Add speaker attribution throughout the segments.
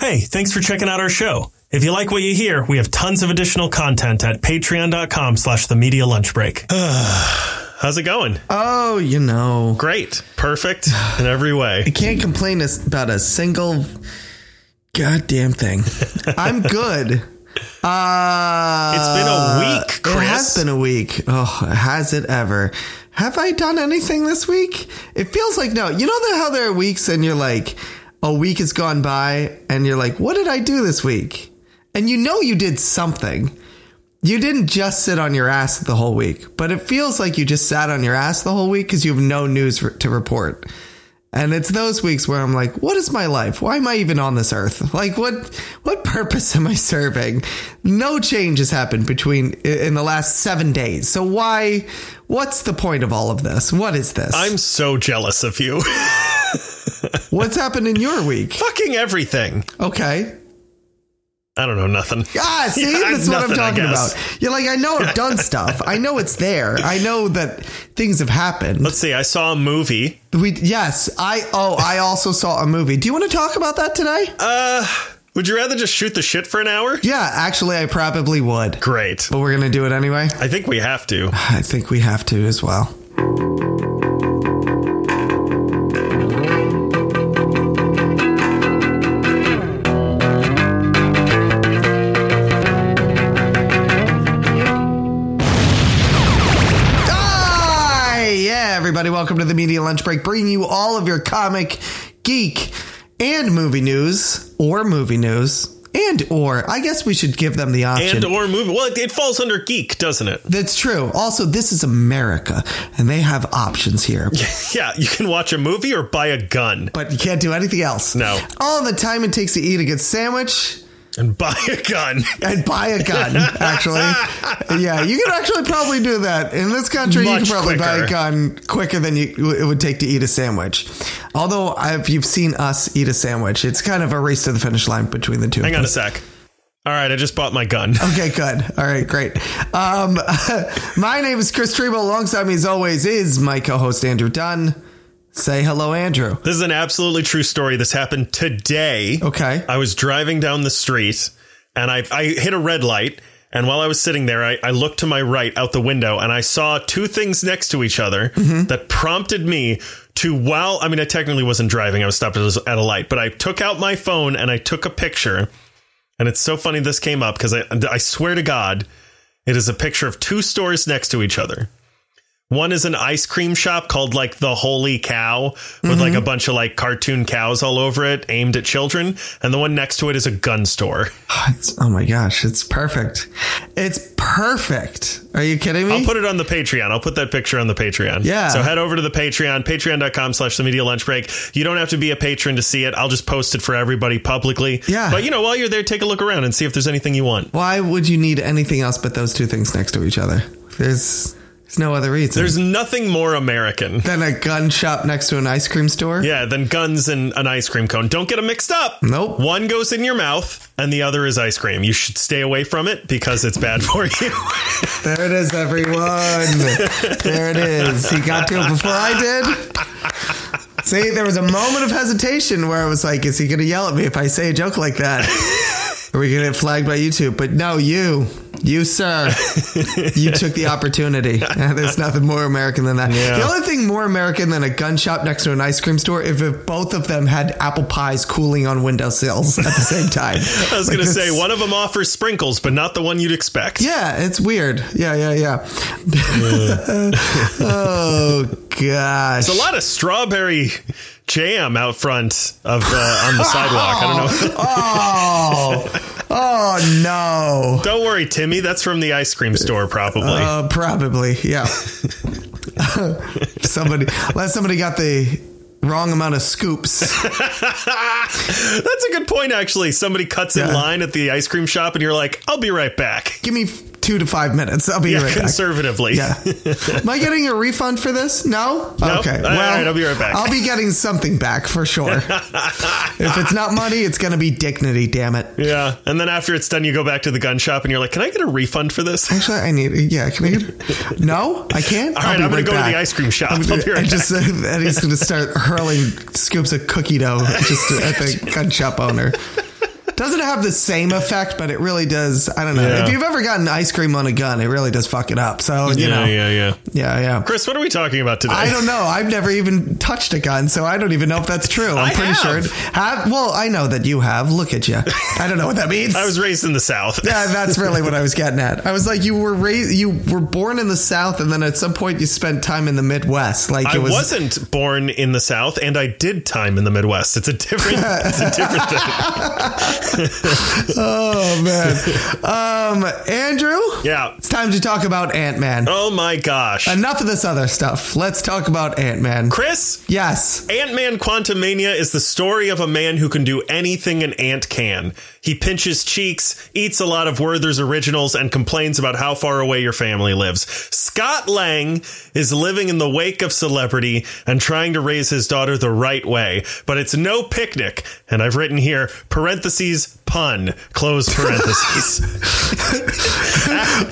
Speaker 1: Hey, thanks for checking out our show. If you like what you hear, we have tons of additional content at patreon.com slash the media lunch break. How's it going?
Speaker 2: Oh, you know,
Speaker 1: Great. Perfect in every
Speaker 2: I
Speaker 1: way.
Speaker 2: can't complain as- about a single goddamn thing. I'm good. Uh,
Speaker 1: It's been a week, Chris.
Speaker 2: It has been a week. Oh, has it ever? Have I done anything this week? It feels like no. You know that how there are weeks and you're like, a week has gone by and you're like, what did I do this week? And you know you did something. You didn't just sit on your ass the whole week, but it feels like you just sat on your ass the whole week because you have no news r- to report. And it's those weeks where I'm like, what is my life? Why am I even on this earth? Like, what what purpose am I serving? No change has happened between i- in the last seven days. So why? What's the point of all of this? What is this?
Speaker 1: I'm so jealous of you.
Speaker 2: what's happened in your week?
Speaker 1: Fucking everything.
Speaker 2: Okay.
Speaker 1: I don't know nothing.
Speaker 2: Ah, see,
Speaker 1: Yeah,
Speaker 2: that's what I'm
Speaker 1: nothing, I
Speaker 2: talking
Speaker 1: guess.
Speaker 2: about. You're like, I know I've done stuff. I know it's there. I know that things have happened.
Speaker 1: Let's see. I saw a movie.
Speaker 2: We yes, I oh, I also saw a movie. Do you want to talk about that today?
Speaker 1: Would you rather just shoot the shit for an hour?
Speaker 2: yeah, actually, I probably would.
Speaker 1: Great.
Speaker 2: But we're gonna do it anyway.
Speaker 1: I think we have to.
Speaker 2: I think we have to as well. Ah, yeah, everybody, welcome to the Media Lunch Break, bringing you all of your comic, geek, and movie news, or movie news, and or I guess we should give them the
Speaker 1: And
Speaker 2: option.
Speaker 1: or movie. Well, it, it falls under geek, doesn't it?
Speaker 2: That's true. Also, this is America, and they have options here,
Speaker 1: Yeah, you can watch a movie or buy a gun.
Speaker 2: but you can't do anything else.
Speaker 1: No.
Speaker 2: All the time it takes to eat a good sandwich
Speaker 1: And buy a gun.
Speaker 2: and buy a gun, actually. yeah, you can actually probably do that. In this country, you
Speaker 1: Much
Speaker 2: can probably buy a
Speaker 1: quicker.
Speaker 2: gun quicker than you, it would take to eat a sandwich. Although, if you've seen us eat a sandwich, it's kind of a race to the finish line between the two.
Speaker 1: Hang on a sec. All right, I just bought my gun.
Speaker 2: Okay, good. All right, great. Um, my name is Chris Trebo. Alongside me, as always, is my co host, Andrew Dunn. Say hello, Andrew.
Speaker 1: This is an absolutely true story. This happened today.
Speaker 2: Okay.
Speaker 1: I was driving down the street and I, I hit a red light. And while I was sitting there, I, I looked to my right out the window and I saw two things next to each other that prompted me to, while I mean, I technically wasn't driving, I was stopped at a- at a light, but I took out my phone and I took a picture. And it's so funny this came up because I, I swear to God, it is a picture of two stores next to each other. One is an ice cream shop called like the Holy Cow with like
Speaker 2: Mm-hmm.
Speaker 1: a bunch of like cartoon cows all over it aimed at children. And the one next to it is a gun store.
Speaker 2: It's- oh my gosh, it's perfect. It's perfect. Are you kidding me?
Speaker 1: I'll put it on the Patreon. I'll put that picture on the Patreon.
Speaker 2: Yeah.
Speaker 1: So head over to the Patreon, patreon.com slash the media lunch break. You don't have to be a patron to see it. I'll just post it for everybody publicly.
Speaker 2: Yeah.
Speaker 1: But you know, while you're there, take a look around and see if there's anything you want.
Speaker 2: Why would you need anything else but those two things next to each other? There's there's no other reason.
Speaker 1: There's nothing more American.
Speaker 2: than a gun shop next to an ice cream store.
Speaker 1: Yeah, then guns and an ice cream cone. Don't get them mixed up.
Speaker 2: Nope.
Speaker 1: One goes in your mouth and the other is ice cream. You should stay away from it because it's bad for you.
Speaker 2: There it is, everyone. there it is. He got to it before I did. See, there was a moment of hesitation where I was like, is he going to yell at me if I say a joke like that? Are we going to get flagged by YouTube? But no, you, you, sir, you took the opportunity. There's nothing more American than that.
Speaker 1: Yeah.
Speaker 2: The only thing more American than a gun shop next to an ice cream store if, if both of them had apple pies cooling on windowsills at the same time.
Speaker 1: I was going to say one of them offers sprinkles, but not the one you'd expect.
Speaker 2: Yeah, it's weird. Yeah, yeah, yeah. oh gosh.
Speaker 1: A lot of strawberry jam out front of uh, on the sidewalk. I don't know.
Speaker 2: Oh, oh no.
Speaker 1: Don't worry, Timmy. That's from the ice cream store, probably.
Speaker 2: Uh, probably, yeah. somebody, unless somebody got the wrong amount of scoops.
Speaker 1: That's a good point, actually. Somebody cuts in
Speaker 2: Yeah.
Speaker 1: line at the ice cream shop, and you're like, "I'll be right back."
Speaker 2: Give me f- two to five minutes. I'll be
Speaker 1: Yeah,
Speaker 2: right back.
Speaker 1: conservatively.
Speaker 2: Yeah. Am I getting a refund for this? No? Okay.
Speaker 1: All right, I'll be right back.
Speaker 2: I'll be getting something back for sure. if it's not money, it's going to be dignity, damn it.
Speaker 1: Yeah. And then after it's done, you go back to the gun shop and you're like, can I get a refund for this?
Speaker 2: Actually, I need. Yeah, can I get? No, I can't.
Speaker 1: All right, I'm going to go to the ice cream shop. I'll be right
Speaker 2: and
Speaker 1: back.
Speaker 2: just and he's going to start hurling scoops of cookie dough just at the gun shop owner. Doesn't have the same effect, but it really does. I don't know.
Speaker 1: Yeah.
Speaker 2: If you've ever gotten ice cream on a gun, it really does fuck it up. So,
Speaker 1: yeah,
Speaker 2: you know,
Speaker 1: yeah, yeah.
Speaker 2: yeah, yeah.
Speaker 1: Chris, what are we talking about today?
Speaker 2: I don't know. I've never even touched a gun, so I don't even know if that's true. I'm
Speaker 1: I
Speaker 2: pretty
Speaker 1: have.
Speaker 2: sure. Have, well, I know that you have. Look at you. I don't know what that means.
Speaker 1: I was raised in the South.
Speaker 2: yeah, that's really what I was getting at. I was like, you were raised, you were born in the South, and then at some point you spent time in the Midwest. Like
Speaker 1: I
Speaker 2: it was,
Speaker 1: wasn't born in the South, and I did time in the Midwest. It's a different, it's a different thing.
Speaker 2: oh man. um, Andrew,
Speaker 1: Yeah.
Speaker 2: it's time to talk about Ant Man.
Speaker 1: Oh my gosh,
Speaker 2: Enough of this other stuff. Let's talk about Ant Man.
Speaker 1: Chris.
Speaker 2: Yes.
Speaker 1: Ant Man Quantumania is the story of a man who can do anything an ant can. He pinches cheeks, eats a lot of Werther's originals, and complains about how far away your family lives. Scott Lang is living in the wake of celebrity and trying to raise his daughter the right way, but it's no picnic. And I've written here, parentheses, pun, close parentheses.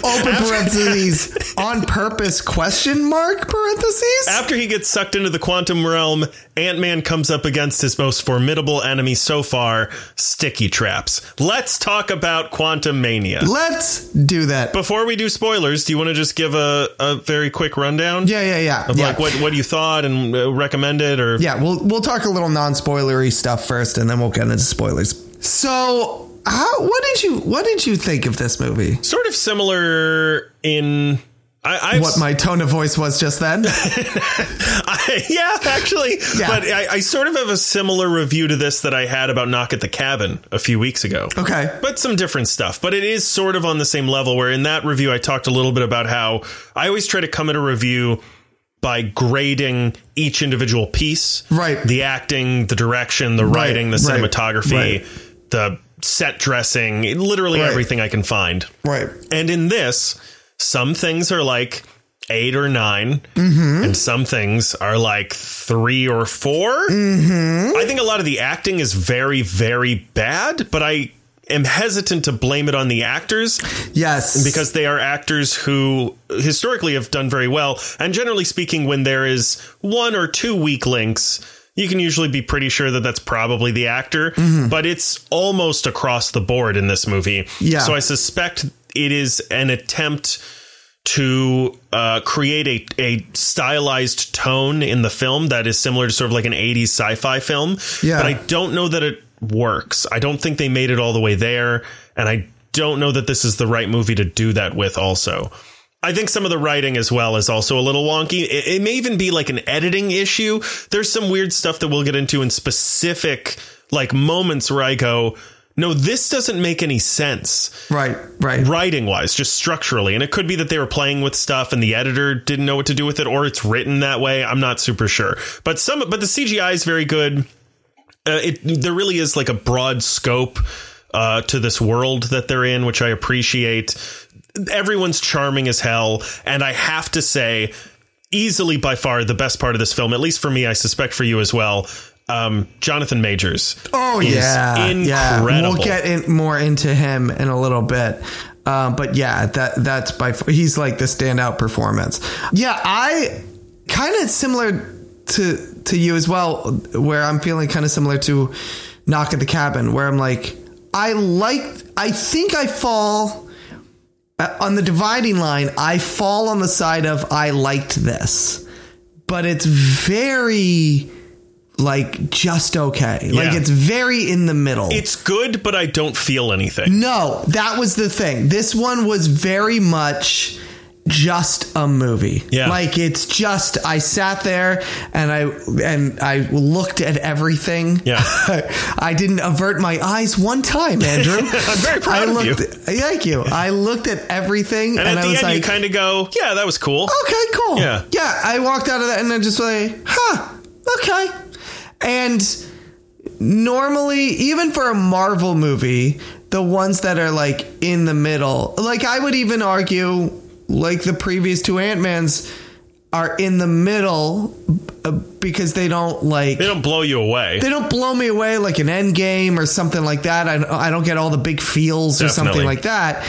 Speaker 2: Open parentheses on purpose question mark parentheses.
Speaker 1: After he gets sucked into the quantum realm, Ant Man comes up against his most formidable enemy so far, sticky traps. Let's talk about Quantum Mania.
Speaker 2: Let's do that.
Speaker 1: Before we do spoilers, do you want to just give a, a very quick rundown?
Speaker 2: Yeah, yeah, yeah.
Speaker 1: Of
Speaker 2: yeah.
Speaker 1: like what, what you thought and uh, recommended or
Speaker 2: yeah, we'll we'll talk a little non-spoilery stuff first and then we'll get into spoilers. So, how what did you what did you think of this movie?
Speaker 1: sort of similar in. I, I've,
Speaker 2: What my tone of voice was just then?
Speaker 1: I, yeah, actually.
Speaker 2: Yeah.
Speaker 1: But I, I sort of have a similar review to this that I had about Knock at the Cabin a few weeks ago.
Speaker 2: Okay.
Speaker 1: But some different stuff. But it is sort of on the same level where in that review, I talked a little bit about how I always try to come at a review by grading each individual piece.
Speaker 2: Right.
Speaker 1: The acting, the direction, the writing, the
Speaker 2: right,
Speaker 1: cinematography,
Speaker 2: right.
Speaker 1: the set dressing, literally
Speaker 2: Right.
Speaker 1: everything I can find.
Speaker 2: Right.
Speaker 1: And in this, some things are like eight or 9 and some things are like three or 4 I think a lot of the acting is very, very bad, but I am hesitant to blame it on the actors
Speaker 2: Yes.
Speaker 1: because they are actors who historically have done very well. And generally speaking, when there is one or two weak links, you can usually be pretty sure that that's probably the actor.
Speaker 2: Mm-hmm.
Speaker 1: But it's almost across the board in this movie.
Speaker 2: Yeah.
Speaker 1: So I suspect it is an attempt to uh, create a, a stylized tone in the film that is similar to sort of like an 80s sci-fi film.
Speaker 2: Yeah.
Speaker 1: But I don't know that it works. I don't think they made it all the way there. And I don't know that this is the right movie to do that with also. I think some of the writing as well is also a little wonky. It, it may even be like an editing issue. There's some weird stuff that we'll get into in specific like moments where I go, no, this doesn't make any sense
Speaker 2: right, right.
Speaker 1: writing wise, just structurally. And it could be that they were playing with stuff and the editor didn't know what to do with it, or it's written that way. I'm not super sure. But some, but the CGI is very good. Uh, it there really is like a broad scope uh, to this world that they're in, which I appreciate. Everyone's charming as hell, and I have to say, easily by far the best part of this film, at least for me, I suspect for you as well. Um, Jonathan Majors.
Speaker 2: Oh
Speaker 1: is
Speaker 2: yeah, yeah.
Speaker 1: incredible.
Speaker 2: We'll get in, more into him in a little bit. Um, but yeah, that that's by f- he's like the standout performance. Yeah, I kind of similar to to you as well, where I'm feeling kind of similar to Knock at the Cabin, where I'm like, I like, I think I fall uh, on the dividing line. I fall on the side of I liked this, but it's very like just okay. Like
Speaker 1: Yeah.
Speaker 2: it's very in the middle.
Speaker 1: It's good, but I don't feel anything.
Speaker 2: No, that was the thing. This one was very much just a movie.
Speaker 1: Yeah.
Speaker 2: Like it's just I sat there and I and I looked at everything.
Speaker 1: Yeah.
Speaker 2: I didn't avert my eyes one time, Andrew.
Speaker 1: I'm very
Speaker 2: I
Speaker 1: proud of you.
Speaker 2: looked thank you. I looked at everything and,
Speaker 1: And, at
Speaker 2: I
Speaker 1: the
Speaker 2: was
Speaker 1: end,
Speaker 2: like Oh.
Speaker 1: you kind of go, "Yeah, that was cool."
Speaker 2: okay, cool.
Speaker 1: Yeah.
Speaker 2: Yeah. I walked out of that and I just like, huh, okay. And normally, even for a Marvel movie, the ones that are like in the middle, like I would even argue, like the previous two Ant Mans are in the middle uh, because they don't like
Speaker 1: They don't blow you away.
Speaker 2: they don't blow me away like an Endgame or something like that. I, I don't get all the big feels or
Speaker 1: Definitely.
Speaker 2: something like that.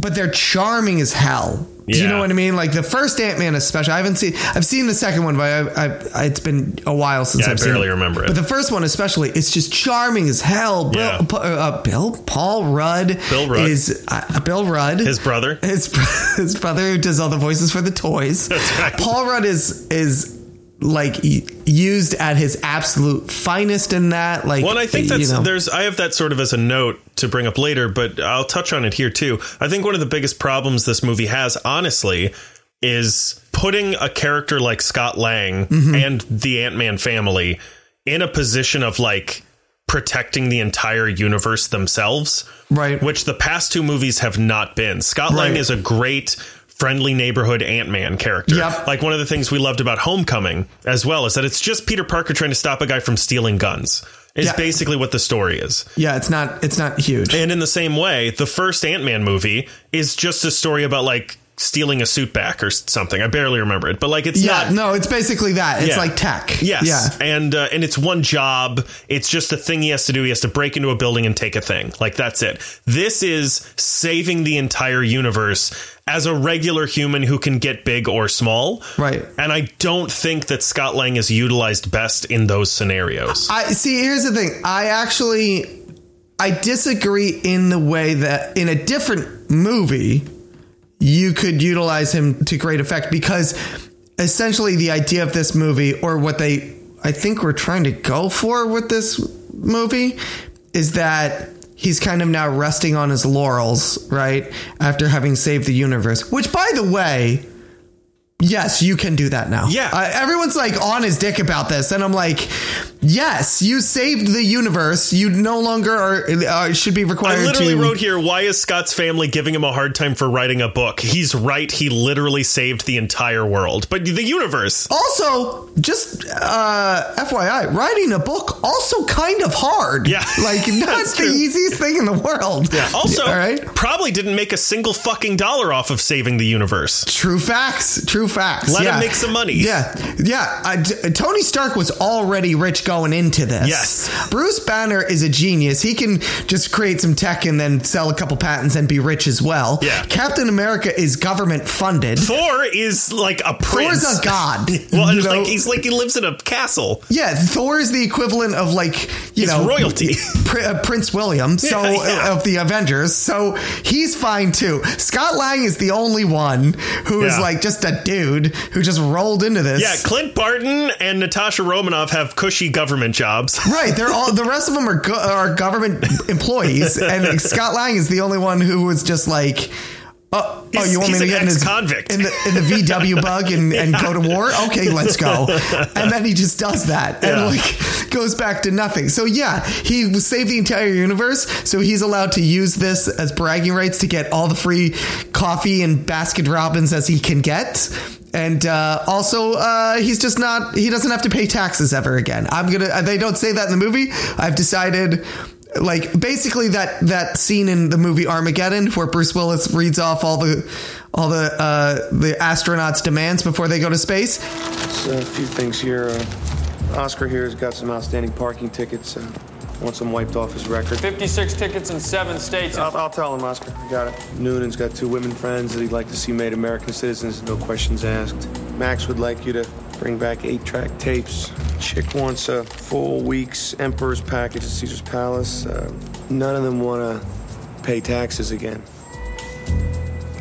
Speaker 2: But they're charming as hell. Do you
Speaker 1: Yeah.
Speaker 2: know what I mean? Like the first Ant Man is special. I haven't seen. I've seen the second one, but I, I, I it's been a while since
Speaker 1: Yeah, I
Speaker 2: I've seen
Speaker 1: barely
Speaker 2: it.
Speaker 1: remember it.
Speaker 2: But the first one, especially, it's just charming as hell. Bill,
Speaker 1: Yeah.
Speaker 2: Pa- uh, Bill Paul Rudd.
Speaker 1: Bill Rudd.
Speaker 2: is uh, Bill Rudd.
Speaker 1: His brother.
Speaker 2: His, br- his brother who does all the voices for the toys.
Speaker 1: right.
Speaker 2: Paul Rudd is is like y- used at his absolute finest in that. Like,
Speaker 1: Well, and I think
Speaker 2: you
Speaker 1: that's
Speaker 2: know.
Speaker 1: there's I have that sort of as a note to bring up later, but I'll touch on it here too. I think one of the biggest problems this movie has, honestly, is putting a character like Scott Lang
Speaker 2: Mm-hmm.
Speaker 1: and the Ant Man family in a position of like protecting the entire universe themselves.
Speaker 2: Right.
Speaker 1: Which the past two movies have not been. Scott Lang
Speaker 2: Right.
Speaker 1: is a great friendly neighborhood Ant-Man character.
Speaker 2: Yep.
Speaker 1: Like one of the things we loved about Homecoming as well is that it's just Peter Parker trying to stop a guy from stealing guns. Is
Speaker 2: Yeah.
Speaker 1: basically what the story is.
Speaker 2: yeah, it's not it's not huge.
Speaker 1: And in the same way, the first Ant-Man movie is just a story about like stealing a suit back or s- something. I barely remember it, but like it's
Speaker 2: yeah,
Speaker 1: not
Speaker 2: no, it's basically that. It's
Speaker 1: Yeah.
Speaker 2: like tech.
Speaker 1: Yes.
Speaker 2: Yeah.
Speaker 1: And uh, and it's one job. It's just a thing he has to do. He has to break into a building and take a thing. Like that's it. This is saving the entire universe as a regular human who can get big or small.
Speaker 2: Right.
Speaker 1: And I don't think that Scott Lang is utilized best in those scenarios.
Speaker 2: I see. Here's the thing. I actually I disagree in the way that in a different movie you could utilize him to great effect because essentially the idea of this movie or what they I think we're trying to go for with this movie is that he's kind of now resting on his laurels, right? After having saved the universe, which by the way, yes, you can do that now.
Speaker 1: Yeah.
Speaker 2: Uh, everyone's like on his dick about this and I'm like, yes, you saved the universe. You no longer are uh, should be required
Speaker 1: I literally
Speaker 2: to
Speaker 1: wrote here, why is Scott's family giving him a hard time for writing a book? He's right. He literally saved the entire world, but the universe.
Speaker 2: Also, just uh, FYI, writing a book also kind of hard.
Speaker 1: Yeah.
Speaker 2: like not
Speaker 1: That's
Speaker 2: the
Speaker 1: true.
Speaker 2: easiest thing in the world. Yeah.
Speaker 1: Also,
Speaker 2: all right.
Speaker 1: probably didn't make a single fucking dollar off of saving the universe.
Speaker 2: True facts. True facts.
Speaker 1: Let him
Speaker 2: yeah.
Speaker 1: make some money.
Speaker 2: Yeah, yeah. I- t- Tony Stark was already rich going into this.
Speaker 1: Yes.
Speaker 2: Bruce Banner is a genius. He can just create some tech and then sell a couple patents and be rich as well.
Speaker 1: Yeah.
Speaker 2: Captain America is government funded.
Speaker 1: Thor is like a prince.
Speaker 2: Thor's a god.
Speaker 1: well,
Speaker 2: you know?
Speaker 1: like he's like he lives in a castle.
Speaker 2: Yeah, Thor is the equivalent of like you
Speaker 1: He's
Speaker 2: know
Speaker 1: royalty.
Speaker 2: Pri- uh, Prince William, so uh,
Speaker 1: Yeah, yeah.
Speaker 2: of the Avengers, so he's fine too. Scott Lang is the only one who is
Speaker 1: Yeah.
Speaker 2: like just a dude who just rolled into this.
Speaker 1: Yeah, Clint Barton and Natasha Romanoff have cushy government jobs.
Speaker 2: Right, they're all the rest of them are go- are government employees, and Scott Lang is the only one who was just like, "Oh, oh
Speaker 1: He's-
Speaker 2: you want
Speaker 1: he's
Speaker 2: me to
Speaker 1: an
Speaker 2: get in his
Speaker 1: ex-convict.
Speaker 2: in the, in the VW bug and, and go to war? Okay, let's go." And then he just does that and
Speaker 1: Yeah.
Speaker 2: like goes back to nothing. So yeah, he saved the entire universe, so he's allowed to use this as bragging rights to get all the free coffee and Baskin Robbins as he can get. And uh, also, uh, he's just not. He doesn't have to pay taxes ever again. I'm gonna. uh, They don't say that in the movie. I've decided, like basically that that scene in the movie Armageddon where Bruce Willis reads off all the all the uh, the astronauts' demands before they go to space.
Speaker 3: So a few things here. Uh, Oscar here has got some outstanding parking tickets. Uh, wants them wiped off his record.
Speaker 4: 56 tickets in seven states.
Speaker 3: I'll, I'll tell him, Oscar. I got it. Noonan's got two women friends that he'd like to see made American citizens, no questions asked. Max would like you to bring back eight track tapes. Chick wants a full week's Emperor's package at Caesar's Palace. Uh, none of them want to pay taxes again.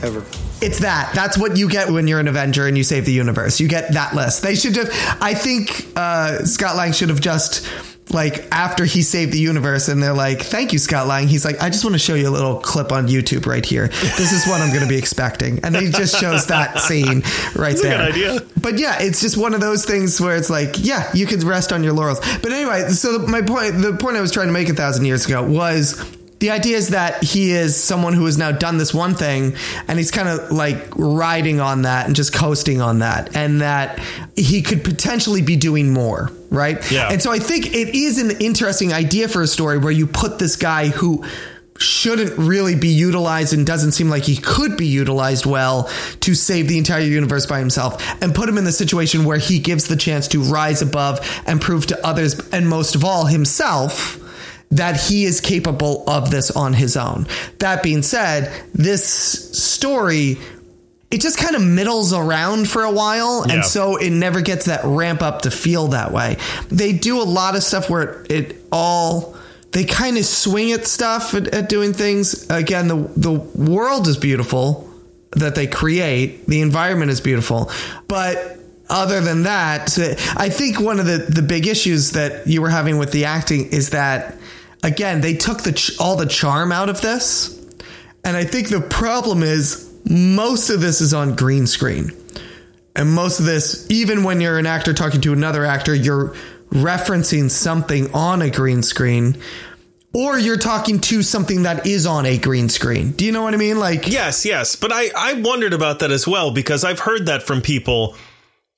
Speaker 3: Ever.
Speaker 2: It's that. That's what you get when you're an Avenger and you save the universe. You get that list. They should have. I think uh, Scott Lang should have just like after he saved the universe, and they're like, "Thank you, Scott Lang." He's like, "I just want to show you a little clip on YouTube right here. This is what I'm going to be expecting," and he just shows that scene right
Speaker 1: a good
Speaker 2: there.
Speaker 1: idea.
Speaker 2: But yeah, it's just one of those things where it's like, yeah, you could rest on your laurels. But anyway, so the, my point, the point I was trying to make a thousand years ago was the idea is that he is someone who has now done this one thing and he's kind of like riding on that and just coasting on that and that he could potentially be doing more. Right.
Speaker 1: Yeah.
Speaker 2: And so I think it is an interesting idea for a story where you put this guy who shouldn't really be utilized and doesn't seem like he could be utilized well to save the entire universe by himself and put him in the situation where he gives the chance to rise above and prove to others and most of all himself that he is capable of this on his own. That being said, this story it just kind of middles around for a while
Speaker 1: Yeah.
Speaker 2: and so it never gets that ramp up to feel that way they do a lot of stuff where it, it all they kind of swing at stuff at, at doing things again the the world is beautiful that they create the environment is beautiful but other than that so i think one of the the big issues that you were having with the acting is that again they took the ch- all the charm out of this and I think the problem is most of this is on green screen. And most of this, even when you're an actor talking to another actor, you're referencing something on a green screen or you're talking to something that is on a green screen. Do you know what I mean? Like,
Speaker 1: Yes, yes. But I, I wondered about that as well because I've heard that from people.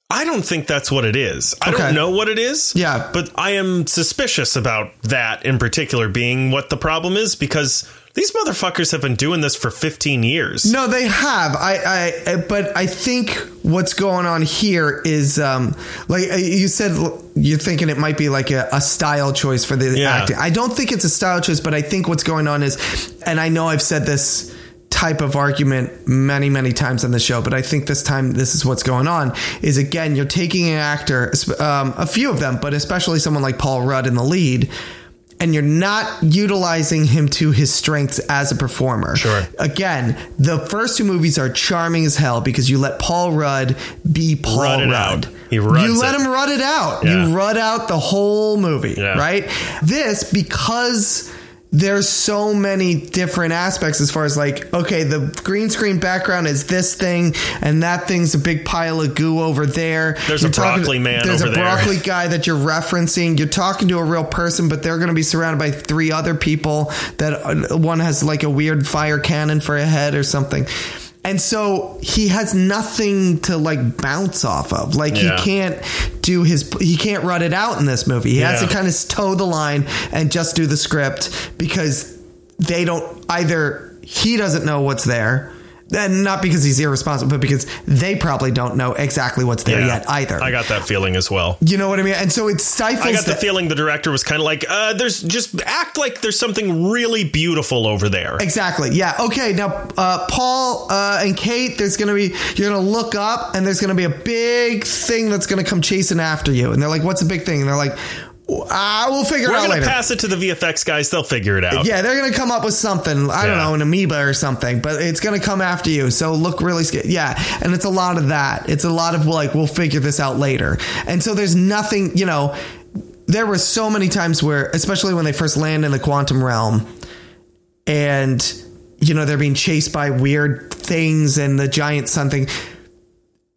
Speaker 1: I don't think that's what it is. I
Speaker 2: Okay.
Speaker 1: don't know what it is.
Speaker 2: Yeah.
Speaker 1: But I am suspicious about that in particular being what the problem is because these motherfuckers have been doing this for 15 years.
Speaker 2: No, they have. I, I, I- but I think what's going on here is, um, like uh, you said, l- you're thinking it might be like a, a style choice for the
Speaker 1: Yeah.
Speaker 2: acting. I don't think it's a style choice, but I think what's going on is, and I know I've said this type of argument many, many times on the show, but I think this time this is what's going on is again, you're taking an actor, um, a few of them, but especially someone like Paul Rudd in the lead. And you're not utilizing him to his strengths as a performer
Speaker 1: Sure.
Speaker 2: again, the first two movies are charming as hell because you let Paul Rudd be Paul
Speaker 1: Rudd it
Speaker 2: Rudd.
Speaker 1: out. He runs
Speaker 2: you let
Speaker 1: it.
Speaker 2: him rut it out.
Speaker 1: Yeah.
Speaker 2: You rut out the whole movie,
Speaker 1: Yeah.
Speaker 2: right? This because there's so many different aspects as far as like okay the green screen background is this thing and that thing's a big pile of goo over there
Speaker 1: There's a broccoli man
Speaker 2: there's
Speaker 1: over
Speaker 2: a
Speaker 1: there.
Speaker 2: broccoli guy that you're referencing. You're talking to a real person, but they're going to be surrounded by three other people that uh, one has like a weird fire cannon for a head or something. And so he has nothing to like bounce off of. Like
Speaker 1: Yeah.
Speaker 2: he can't do his, he can't run it out in this movie. He has to
Speaker 1: Yeah.
Speaker 2: kind of toe the line and just do the script because they don't either, he doesn't know what's there. And not because he's irresponsible, but because they probably don't know exactly what's there
Speaker 1: Yeah.
Speaker 2: yet either.
Speaker 1: I got that feeling as well.
Speaker 2: You know what I mean? And so it stifles.
Speaker 1: I got the
Speaker 2: that-
Speaker 1: feeling the director was kind of like, uh, there's just act like there's something really beautiful over there.
Speaker 2: Exactly. Yeah. Okay. Now, uh, Paul uh, and Kate, there's going to be, you're going to look up and there's going to be a big thing that's going to come chasing after you. And they're like, what's the big thing? And they're like, I will figure it
Speaker 1: We're
Speaker 2: out
Speaker 1: going
Speaker 2: later.
Speaker 1: to pass it to the VFX guys. They'll figure it out.
Speaker 2: Yeah, they're gonna come up with something. I don't
Speaker 1: Yeah.
Speaker 2: know, an amoeba or something, but it's gonna come after you. So look really scared. Yeah, and it's a lot of that. It's a lot of like we'll figure this out later. And so there's nothing, you know. There were so many times where, especially when they first land in the quantum realm, and you know they're being chased by weird things and the giant something.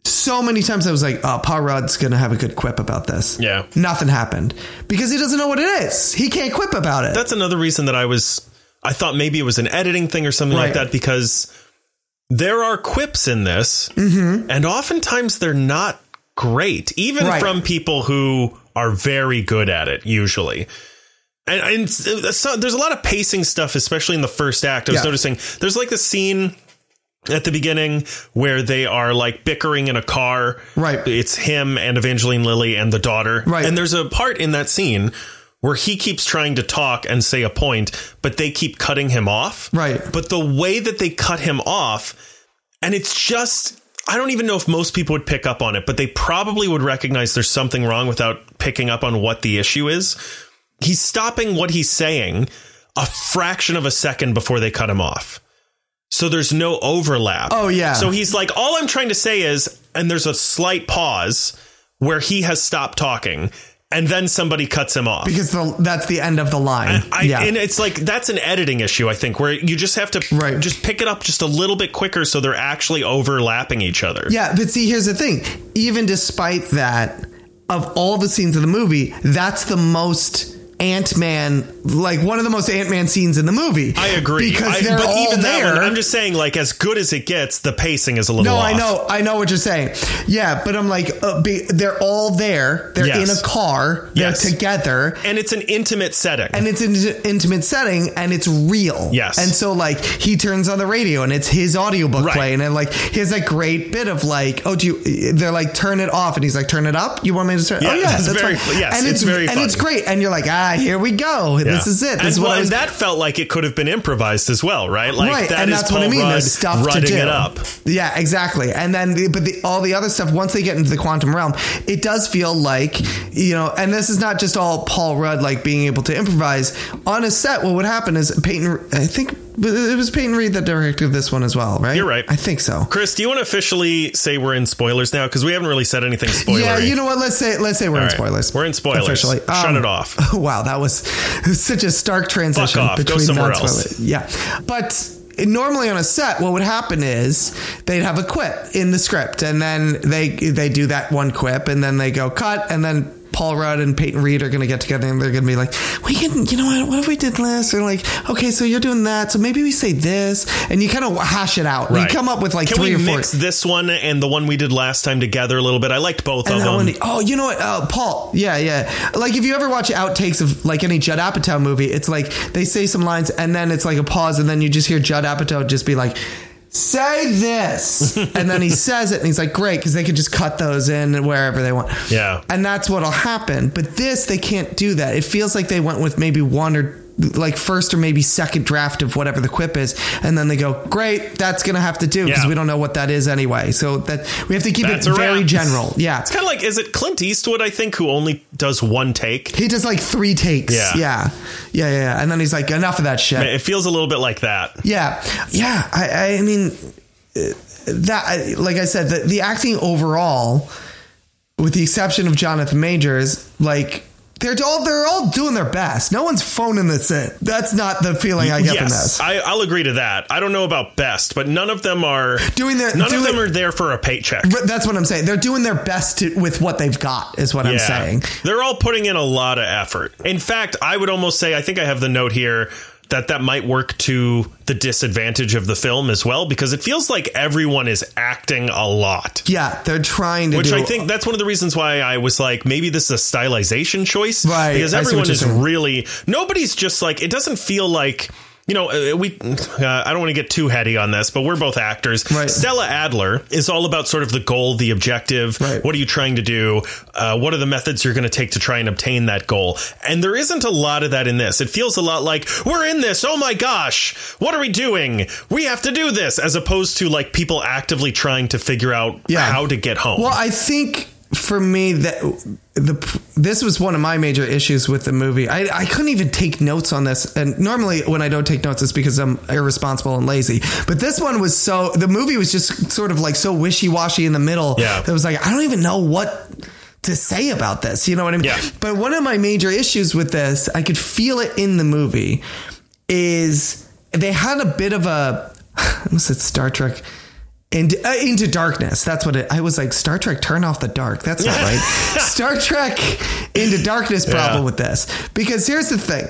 Speaker 2: So many times I was like, "Oh, Pa Rudd's gonna have a good quip about this."
Speaker 1: Yeah.
Speaker 2: nothing happened because he doesn't know what it is. He can't quip about it.
Speaker 1: that's another reason that I was I thought maybe it was an editing thing or something like
Speaker 2: Right.
Speaker 1: that because there are quips in this and oftentimes they're not great even
Speaker 2: Mm-hmm. Right.
Speaker 1: from people who are very good at it usually. And, and uh, so there's a lot of pacing stuff especially in the first act. I was
Speaker 2: Yeah.
Speaker 1: noticing there's like the scene at the beginning where they are like bickering in a car.
Speaker 2: Right.
Speaker 1: It's him and Evangeline Lilly and the daughter.
Speaker 2: Right.
Speaker 1: And there's a part in that scene where he keeps trying to talk and say a point, but they keep cutting him off.
Speaker 2: Right.
Speaker 1: But the way that they cut him off, and it's just. I don't even know if most people would pick up on it, but they probably would recognize there's something wrong without picking up on what the issue is. He's stopping what he's saying a fraction of a second before they cut him off. So there's no overlap.
Speaker 2: Oh, yeah.
Speaker 1: So he's like, all I'm trying to say is, and there's a slight pause where he has stopped talking, and then somebody cuts him off.
Speaker 2: because the, that's the end of the line.
Speaker 1: I,
Speaker 2: yeah.
Speaker 1: And it's like that's an editing issue, I think, where you just have to
Speaker 2: Right.
Speaker 1: just pick it up just a little bit quicker so they're actually overlapping each other.
Speaker 2: yeah, but see, here's the thing. Even despite that, of all the scenes in the movie, that's the most Ant Man, like one of the most Ant Man scenes in the movie.
Speaker 1: I agree.
Speaker 2: Because
Speaker 1: I-
Speaker 2: they're
Speaker 1: but
Speaker 2: all
Speaker 1: even that
Speaker 2: there.
Speaker 1: one, I'm just saying, like, as good as it gets, the pacing is a little
Speaker 2: no,
Speaker 1: off.
Speaker 2: I know, I know what you're saying. Yeah, but I'm like, uh, be, they're all there. They're
Speaker 1: Yes.
Speaker 2: in a car. They're
Speaker 1: Yes.
Speaker 2: together.
Speaker 1: And it's an intimate setting.
Speaker 2: and it's an intimate setting and it's real.
Speaker 1: Yes.
Speaker 2: And so like he turns on the radio and it's his audiobook
Speaker 1: Right.
Speaker 2: playing and like he has that great bit of like, oh, do you? They're like, turn it off, and he's like, turn it up. You want me to turn?
Speaker 1: Yeah,
Speaker 2: oh yeah,
Speaker 1: it's
Speaker 2: that's
Speaker 1: very-
Speaker 2: fine.
Speaker 1: yes,
Speaker 2: and
Speaker 1: it's very
Speaker 2: and it's
Speaker 1: funny.
Speaker 2: great. And you're like, ah, yeah, here we go. This
Speaker 1: Yeah.
Speaker 2: is it. This
Speaker 1: and,
Speaker 2: is what
Speaker 1: well,
Speaker 2: I was.
Speaker 1: and that felt like it could have been improvised as well, right? Like
Speaker 2: right,
Speaker 1: that
Speaker 2: and
Speaker 1: is
Speaker 2: that's
Speaker 1: Paul
Speaker 2: what I mean.
Speaker 1: Rudd
Speaker 2: There's stuff to
Speaker 1: rudding
Speaker 2: do.
Speaker 1: it up.
Speaker 2: Yeah, exactly. And then, the, but the, all the other stuff once they get into the quantum realm, it does feel like you know. And this is not just all Paul Rudd like being able to improvise on a set. What would happen is Peyton. I think it was Peyton Reed that directed this one as well, right?
Speaker 1: You're right.
Speaker 2: I think so.
Speaker 1: Chris, do you want to officially say we're in spoilers now? Because we haven't really said anything spoilery.
Speaker 2: Yeah, you know what? Let's say let's say we're in
Speaker 1: right.
Speaker 2: spoilers.
Speaker 1: We're in spoilers. Shut it off.
Speaker 2: Wow, that was such a stark transition
Speaker 1: off. Go
Speaker 2: between
Speaker 1: somewhere
Speaker 2: non-spoiler-
Speaker 1: else.
Speaker 2: Yeah, but normally on a set, what would happen is they'd have a quip in the script, and then they they do that one quip, and then they go cut, and then. Paul Rudd and Peyton Reed are going to get together and they're going to be like, we can, you know what? What if we did this? And like, okay, so you're doing that. So maybe we say this. And you kind of hash it out.
Speaker 1: Right.
Speaker 2: You come up with like
Speaker 1: Can
Speaker 2: three
Speaker 1: we
Speaker 2: or four.
Speaker 1: mix this one and the one we did last time together a little bit? I liked both
Speaker 2: And
Speaker 1: of
Speaker 2: that
Speaker 1: them.
Speaker 2: one, oh, you know what? Uh, Paul. Yeah, yeah. Like if you ever watch outtakes of like any Judd Apatow movie, it's like they say some lines and then it's like a pause and then you just hear Judd Apatow just be like, "Say this," and then he says it and he's like, "Great," because they could just cut those in wherever they want.
Speaker 1: Yeah.
Speaker 2: and that's what'll happen. But this, they can't do that. It feels like they went with maybe one or like first or maybe second draft of whatever the quip is and then they go great that's gonna have to do because
Speaker 1: Yeah.
Speaker 2: we don't know what that is anyway so that we have to keep
Speaker 1: That's
Speaker 2: it
Speaker 1: a
Speaker 2: very
Speaker 1: wrap.
Speaker 2: general yeah
Speaker 1: It's kind of like, is it Clint Eastwood, I think, who only does one take?
Speaker 2: He does like three takes.
Speaker 1: Yeah.
Speaker 2: Yeah. Yeah. Yeah. yeah. And then he's like, enough of that shit.
Speaker 1: It feels a little bit like that.
Speaker 2: Yeah. Yeah. I, I mean, uh, that, I- like I said, the, the acting overall, with the exception of Jonathan Majors, like, they're all they're all doing their best. No one's phoning this in. That's not the feeling I get from
Speaker 1: Yes,
Speaker 2: this.
Speaker 1: I, I'll agree to that. I don't know about best, but none of them are
Speaker 2: Doing their-
Speaker 1: None
Speaker 2: doing-
Speaker 1: of them are there for a paycheck.
Speaker 2: But that's what I'm saying. They're doing their best to, with what they've got. Is what I'm
Speaker 1: Yeah.
Speaker 2: saying.
Speaker 1: They're all putting in a lot of effort. In fact, I would almost say I think I have the note here that that might work to the disadvantage of the film as well because it feels like everyone is acting a lot.
Speaker 2: Yeah, they're trying to.
Speaker 1: Which
Speaker 2: do,
Speaker 1: I think that's one of the reasons why I was like, maybe this is a stylization choice,
Speaker 2: Right,
Speaker 1: Because
Speaker 2: I see
Speaker 1: everyone
Speaker 2: what you're
Speaker 1: is
Speaker 2: saying.
Speaker 1: really nobody's just like it doesn't feel like you know uh, we. Uh, I don't want to get too heady on this, but we're both actors.
Speaker 2: Right.
Speaker 1: Stella Adler is all about sort of the goal, the objective.
Speaker 2: Right.
Speaker 1: What are you trying to do? Uh, what are the methods you're going to take to try and obtain that goal? And there isn't a lot of that in this. It feels a lot like we're in this. Oh my gosh, what are we doing? We have to do this, as opposed to like people actively trying to figure out
Speaker 2: Yeah.
Speaker 1: how to get home.
Speaker 2: Well, I think for me that the this was one of my major issues with the movie. I, I couldn't even take notes on this, and normally when I don't take notes, it's because I'm irresponsible and lazy. But this one was so the movie was just sort of like so wishy washy in the middle.
Speaker 1: Yeah.
Speaker 2: that was like I don't even know what. To say about this, you know what I mean?
Speaker 1: Yeah.
Speaker 2: But one of my major issues with this, I could feel it in the movie, is they had a bit of a was it Star Trek and uh, into darkness. That's what it, I was like. Star Trek, turn off the dark. That's not right. Star Trek into darkness problem with this because here's the thing.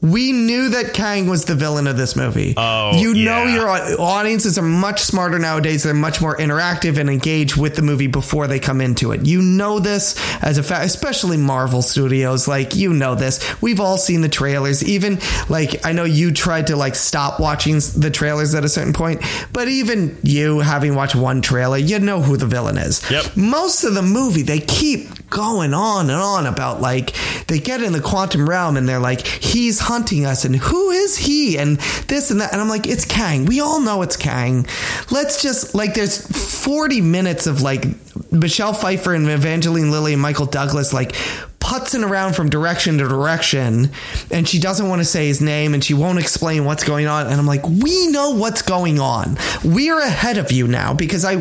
Speaker 2: We knew that Kang was the villain of this movie.
Speaker 1: Oh,
Speaker 2: you know
Speaker 1: yeah.
Speaker 2: your au- audiences are much smarter nowadays. They're much more interactive and engaged with the movie before they come into it. You know this as a fact, especially Marvel Studios. Like you know this. We've all seen the trailers. Even like I know you tried to like stop watching s- the trailers at a certain point, but even you having watched one trailer, you know who the villain is.
Speaker 1: Yep.
Speaker 2: Most of the movie, they keep going on and on about like they get in the quantum realm and they're like, he's hunting us and who is he and this and that. And I'm like, it's Kang. We all know it's Kang. Let's just like, there's 40 minutes of like Michelle Pfeiffer and Evangeline Lilly and Michael Douglas like putzing around from direction to direction and she doesn't want to say his name and she won't explain what's going on and I'm like we know what's going on we're ahead of you now because I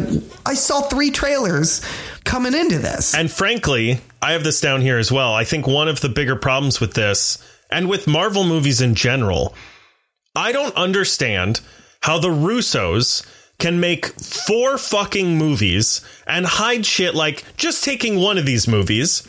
Speaker 2: I saw three trailers coming into this
Speaker 1: And frankly, I have this down here as well. I think one of the bigger problems with this and with Marvel movies in general, I don't understand how the Russos can make four fucking movies and hide shit like just taking one of these movies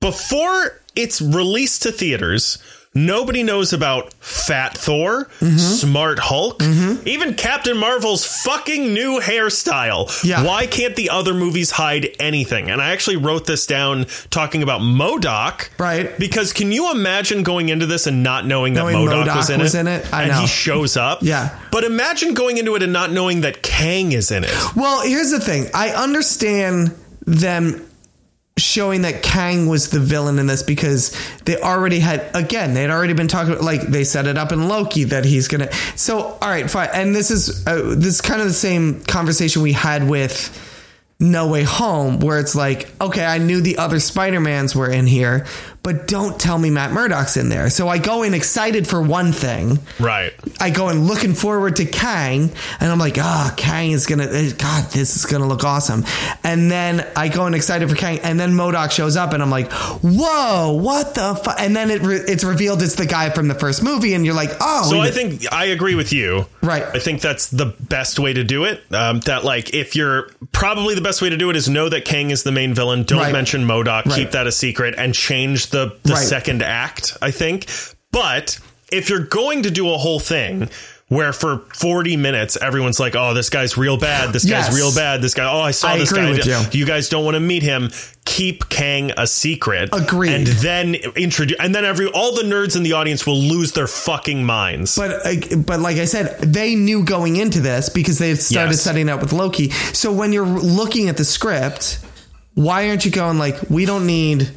Speaker 1: before it's released to theaters. Nobody knows about Fat Thor,
Speaker 2: Mm-hmm.
Speaker 1: Smart Hulk, even Captain Marvel's fucking new hairstyle.
Speaker 2: Yeah.
Speaker 1: Why why can't the other movies hide anything? And I actually wrote this down talking about Modoc.
Speaker 2: Right.
Speaker 1: Because can you imagine going into this and not knowing that
Speaker 2: Knowing
Speaker 1: Modoc
Speaker 2: MODOK
Speaker 1: was in
Speaker 2: was
Speaker 1: it?
Speaker 2: in it? I
Speaker 1: and
Speaker 2: know.
Speaker 1: he shows up.
Speaker 2: Yeah.
Speaker 1: But imagine going into it and not knowing that Kang is in it.
Speaker 2: well here's the thing I understand them showing that Kang was the villain in this because they already had again they had already been talking like they set it up in Loki that he's gonna so all right fine and this is uh, this is kind of the same conversation we had with No Way Home where it's like okay I knew the other Spider Mans were in here but don't tell me Matt Murdock's in there so I go in excited for one thing
Speaker 1: Right.
Speaker 2: I go and looking forward to Kang, and I'm like, ah, Kang is gonna, eh, God, this is gonna look awesome. And then I go and excited for Kang, and then Modoc shows up, and I'm like, whoa, what the fuck? And then it re- it's revealed it's the guy from the first movie, and you're like, oh,
Speaker 1: So
Speaker 2: we-
Speaker 1: I think I agree with you.
Speaker 2: Right.
Speaker 1: I think that's the best way to do it. Um, that like if you're probably the best way to do it is know that Kang is the main villain. Don't
Speaker 2: Right.
Speaker 1: mention Modoc.
Speaker 2: Right.
Speaker 1: Keep that a secret and change the the
Speaker 2: Right.
Speaker 1: second act. I think. But if you're going to do a whole thing. Where for 40 minutes everyone's like, "Oh, this guy's real bad. This
Speaker 2: Yes.
Speaker 1: guy's real bad. This guy. Oh, I saw
Speaker 2: I
Speaker 1: this
Speaker 2: agree
Speaker 1: guy.
Speaker 2: with you.
Speaker 1: guys don't want to meet him. Keep Kang a secret.
Speaker 2: Agreed.
Speaker 1: And then introduce, and then every all the nerds in the audience will lose their fucking minds.
Speaker 2: But uh, but like I said, they knew going into this because they had started
Speaker 1: Yes.
Speaker 2: setting up with Loki. So when you're looking at the script, why aren't you going like we don't need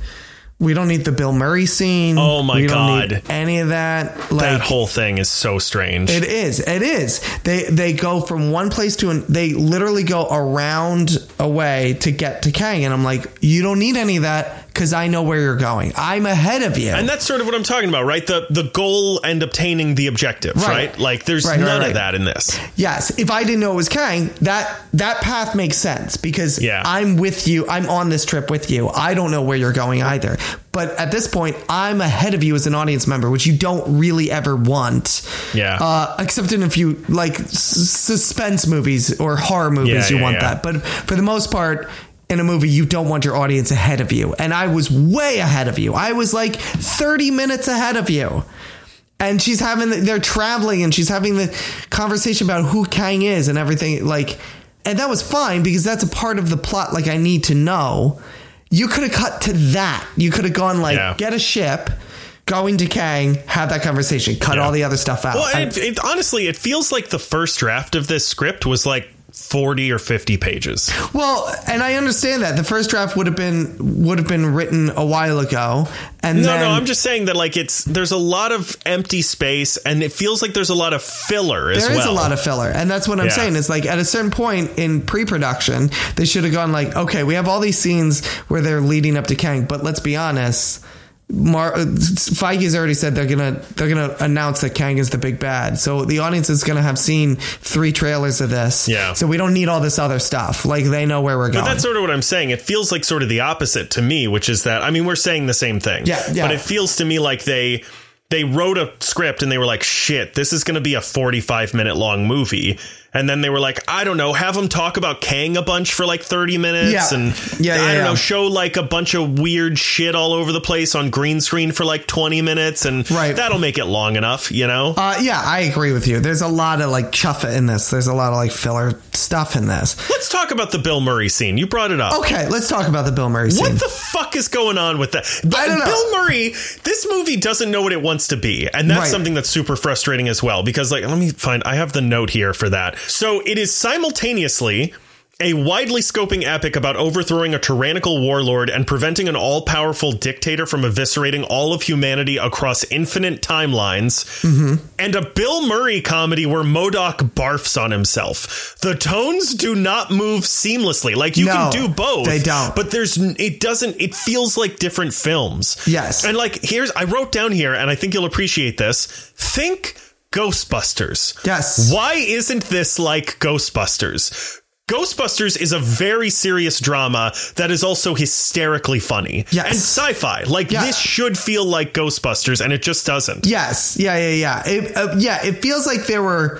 Speaker 2: we don't need the Bill Murray scene?
Speaker 1: Oh my
Speaker 2: we don't
Speaker 1: God.
Speaker 2: need any of that. Like
Speaker 1: that whole thing is so strange.
Speaker 2: it is. It is. They they go from one place to an. They literally go around away to get to Kang, and I'm like, you don't need any of that because I know where you're going. I'm ahead of you.
Speaker 1: and that's sort of what I'm talking about, right? The the goal and obtaining the objective, right?
Speaker 2: Right.
Speaker 1: Like there's
Speaker 2: Right, right,
Speaker 1: none of
Speaker 2: right.
Speaker 1: that in this.
Speaker 2: Yes, if I didn't know it was Kang, that that path makes sense because
Speaker 1: Yeah.
Speaker 2: I'm with you. I'm on this trip with you. I don't know where you're going either. But at this point, I'm ahead of you as an audience member, which you don't really ever want.
Speaker 1: Yeah.
Speaker 2: Uh, except in a few like s- suspense movies or horror
Speaker 1: Yeah,
Speaker 2: movies, you
Speaker 1: yeah,
Speaker 2: want
Speaker 1: yeah.
Speaker 2: that. But for the most part. In a movie, you don't want your audience ahead of you. And I was way ahead of you. I was like 30 minutes ahead of you and she's having the, they're traveling and she's having the conversation about who Kang is and everything like and that was fine because that's a part of the plot like I need to know you could have cut to that you could have gone like
Speaker 1: Yeah.
Speaker 2: get a ship go into Kang have that conversation cut
Speaker 1: Yeah.
Speaker 2: all the other stuff out
Speaker 1: Well,
Speaker 2: I-
Speaker 1: it, it, honestly, it feels like the first draft of this script was like 40 or 50 pages.
Speaker 2: well and I understand that the first draft would have been would have been written a while ago and
Speaker 1: No,
Speaker 2: then,
Speaker 1: no, I'm just saying that like it's there's a lot of empty space and it feels like there's a lot of filler as
Speaker 2: There is
Speaker 1: well.
Speaker 2: a lot of filler, and that's what I'm
Speaker 1: Yeah.
Speaker 2: saying. Is like at a certain point in pre-production, they should have gone like, okay, we have all these scenes where they're leading up to Kang, but let's be honest. Mar- uh, Feige's already said they're gonna they're gonna announce that Kang is the big bad, so the audience is gonna have seen three trailers of this.
Speaker 1: Yeah.
Speaker 2: So we don't need all this other stuff. Like they know where we're going.
Speaker 1: That's sort of what I'm saying. It feels like sort of the opposite to me, which is that I mean we're saying the same thing.
Speaker 2: Yeah, yeah.
Speaker 1: But it feels to me like they they wrote a script and they were like, "Shit, this is going to be a 45 minute long movie." And then they were like, "I don't know, have them talk about Kang a bunch for like 30 minutes
Speaker 2: Yeah.
Speaker 1: and
Speaker 2: Yeah,
Speaker 1: I
Speaker 2: yeah,
Speaker 1: don't
Speaker 2: yeah.
Speaker 1: know, show like a bunch of weird shit all over the place on green screen for like 20 minutes and
Speaker 2: Right.
Speaker 1: that'll make it long enough, you know?"
Speaker 2: Uh, yeah, I agree with you. There's a lot of like chuffa in this. There's a lot of like filler stuff in this.
Speaker 1: Let's talk about the Bill Murray scene. You brought it up.
Speaker 2: Okay, let's talk about the Bill Murray scene.
Speaker 1: What the fuck is going on with that?
Speaker 2: I don't know.
Speaker 1: Bill Murray, this movie doesn't know what it wants to be. And that's
Speaker 2: Right.
Speaker 1: something that's super frustrating as well. Because, like, let me find, I have the note here for that. So it is simultaneously. A widely scoping epic about overthrowing a tyrannical warlord and preventing an all powerful dictator from eviscerating all of humanity across infinite timelines,
Speaker 2: Mm-hmm.
Speaker 1: and a Bill Murray comedy where Modoc barfs on himself. The tones do not move seamlessly. Like, you can
Speaker 2: No,
Speaker 1: do both.
Speaker 2: they don't.
Speaker 1: But there's n- it doesn't it feels like different films
Speaker 2: Yes.
Speaker 1: and like here's i wrote down here and i think you'll appreciate this think ghostbusters
Speaker 2: Yes.
Speaker 1: why isn't this like ghostbusters Ghostbusters is a very serious drama that is also hysterically funny.
Speaker 2: Yes.
Speaker 1: And sci fi. Like,
Speaker 2: Yeah.
Speaker 1: this should feel like Ghostbusters, and it just doesn't.
Speaker 2: Yes. Yeah. Yeah. Yeah. It, uh, yeah. It feels like there were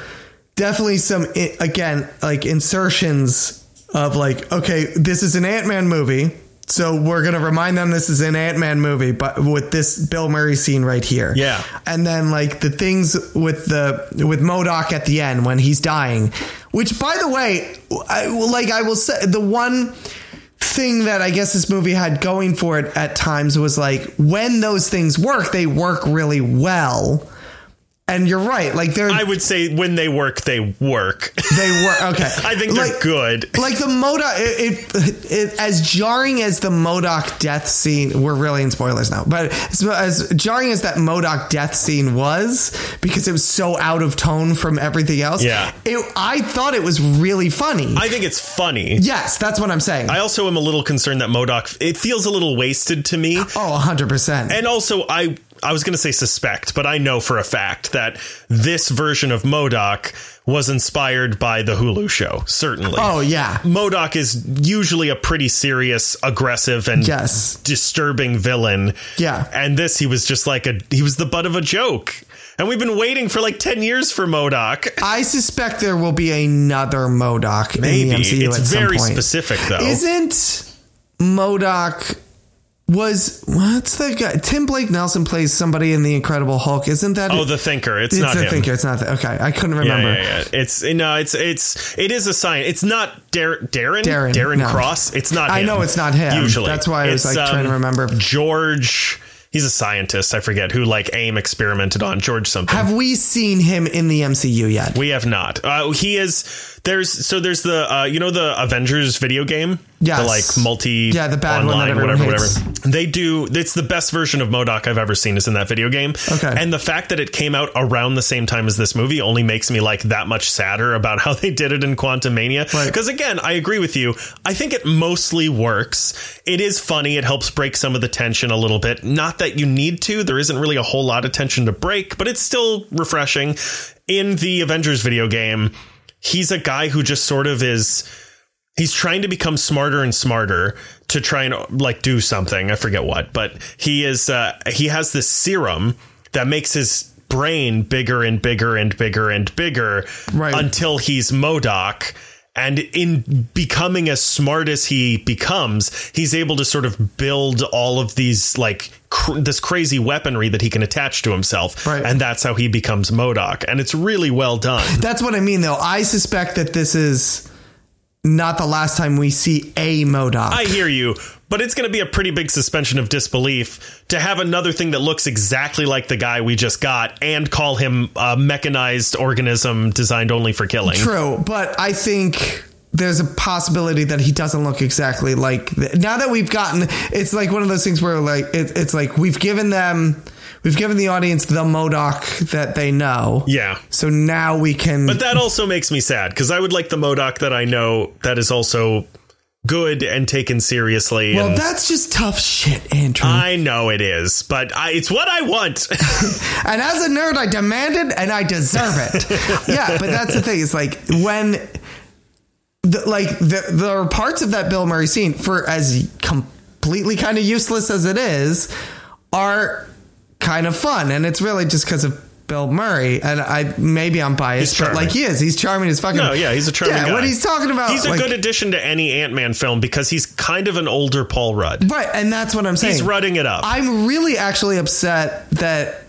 Speaker 2: definitely some i- again like insertions of like okay, this is an Ant Man movie, so we're gonna remind them this is an Ant Man movie, but with this Bill Murray scene right here.
Speaker 1: Yeah.
Speaker 2: And then like the things with the with Modoc at the end when he's dying, which by the way, I, like I will say the one thing that I guess this movie had going for it at times was like when those things work, they work really well. And you're right. Like they're
Speaker 1: I would say when they work, they work.
Speaker 2: they were okay.
Speaker 1: I think they're
Speaker 2: Like-
Speaker 1: good.
Speaker 2: Like the Modoc, it, it, it as jarring as the Modoc death scene. We're really in spoilers now, but as, as jarring as that Modoc death scene was, because it was so out of tone from everything else.
Speaker 1: Yeah.
Speaker 2: it, I thought it was really funny.
Speaker 1: I think it's funny.
Speaker 2: yes, that's what I'm saying.
Speaker 1: I also am a little concerned that Modoc it feels a little wasted to me.
Speaker 2: oh, 100 percent.
Speaker 1: And also I I was going to say suspect, but I know for a fact that this version of Modoc was inspired by the Hulu show, certainly.
Speaker 2: Oh yeah,
Speaker 1: Modoc is usually a pretty serious, aggressive, and
Speaker 2: Yes.
Speaker 1: disturbing villain.
Speaker 2: Yeah.
Speaker 1: And this, he was just like a, he was the butt of a joke. And we've been waiting for like 10 years for Modoc.
Speaker 2: I suspect there will be another Modoc in
Speaker 1: Maybe.
Speaker 2: the MCU
Speaker 1: It's
Speaker 2: at some
Speaker 1: very
Speaker 2: point.
Speaker 1: specific, though.
Speaker 2: Isn't Modoc was what's the guy? Tim Blake Nelson plays somebody in the Incredible Hulk. Isn't that?
Speaker 1: Oh, the thinker. It's,
Speaker 2: it's
Speaker 1: not
Speaker 2: a
Speaker 1: him.
Speaker 2: thinker. It's not. The, okay, I couldn't
Speaker 1: Yeah,
Speaker 2: remember.
Speaker 1: yeah, yeah. It's no, it's it's it is a sign. It's not Dar- Darren
Speaker 2: Darren, no.
Speaker 1: Cross. It's not. Him,
Speaker 2: I know it's not him.
Speaker 1: Usually,
Speaker 2: That's why I was,
Speaker 1: It's, um,
Speaker 2: like, trying to remember.
Speaker 1: George. He's a scientist. I forget who like AIM experimented on George something.
Speaker 2: Have we seen him in the MCU yet?
Speaker 1: We have not. Uh, he is there's so there's the uh, you know the Avengers video game.
Speaker 2: Yes.
Speaker 1: The like multi
Speaker 2: Yeah, the bad one that
Speaker 1: online
Speaker 2: everyone
Speaker 1: whatever
Speaker 2: hates.
Speaker 1: whatever. They do it's the best version of Modoc I've ever seen is in that video game.
Speaker 2: Okay.
Speaker 1: And the fact that it came out around the same time as this movie only makes me like that much sadder about how they did it in Quantum Mania.
Speaker 2: Right.
Speaker 1: Because again, I agree with you. I think it mostly works. It is funny. It helps break some of the tension a little bit. Not that you need to. There isn't really a whole lot of tension to break, but it's still refreshing. In the Avengers video game, he's a guy who just sort of is he's trying to become smarter and smarter to try and like do something i forget what but he is uh he has this serum that makes his brain bigger and bigger and bigger and bigger
Speaker 2: Right.
Speaker 1: until he's modoc and in becoming as smart as he becomes he's able to sort of build all of these like cr- this crazy weaponry that he can attach to himself
Speaker 2: Right.
Speaker 1: and that's how he becomes modoc and it's really well done
Speaker 2: That's what I mean, though. I suspect that this is not the last time we see a Modoc.
Speaker 1: I hear you, but it's going to be a pretty big suspension of disbelief to have another thing that looks exactly like the guy we just got and call him a mechanized organism designed only for killing.
Speaker 2: True, but I think there's a possibility that he doesn't look exactly like. th- now that we've gotten, it's like one of those things where like it, it's like we've given them, we've given the audience the Modoc that they know.
Speaker 1: Yeah.
Speaker 2: So now we can.
Speaker 1: But that also makes me sad because I would like the Modoc that I know that is also good and taken seriously.
Speaker 2: well,
Speaker 1: and
Speaker 2: that's just tough shit, Andrew.
Speaker 1: I know it is, but I, it's what I want.
Speaker 2: and as a nerd, I demand it and I deserve it. yeah, but that's the thing. It's like when, the, like, the, there are parts of that Bill Murray scene, for as completely kind of useless as it is, are kind of fun. And it's really just because of. Bill Murray, and I maybe I'm biased,
Speaker 1: He's
Speaker 2: but
Speaker 1: charming.
Speaker 2: like he is, he's charming as fucking.
Speaker 1: No, Oh, yeah, he's a charming
Speaker 2: yeah,
Speaker 1: guy.
Speaker 2: What he's talking about,
Speaker 1: He's a
Speaker 2: like-
Speaker 1: good addition to any Ant Man film because he's kind of an older Paul Rudd.
Speaker 2: right? And that's what I'm saying.
Speaker 1: He's rudding it up.
Speaker 2: I'm really actually upset that.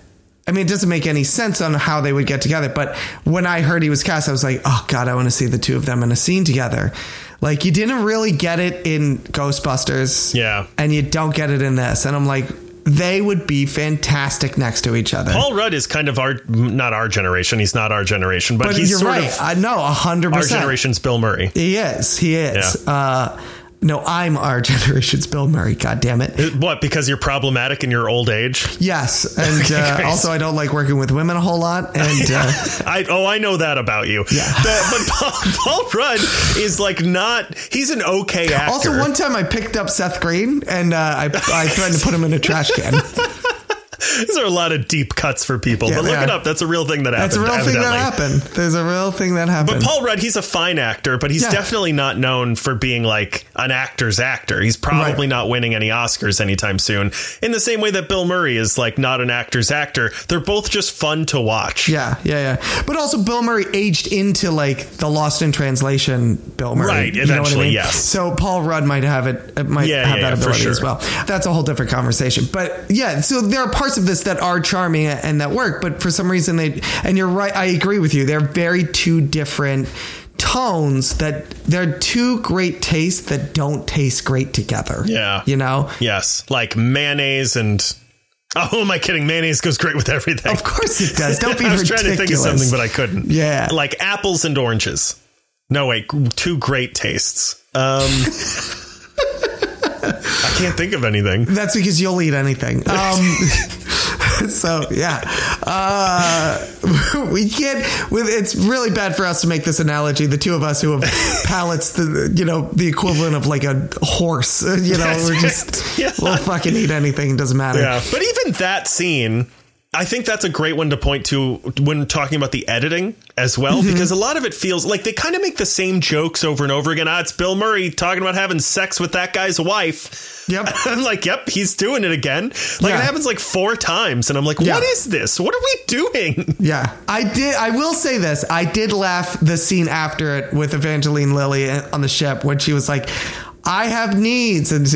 Speaker 2: I mean, it doesn't make any sense on how they would get together. But when I heard he was cast, I was like, oh god, I want to see the two of them in a scene together. Like you didn't really get it in Ghostbusters,
Speaker 1: Yeah.
Speaker 2: and you don't get it in this. And I'm like, they would be fantastic next to each other.
Speaker 1: Paul Rudd is kind of our not our generation. He's not our generation, but,
Speaker 2: but
Speaker 1: he's
Speaker 2: you're
Speaker 1: sort
Speaker 2: right.
Speaker 1: of
Speaker 2: I know, hundred
Speaker 1: our
Speaker 2: percent.
Speaker 1: generation's Bill Murray.
Speaker 2: He is. He is. Uh, no, I'm our generation's Bill Murray. God damn it.
Speaker 1: What? Because you're problematic in your old age.
Speaker 2: Yes, and uh,
Speaker 1: great.
Speaker 2: also I don't like working with women a whole lot. And uh,
Speaker 1: I oh I know that about you.
Speaker 2: Yeah.
Speaker 1: But, but Paul, Paul Rudd is like not. He's an okay actor.
Speaker 2: Also, one time I picked up Seth Green and uh, I, I tried to put him in a trash can.
Speaker 1: These are a lot of deep cuts for people.
Speaker 2: Yeah,
Speaker 1: but
Speaker 2: they
Speaker 1: look it
Speaker 2: are.
Speaker 1: up. That's a real thing that happened.
Speaker 2: That's a real thing that
Speaker 1: evidently.
Speaker 2: happened. There's a real thing that happened.
Speaker 1: But Paul Rudd, he's a fine actor, but he's
Speaker 2: Yeah.
Speaker 1: definitely not known for being like an actor's actor. He's probably
Speaker 2: Right.
Speaker 1: not winning any Oscars anytime soon. In the same way that Bill Murray is like not an actor's actor, they're both just fun to watch.
Speaker 2: yeah, yeah, yeah. But also, Bill Murray aged into like the Lost in Translation Bill Murray.
Speaker 1: Right,
Speaker 2: You know what I
Speaker 1: eventually,
Speaker 2: mean?
Speaker 1: yes.
Speaker 2: So Paul Rudd might have it. it might
Speaker 1: Yeah,
Speaker 2: have
Speaker 1: yeah,
Speaker 2: that
Speaker 1: for
Speaker 2: ability as
Speaker 1: sure.
Speaker 2: well. That's a whole different conversation. But yeah, so there are parts of this that are charming and that work. But for some reason, they and you're right. I agree with you. They're very two different tones that they're two great tastes that don't taste great together.
Speaker 1: Yeah.
Speaker 2: You know?
Speaker 1: Yes, like mayonnaise and Oh, am I kidding? Mayonnaise goes great with everything.
Speaker 2: Of course it does. Don't be
Speaker 1: I was
Speaker 2: ridiculous.
Speaker 1: trying to think of something, but I couldn't.
Speaker 2: Yeah.
Speaker 1: Like apples and oranges. No, wait, two great tastes. Um, I can't think of anything.
Speaker 2: That's because you'll eat anything. Um, so yeah, uh, we can't. With it's really bad for us to make this analogy. The two of us who have palates, the you know the equivalent of like a horse. uh, You know,
Speaker 1: That's
Speaker 2: we're
Speaker 1: right.
Speaker 2: just
Speaker 1: Yeah.
Speaker 2: we'll fucking eat anything. Doesn't matter.
Speaker 1: Yeah. But even that scene, I think that's a great one to point to when talking about the editing as well,
Speaker 2: Mm-hmm.
Speaker 1: because a lot of it feels like they kind of make the same jokes over and over again. Ah, it's Bill Murray talking about having sex with that guy's wife.
Speaker 2: Yep.
Speaker 1: I'm like, yep, he's doing it again. Like
Speaker 2: Yeah.
Speaker 1: it happens like four times, and I'm like,
Speaker 2: Yeah.
Speaker 1: what is this? What are we doing?
Speaker 2: Yeah, I did. I will say this: I did laugh the scene after it with Evangeline Lilly on the ship when she was like, "I have needs," and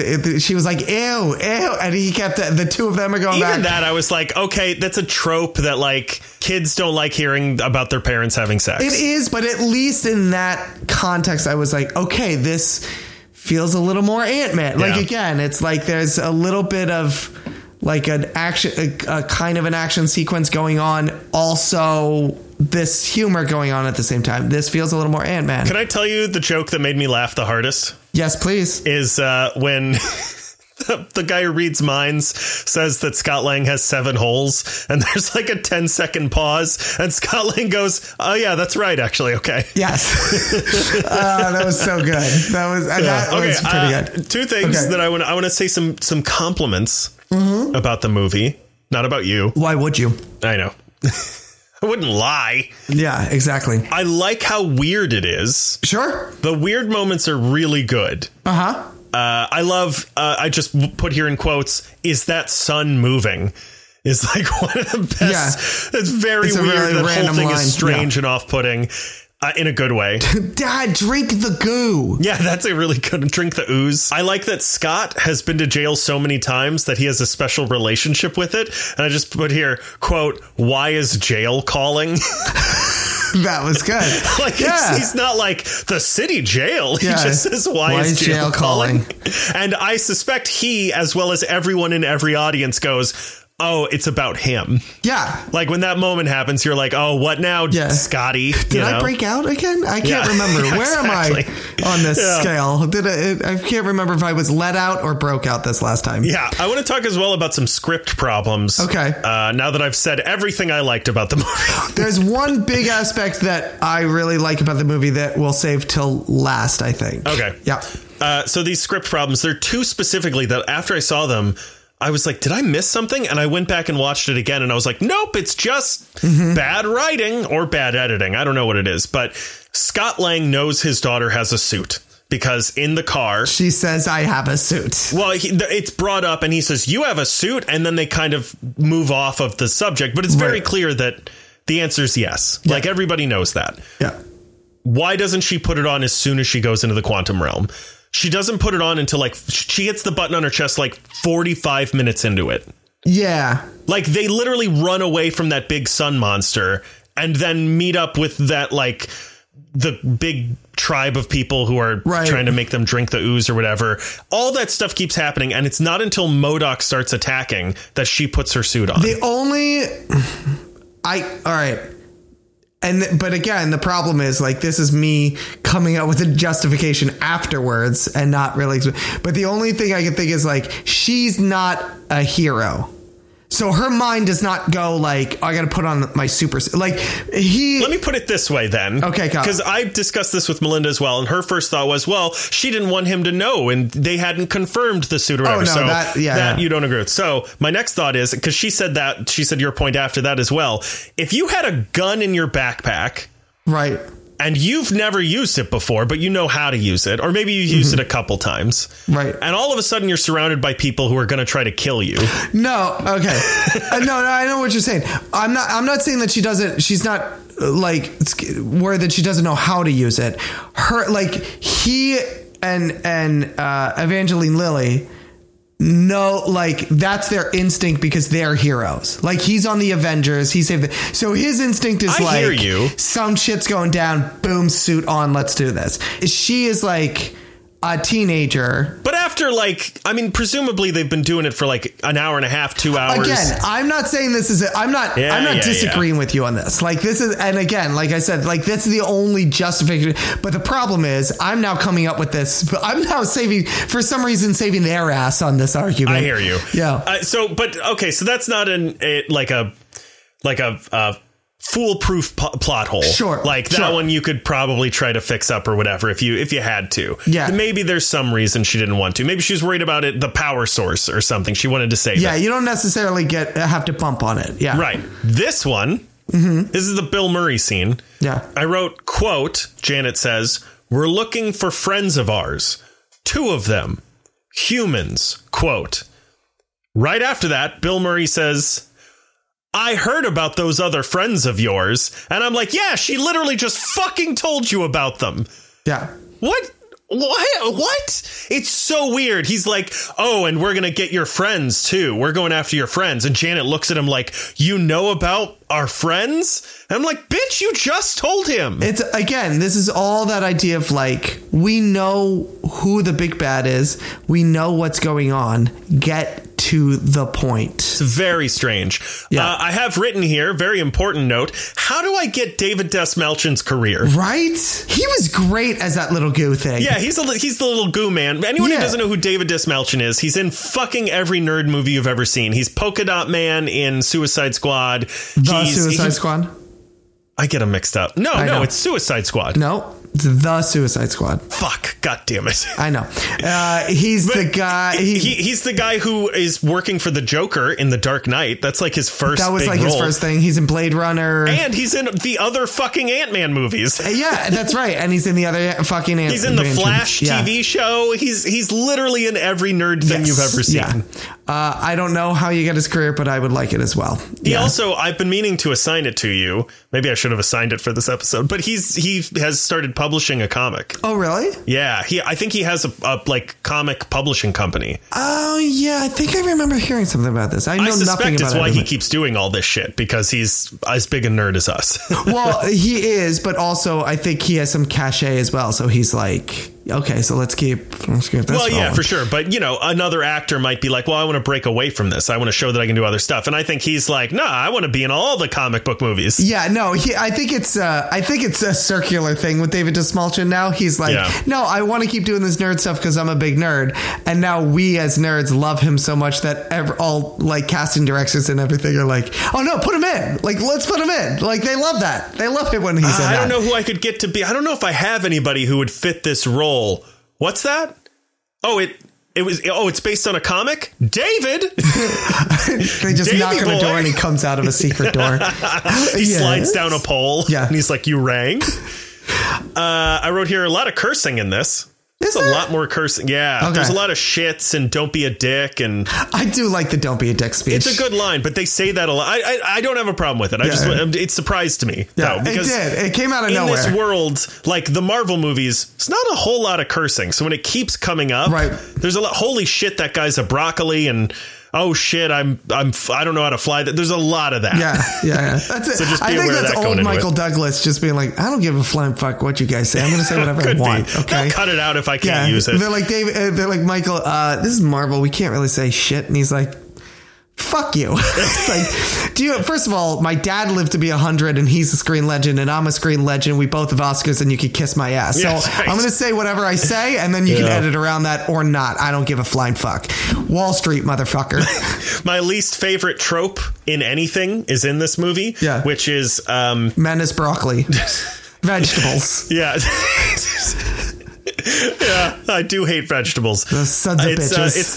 Speaker 2: she was like, "Ew, ew," and he kept the two of them are going back.
Speaker 1: Even that, I was like, okay, that's a trope that like kids don't like hearing about their parents having sex.
Speaker 2: It is, but at least in that context, I was like, okay, this feels a little more Ant Man. Like
Speaker 1: Yeah.
Speaker 2: again, it's like there's a little bit of like an action, a, a kind of an action sequence going on, also this humor going on at the same time. This feels a little more Ant Man.
Speaker 1: Can I tell you the joke that made me laugh the hardest?
Speaker 2: Yes, please.
Speaker 1: is uh, when the, the guy who reads minds says that Scott Lang has seven holes, and there's like a 10 second pause, and Scott Lang goes, "Oh yeah, that's right, actually, okay."
Speaker 2: Yes. uh, that was so good. That was uh, that
Speaker 1: okay,
Speaker 2: was pretty
Speaker 1: uh,
Speaker 2: good.
Speaker 1: Two things
Speaker 2: Okay. Mm-hmm.
Speaker 1: that I want I want to say some some compliments about the movie, not about you.
Speaker 2: Why would you?
Speaker 1: I know. I wouldn't lie.
Speaker 2: Yeah, exactly.
Speaker 1: I like how weird it is.
Speaker 2: Sure.
Speaker 1: The weird moments are really good.
Speaker 2: Uh huh.
Speaker 1: uh, I love. Uh, I just w- put here in quotes. Is that sun moving? Is like one of the best. It's very
Speaker 2: It's a
Speaker 1: weird.
Speaker 2: really
Speaker 1: that whole
Speaker 2: random
Speaker 1: thing
Speaker 2: line.
Speaker 1: is strange and off-putting, uh, in a good way.
Speaker 2: Dad, drink the goo.
Speaker 1: yeah, that's a really good drink. The ooze. I like that Scott has been to jail so many times that he has a special relationship with it. And I just put here quote Why is jail calling?
Speaker 2: That was good.
Speaker 1: like
Speaker 2: yeah.
Speaker 1: he's, he's not like the city jail. He
Speaker 2: Yeah.
Speaker 1: just says, "Why, is jail, calling? And I suspect he, as well as everyone in every audience, goes, "Oh, it's about him."
Speaker 2: yeah.
Speaker 1: Like when that moment happens, you're like, "Oh, what now,
Speaker 2: Yeah.
Speaker 1: Scotty?"
Speaker 2: Did I break out again? I can't
Speaker 1: Yeah.
Speaker 2: remember.
Speaker 1: Yeah,
Speaker 2: Where
Speaker 1: exactly.
Speaker 2: am I on this
Speaker 1: Yeah.
Speaker 2: scale? Did I, it, I can't remember if I was let out or broke out this last time.
Speaker 1: Yeah, I want to talk as well about some script problems.
Speaker 2: Okay.
Speaker 1: Uh, now that I've said everything I liked about the movie,
Speaker 2: There's one big aspect that I really like about the movie that we'll save till last, I think.
Speaker 1: Okay.
Speaker 2: Yeah.
Speaker 1: Uh, so these script problems, there are two specifically that after I saw them, I was like, did I miss something? And I went back and watched it again and I was like, nope, it's just bad writing or bad editing. I don't know what it is, but Scott Lang knows his daughter has a suit because in the car,
Speaker 2: She says, I have a suit.
Speaker 1: well, he, th- it's brought up and he says, you have a suit. And then they kind of move off of the subject, but it's very
Speaker 2: Right.
Speaker 1: clear that the answer is yes. Like everybody knows that
Speaker 2: Yeah.
Speaker 1: why doesn't she put it on as soon as she goes into the quantum realm? She doesn't put it on until like she hits the button on her chest like 45 minutes into it.
Speaker 2: Yeah.
Speaker 1: Like they literally run away from that big sun monster and then meet up with that like the big tribe of people who are
Speaker 2: Right.
Speaker 1: trying to make them drink the ooze or whatever. All that stuff keeps happening and it's not until Modoc starts attacking that she puts her suit on.
Speaker 2: The only I all right. And th- but again, the problem is like this is me coming up with a justification afterwards and not really but the only thing I can think is like she's not a hero. So her mind does not go like I got to put on my super s-" like he
Speaker 1: Let me put it this way then.
Speaker 2: Okay, Kyle.
Speaker 1: Because I discussed this with Melinda as well, and her first thought was, well, she didn't want him to know, and they hadn't confirmed the suit or whatever.
Speaker 2: Oh, no,
Speaker 1: so
Speaker 2: that- yeah, yeah.
Speaker 1: you don't agree with. So my next thought is because she said that, she said your point after that as well. If you had a gun in your backpack,
Speaker 2: right.
Speaker 1: and you've never used it before, but you know how to use it, or maybe you used it a couple times.
Speaker 2: Mm-hmm. Right.
Speaker 1: And all of a sudden you're surrounded by people who are going to try to kill you.
Speaker 2: No, okay. Uh, no, no, I know what you're saying. I'm not I'm not saying that she doesn't she's not uh, like sc- worried that she doesn't know how to use it. Her like he and and uh Evangeline Lilly no, like that's their instinct because they're heroes. Like he's on the Avengers, he saved the. So his instinct is
Speaker 1: I
Speaker 2: like,
Speaker 1: hear you.
Speaker 2: some shit's going down. Boom, suit on. Let's do this. She is like, a teenager.
Speaker 1: But after like, I mean, presumably they've been doing it for like an hour and a half, two hours.
Speaker 2: Again, I'm not saying this is. A, I'm not.
Speaker 1: Yeah,
Speaker 2: I'm not
Speaker 1: yeah,
Speaker 2: disagreeing with you on this. Like this is, and again, like I said, like that's the only justification. But the problem is, I'm now coming up with this. But I'm now saving for some reason saving their ass on this argument.
Speaker 1: I hear you.
Speaker 2: Yeah.
Speaker 1: Uh, so, but okay, so that's not an a, like a like a. Uh, foolproof po- plot hole
Speaker 2: Sure,
Speaker 1: like that
Speaker 2: sure.
Speaker 1: one you could probably try to fix up or whatever if you if you had to
Speaker 2: Yeah.
Speaker 1: maybe there's some reason she didn't want to maybe she was worried about it the power source or something she wanted to save
Speaker 2: yeah,
Speaker 1: it
Speaker 2: you don't necessarily get have to bump on it. Yeah. Mm-hmm.
Speaker 1: right this one this is the bill murray scene
Speaker 2: Yeah.
Speaker 1: I wrote, quote, Janet says, We're looking for friends of ours. Two of them. Humans, quote. Right after that, Bill Murray says, I heard about those other friends of yours. And I'm like, yeah, she literally just fucking told you about them.
Speaker 2: Yeah.
Speaker 1: What? What? What? It's so weird. He's like, oh, and we're going to get your friends too. We're going after your friends. And Janet looks at him like, you know about our friends? And I'm like, bitch, you just told him.
Speaker 2: It's again, this is all that idea of like, we know who the big bad is, we know what's going on. Get to the point.
Speaker 1: It's very strange.
Speaker 2: Yeah.
Speaker 1: Uh, I have written here, very important note. How do I get David Desmalchin's career?
Speaker 2: Right? He was great as that little goo thing.
Speaker 1: Yeah, he's a, li- he's the little goo man. Anyone
Speaker 2: Yeah.
Speaker 1: who doesn't know who David Desmalchin is, he's in fucking every nerd movie you've ever seen. He's Polka Dot Man in Suicide Squad.
Speaker 2: The
Speaker 1: he's,
Speaker 2: Suicide
Speaker 1: he's-
Speaker 2: Squad?
Speaker 1: I get him mixed up. No,
Speaker 2: I
Speaker 1: no,
Speaker 2: know.
Speaker 1: it's Suicide Squad.
Speaker 2: No, it's the Suicide Squad.
Speaker 1: Fuck, god damn it.
Speaker 2: I know. Uh, he's the guy. He,
Speaker 1: He, he's the guy who is working for the Joker in The Dark Knight. That's like his first.
Speaker 2: that was
Speaker 1: big
Speaker 2: like his
Speaker 1: role.
Speaker 2: first thing. He's in Blade Runner.
Speaker 1: And he's in the other fucking Ant Man movies.
Speaker 2: yeah, that's right. And he's in the other fucking.
Speaker 1: He's in the Flash TV show. He's he's literally in every nerd thing you've ever seen.
Speaker 2: Yeah. Uh, I don't know how you got his career, but I would like it as well.
Speaker 1: He also I've been meaning to assign it to you. Maybe I should have assigned it for this episode, but he's he has started publishing a comic.
Speaker 2: Oh, really?
Speaker 1: Yeah, he I think he has a, a like comic publishing company.
Speaker 2: Oh yeah, I think I remember hearing something about this. I know
Speaker 1: I
Speaker 2: nothing
Speaker 1: suspect
Speaker 2: about
Speaker 1: it's why
Speaker 2: it.
Speaker 1: he keeps doing all this shit because he's as big a nerd as us.
Speaker 2: well, he is, but also I think he has some cachet as well. So he's like, okay, so let's keep. Let's keep this
Speaker 1: well, yeah,
Speaker 2: rolling.
Speaker 1: for sure. But you know, another actor might be like, "Well, I want to break away from this. I want to show that I can do other stuff." And I think he's like, "Nah, I want to be in all the comic book movies."
Speaker 2: Yeah, no, he, I think it's uh, I think it's a circular thing with David Desmalchin. Now he's like,
Speaker 1: Yeah.
Speaker 2: no, I want to keep doing this nerd stuff because I'm a big nerd, and now we as nerds love him so much that ev- all like casting directors and everything are like, oh no, put him in, like let's put him in, like they love that, they love it when he's in.
Speaker 1: I don't
Speaker 2: that.
Speaker 1: know who I could get to be. I don't know if I have anybody who would fit this role. What's that? Oh, it it was oh, it's based on a comic? David.
Speaker 2: They just
Speaker 1: Davey
Speaker 2: knock on a
Speaker 1: boy.
Speaker 2: door and he comes out of a secret door.
Speaker 1: he
Speaker 2: Yes.
Speaker 1: slides down a pole
Speaker 2: Yeah.
Speaker 1: and he's like, "You rang?" Uh, I wrote here a lot of cursing in this. There's a
Speaker 2: there?
Speaker 1: lot more cursing. Yeah.
Speaker 2: Okay.
Speaker 1: There's a lot of shits and don't be a dick and
Speaker 2: I do like the "Don't be a dick" speech.
Speaker 1: It's a good line, but they say that a lot. I I, I don't have a problem with it. I just
Speaker 2: Yeah.
Speaker 1: it surprised me. though,
Speaker 2: Yeah, it
Speaker 1: because
Speaker 2: did. It came out of
Speaker 1: in
Speaker 2: nowhere.
Speaker 1: this world, like the Marvel movies, it's not a whole lot of cursing. So when it keeps coming up,
Speaker 2: Right.
Speaker 1: There's a lot. Holy shit, that guy's a broccoli, and oh shit, I'm I'm I don't know how to fly. that. There's a lot of that.
Speaker 2: Yeah, yeah, yeah. That's it.
Speaker 1: So just be
Speaker 2: I think
Speaker 1: aware of
Speaker 2: that's
Speaker 1: that
Speaker 2: old
Speaker 1: going into
Speaker 2: Michael
Speaker 1: it.
Speaker 2: Douglas just being like, I don't give a flying fuck what you guys say. I'm going to say whatever I
Speaker 1: Could
Speaker 2: want.
Speaker 1: be.
Speaker 2: Okay.
Speaker 1: They'll cut it out if I
Speaker 2: yeah.
Speaker 1: can't use it.
Speaker 2: They're like David. Uh, they're like Michael. Uh, this is Marvel. We can't really say shit. And he's like. Fuck you. it's like, do you, first of all, my dad lived to be 100 and he's a screen legend and I'm a screen legend. We both have Oscars and you could kiss my ass.
Speaker 1: Yeah,
Speaker 2: so
Speaker 1: right.
Speaker 2: I'm going to say whatever I say and then you can
Speaker 1: Yeah.
Speaker 2: edit around that or not. I don't give a flying fuck. Wall Street, motherfucker.
Speaker 1: My least favorite trope in anything is in this movie,
Speaker 2: Yeah.
Speaker 1: which is um,
Speaker 2: Menace broccoli. Vegetables.
Speaker 1: Yeah. yeah, I do hate vegetables. The
Speaker 2: sons of
Speaker 1: it's, uh,
Speaker 2: bitches.
Speaker 1: it's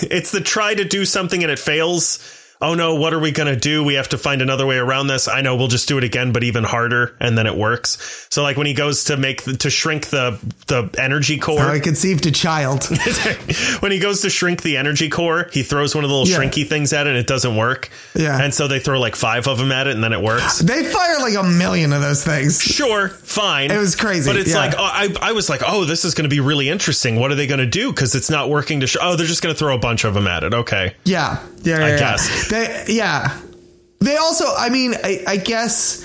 Speaker 1: the it's the try to do something and it fails. Oh no, what are we gonna do? We have to find another way around this. I know we'll just do it again, but even harder, and then it works. So like when he goes to make the, to shrink the the energy core,
Speaker 2: Or I conceived a child.
Speaker 1: when he goes to shrink the energy core, he throws one of the little
Speaker 2: Yeah.
Speaker 1: shrinky things at it, and it doesn't work.
Speaker 2: Yeah.
Speaker 1: and so they throw like five of them at it, and then it works.
Speaker 2: They fire like a million of those things.
Speaker 1: sure, fine.
Speaker 2: It was crazy,
Speaker 1: But it's
Speaker 2: yeah.
Speaker 1: like, oh, I, I was like, oh, this is going to be really interesting. What are they going to do? Because it's not working to show. Oh, they're just going to throw a bunch of them at it. Okay.
Speaker 2: Yeah. Yeah. yeah
Speaker 1: I
Speaker 2: yeah.
Speaker 1: guess.
Speaker 2: They, yeah. They also, I mean, I, I guess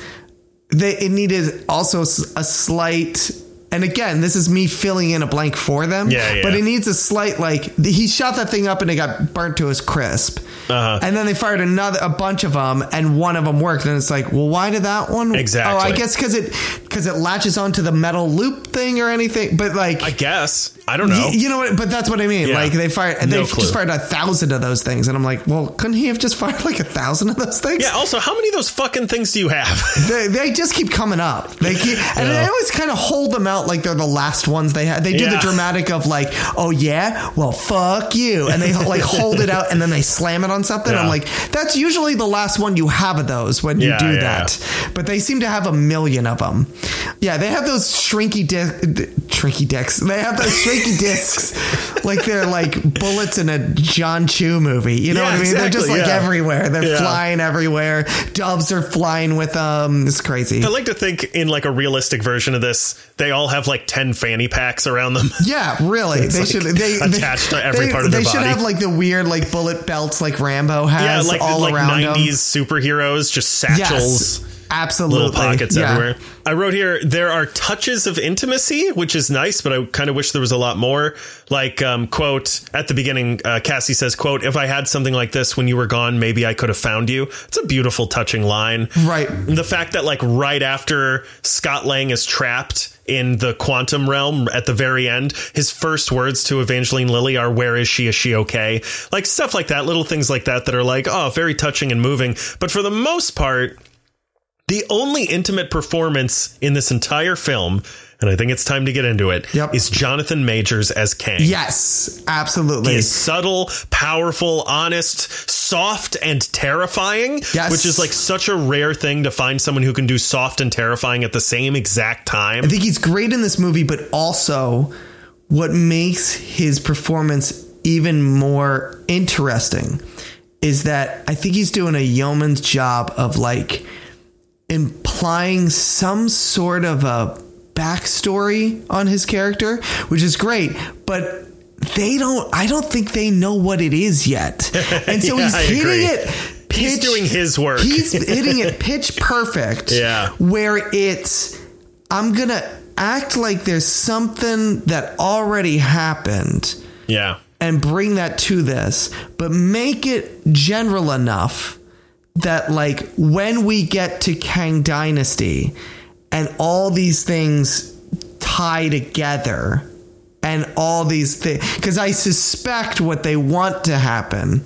Speaker 2: they, it needed also s- a slight And again, this is me filling in a blank for them.
Speaker 1: Yeah, yeah.
Speaker 2: But it needs a slight like th- he shot that thing up and it got burnt to his crisp.
Speaker 1: Uh-huh.
Speaker 2: And then they fired another a bunch of them and one of them worked and it's like, well, why did that one?
Speaker 1: Exactly.
Speaker 2: Oh, I guess because it because it latches onto the metal loop thing or anything. But like,
Speaker 1: I guess. I don't know.
Speaker 2: Y- you know what? But that's what I mean.
Speaker 1: Yeah.
Speaker 2: Like they fired, and
Speaker 1: No
Speaker 2: they
Speaker 1: clue.
Speaker 2: just fired a thousand of those things, and I'm like, well, couldn't he have just fired like a thousand of those things?
Speaker 1: yeah, also, how many of those fucking things do you have?
Speaker 2: They, they just keep coming up. They keep, and
Speaker 1: Yeah.
Speaker 2: I always kind of hold them out like they're the last ones they had. They do
Speaker 1: Yeah.
Speaker 2: the dramatic of like, oh yeah, well fuck you, and they like hold it out and then they slam it on something.
Speaker 1: Yeah.
Speaker 2: I'm like, that's usually the last one you have of those when you
Speaker 1: Yeah,
Speaker 2: do
Speaker 1: yeah,
Speaker 2: that. But they seem to have a million of them. Yeah, they have those shrinky disc, shrinky dicks. They have those shrinky discs, like they're like bullets in a John Chu movie. You know
Speaker 1: Yeah,
Speaker 2: what I mean? they're just
Speaker 1: exactly,
Speaker 2: like
Speaker 1: yeah.
Speaker 2: everywhere. They're
Speaker 1: Yeah.
Speaker 2: flying everywhere. Doves are flying with them. It's crazy.
Speaker 1: I like to think in like a realistic version of this, they all have like 10 fanny packs around them.
Speaker 2: Yeah, really. They
Speaker 1: like
Speaker 2: should they
Speaker 1: attached
Speaker 2: they,
Speaker 1: to every
Speaker 2: they,
Speaker 1: part of
Speaker 2: they
Speaker 1: their
Speaker 2: should
Speaker 1: body.
Speaker 2: have like the weird like bullet belts like Rambo
Speaker 1: yeah,
Speaker 2: has
Speaker 1: like
Speaker 2: all
Speaker 1: like
Speaker 2: around him.
Speaker 1: 90s superheroes, just satchels.
Speaker 2: Yes, absolutely.
Speaker 1: Little pockets
Speaker 2: Yeah.
Speaker 1: everywhere. I wrote here there are touches of intimacy, which is nice, but I kind of wish there was a lot more. Like, um, quote at the beginning, uh, Cassie says, "quote If I had something like this when you were gone, maybe I could have found you." It's a beautiful, touching line.
Speaker 2: Right.
Speaker 1: The fact that like right after Scott Lang is trapped in the quantum realm at the very end, his first words to Evangeline Lilly are, Where is she? Is she okay? Like stuff like that, little things like that that are like, oh, very touching and moving. But for the most part, the only intimate performance in this entire film, and I think it's time to get into it, is
Speaker 2: Yep.
Speaker 1: Jonathan Majors as Kang.
Speaker 2: Yes, absolutely.
Speaker 1: He is subtle, powerful, honest, soft, and terrifying.
Speaker 2: Yes.
Speaker 1: Which is like such a rare thing to find someone who can do soft and terrifying at the same exact time.
Speaker 2: I think he's great in this movie, but also what makes his performance even more interesting is that I think he's doing a yeoman's job of like implying some sort of a backstory on his character, which is great, but they don't I don't think they know what it is yet. And so
Speaker 1: Yeah,
Speaker 2: he's
Speaker 1: I agree.
Speaker 2: hitting it pitch,
Speaker 1: He's doing his work.
Speaker 2: He's hitting it pitch perfect.
Speaker 1: Yeah.
Speaker 2: Where it's I'm going to act like there's something that already happened
Speaker 1: yeah.
Speaker 2: and bring that to this, but make it general enough that like when we get to Kang Dynasty and all these things tie together and all these things because I suspect what they want to happen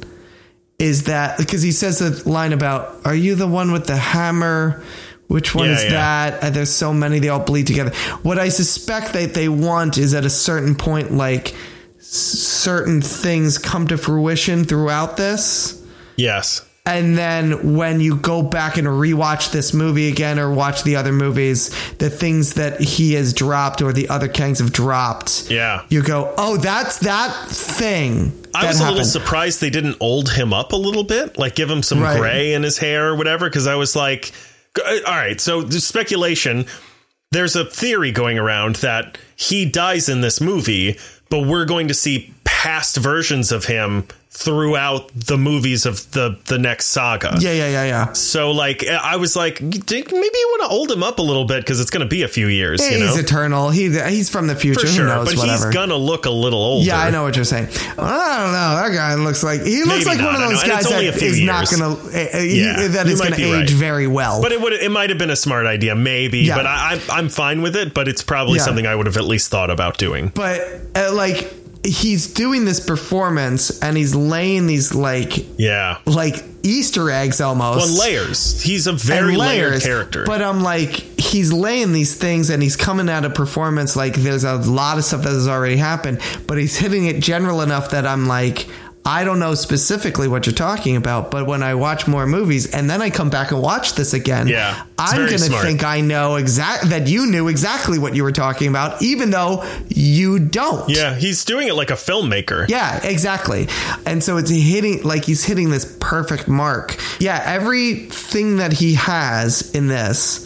Speaker 2: is that because he says the line about are you the one with the hammer which one
Speaker 1: Yeah,
Speaker 2: is
Speaker 1: yeah.
Speaker 2: that and there's so many they all bleed together what i suspect that they want is at a certain point like certain things come to fruition throughout this.
Speaker 1: Yes.
Speaker 2: And then when you go back and rewatch this movie again or watch the other movies, the things that he has dropped or the other Kangs have dropped,
Speaker 1: Yeah.
Speaker 2: you go, oh, that's that thing.
Speaker 1: I
Speaker 2: that
Speaker 1: was a little
Speaker 2: happened."
Speaker 1: surprised they didn't old him up a little bit, like give him some
Speaker 2: Right.
Speaker 1: gray in his hair or whatever. Because I was like, uh, all right, so the speculation. There's a theory going around that he dies in this movie, but we're going to see past versions of him throughout the movies of the the next saga.
Speaker 2: Yeah, yeah, yeah, yeah.
Speaker 1: So like, I was like, "Dick, maybe you want to old him up a little bit because it's going to be a few years, you
Speaker 2: he's
Speaker 1: know,
Speaker 2: eternal. He, he's from the future.
Speaker 1: for
Speaker 2: Who
Speaker 1: sure.
Speaker 2: knows?
Speaker 1: But
Speaker 2: whatever.
Speaker 1: he's gonna look a little older.
Speaker 2: Yeah, I know what you're saying. I don't know. That guy looks like he
Speaker 1: Maybe
Speaker 2: looks like
Speaker 1: not,
Speaker 2: one
Speaker 1: I
Speaker 2: of those
Speaker 1: know. And it's
Speaker 2: guys that
Speaker 1: only a
Speaker 2: is
Speaker 1: few
Speaker 2: not
Speaker 1: years.
Speaker 2: going to
Speaker 1: Yeah,
Speaker 2: that
Speaker 1: you
Speaker 2: is
Speaker 1: might
Speaker 2: going to
Speaker 1: be right.
Speaker 2: age very well.
Speaker 1: But it would it might have been a smart idea, maybe.
Speaker 2: Yeah.
Speaker 1: But I, I'm I'm fine with it. But it's probably
Speaker 2: Yeah.
Speaker 1: something I would have at least thought about doing.
Speaker 2: but uh, like he's doing this performance and he's laying these like
Speaker 1: Yeah.
Speaker 2: like Easter eggs almost.
Speaker 1: Well, layers. He's a
Speaker 2: and
Speaker 1: very layered character.
Speaker 2: But I'm like, he's laying these things and he's coming at a performance like there's a lot of stuff that has already happened, but he's hitting it general enough that I'm like, I don't know specifically what you're talking about, but when I watch more movies and then I come back and watch this again,
Speaker 1: Yeah, it's
Speaker 2: I'm
Speaker 1: very
Speaker 2: gonna
Speaker 1: smart.
Speaker 2: think I know exact that you knew exactly what you were talking about, even though you don't.
Speaker 1: yeah, he's doing it like a filmmaker.
Speaker 2: Yeah, exactly. And so it's hitting like he's hitting this perfect mark. Yeah, everything that he has in this,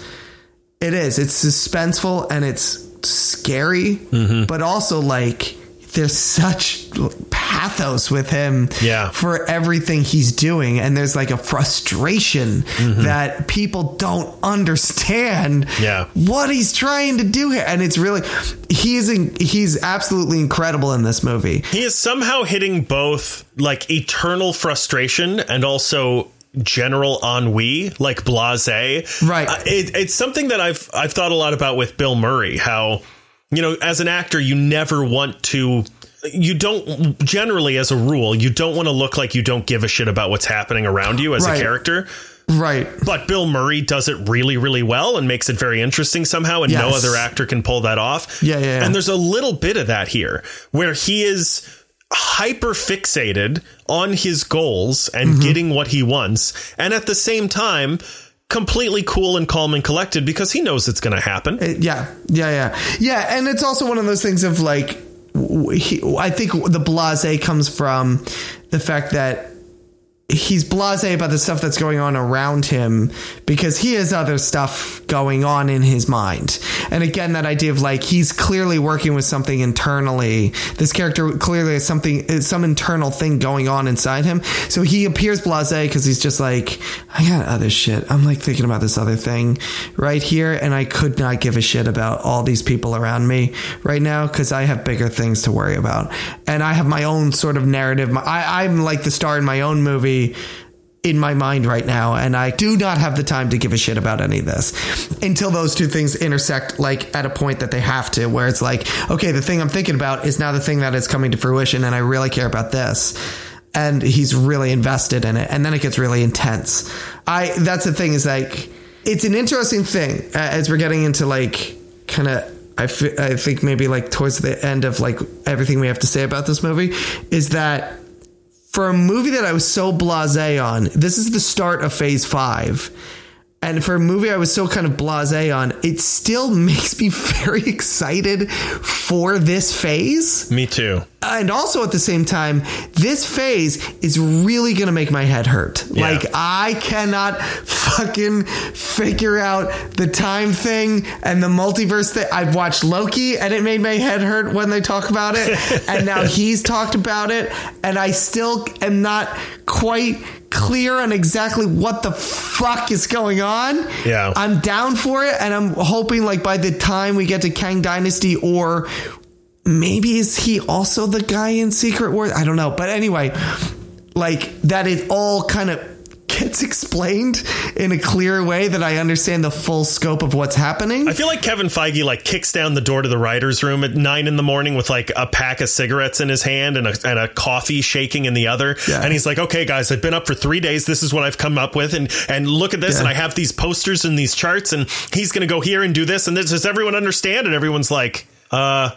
Speaker 2: it is. It's suspenseful and
Speaker 1: Mm-hmm.
Speaker 2: it's scary, but also like there's such pathos with him
Speaker 1: Yeah.
Speaker 2: for everything he's doing. And there's like a frustration
Speaker 1: Mm-hmm.
Speaker 2: that people don't understand
Speaker 1: Yeah.
Speaker 2: what he's trying to do here. And it's really, he's, in, he's absolutely incredible in this movie.
Speaker 1: He is somehow hitting both like eternal frustration and also general ennui, like blasé.
Speaker 2: Right.
Speaker 1: Uh, it, it's something that I've I've thought a lot about with Bill Murray. How you know, as an actor, you never want to. You don't generally, as a rule, you don't want to look like you don't give a shit about what's happening around you as
Speaker 2: Right.
Speaker 1: a character.
Speaker 2: Right.
Speaker 1: But Bill Murray does it really, really well and makes it very interesting somehow, and no
Speaker 2: Yes.
Speaker 1: other actor can pull that off.
Speaker 2: Yeah, yeah, yeah.
Speaker 1: And there's a little bit of that here where he is hyper fixated on his goals and
Speaker 2: Mm-hmm.
Speaker 1: getting what he wants, and at the same time, completely cool and calm and collected because he knows it's going to happen.
Speaker 2: Eh, yeah yeah yeah yeah and it's also one of those things of like w- he, i think the blase comes from the fact that he's blase about the stuff that's going on around him because he has other stuff going on in his mind and again that idea of like he's clearly working with something internally this character clearly has something is some internal thing going on inside him so he appears blase because he's just like i got other shit i'm like thinking about this other thing right here and i could not give a shit about all these people around me right now because i have bigger things to worry about and i have my own sort of narrative I, i'm like the star in my own movie in my mind right now and i do not have the time to give a shit about any of this until those two things intersect like at a point that they have to where it's like okay the thing i'm thinking about is now the thing that is coming to fruition and i really care about this and he's really invested in it and then it gets really intense i that's the thing is like it's an interesting thing uh, as we're getting into like kind of I fe- I think maybe like towards the end of like everything we have to say about this movie is that for a movie that I was so blasé on, this is the start of phase five. And for a movie I was so kind of blasé on, it still makes me very excited for this phase.
Speaker 1: Me too.
Speaker 2: And also at the same time, this phase is really going to make my head hurt.
Speaker 1: Yeah.
Speaker 2: Like, I cannot fucking figure out the time thing and the multiverse thing. I've watched Loki and it made my head hurt when they talk about it. and now he's talked about it. And I still am not quite clear on exactly what the fuck is going on.
Speaker 1: Yeah.
Speaker 2: I'm down for it. And I'm hoping, like, by the time we get to Kang Dynasty or maybe is he also the guy in Secret Wars? I don't know. But anyway, like that it all kind of gets explained in a clear way that I understand the full scope of what's happening.
Speaker 1: I feel like Kevin Feige like kicks down the door to the writers' room at nine in the morning with like a pack of cigarettes in his hand and a, and a coffee shaking in the other,
Speaker 2: Yeah.
Speaker 1: and he's like, "Okay, guys, I've been up for three days. This is what I've come up with, and and look at this,
Speaker 2: Yeah.
Speaker 1: and I have these posters and these charts, and he's gonna go here and do this, and this does everyone understand?" And everyone's like, "Uh."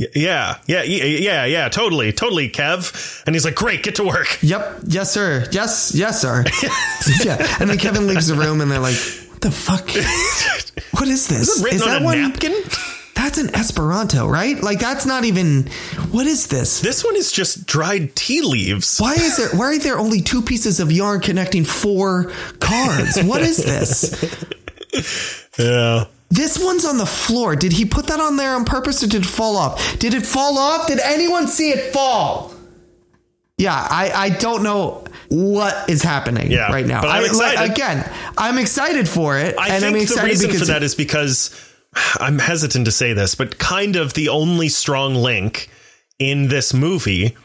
Speaker 1: y- Yeah, yeah, yeah, yeah, yeah, totally, totally, Kev. And he's like, "Great, get to work."
Speaker 2: Yep. Yes, sir. Yes. Yes, sir. yeah. And then Kevin leaves the room and they're like, what the fuck? What is this?
Speaker 1: Written
Speaker 2: Is
Speaker 1: on
Speaker 2: that
Speaker 1: a
Speaker 2: one?
Speaker 1: napkin.
Speaker 2: That's an Esperanto, right? Like, that's not even. What is this?
Speaker 1: This one is just dried tea leaves.
Speaker 2: Why is there? Why are there only two pieces of yarn connecting four cards? What is this?
Speaker 1: Yeah.
Speaker 2: This one's on the floor. Did he put that on there on purpose or did it fall off? Did it fall off? Did anyone see it fall? Yeah, I, I don't know what is happening
Speaker 1: Yeah,
Speaker 2: right now.
Speaker 1: but I'm
Speaker 2: I-
Speaker 1: excited.
Speaker 2: again, I'm excited for it.
Speaker 1: I
Speaker 2: and I'm
Speaker 1: think the
Speaker 2: excited
Speaker 1: reason for
Speaker 2: because
Speaker 1: that is because I'm hesitant to say this, but kind of the only strong link in this movie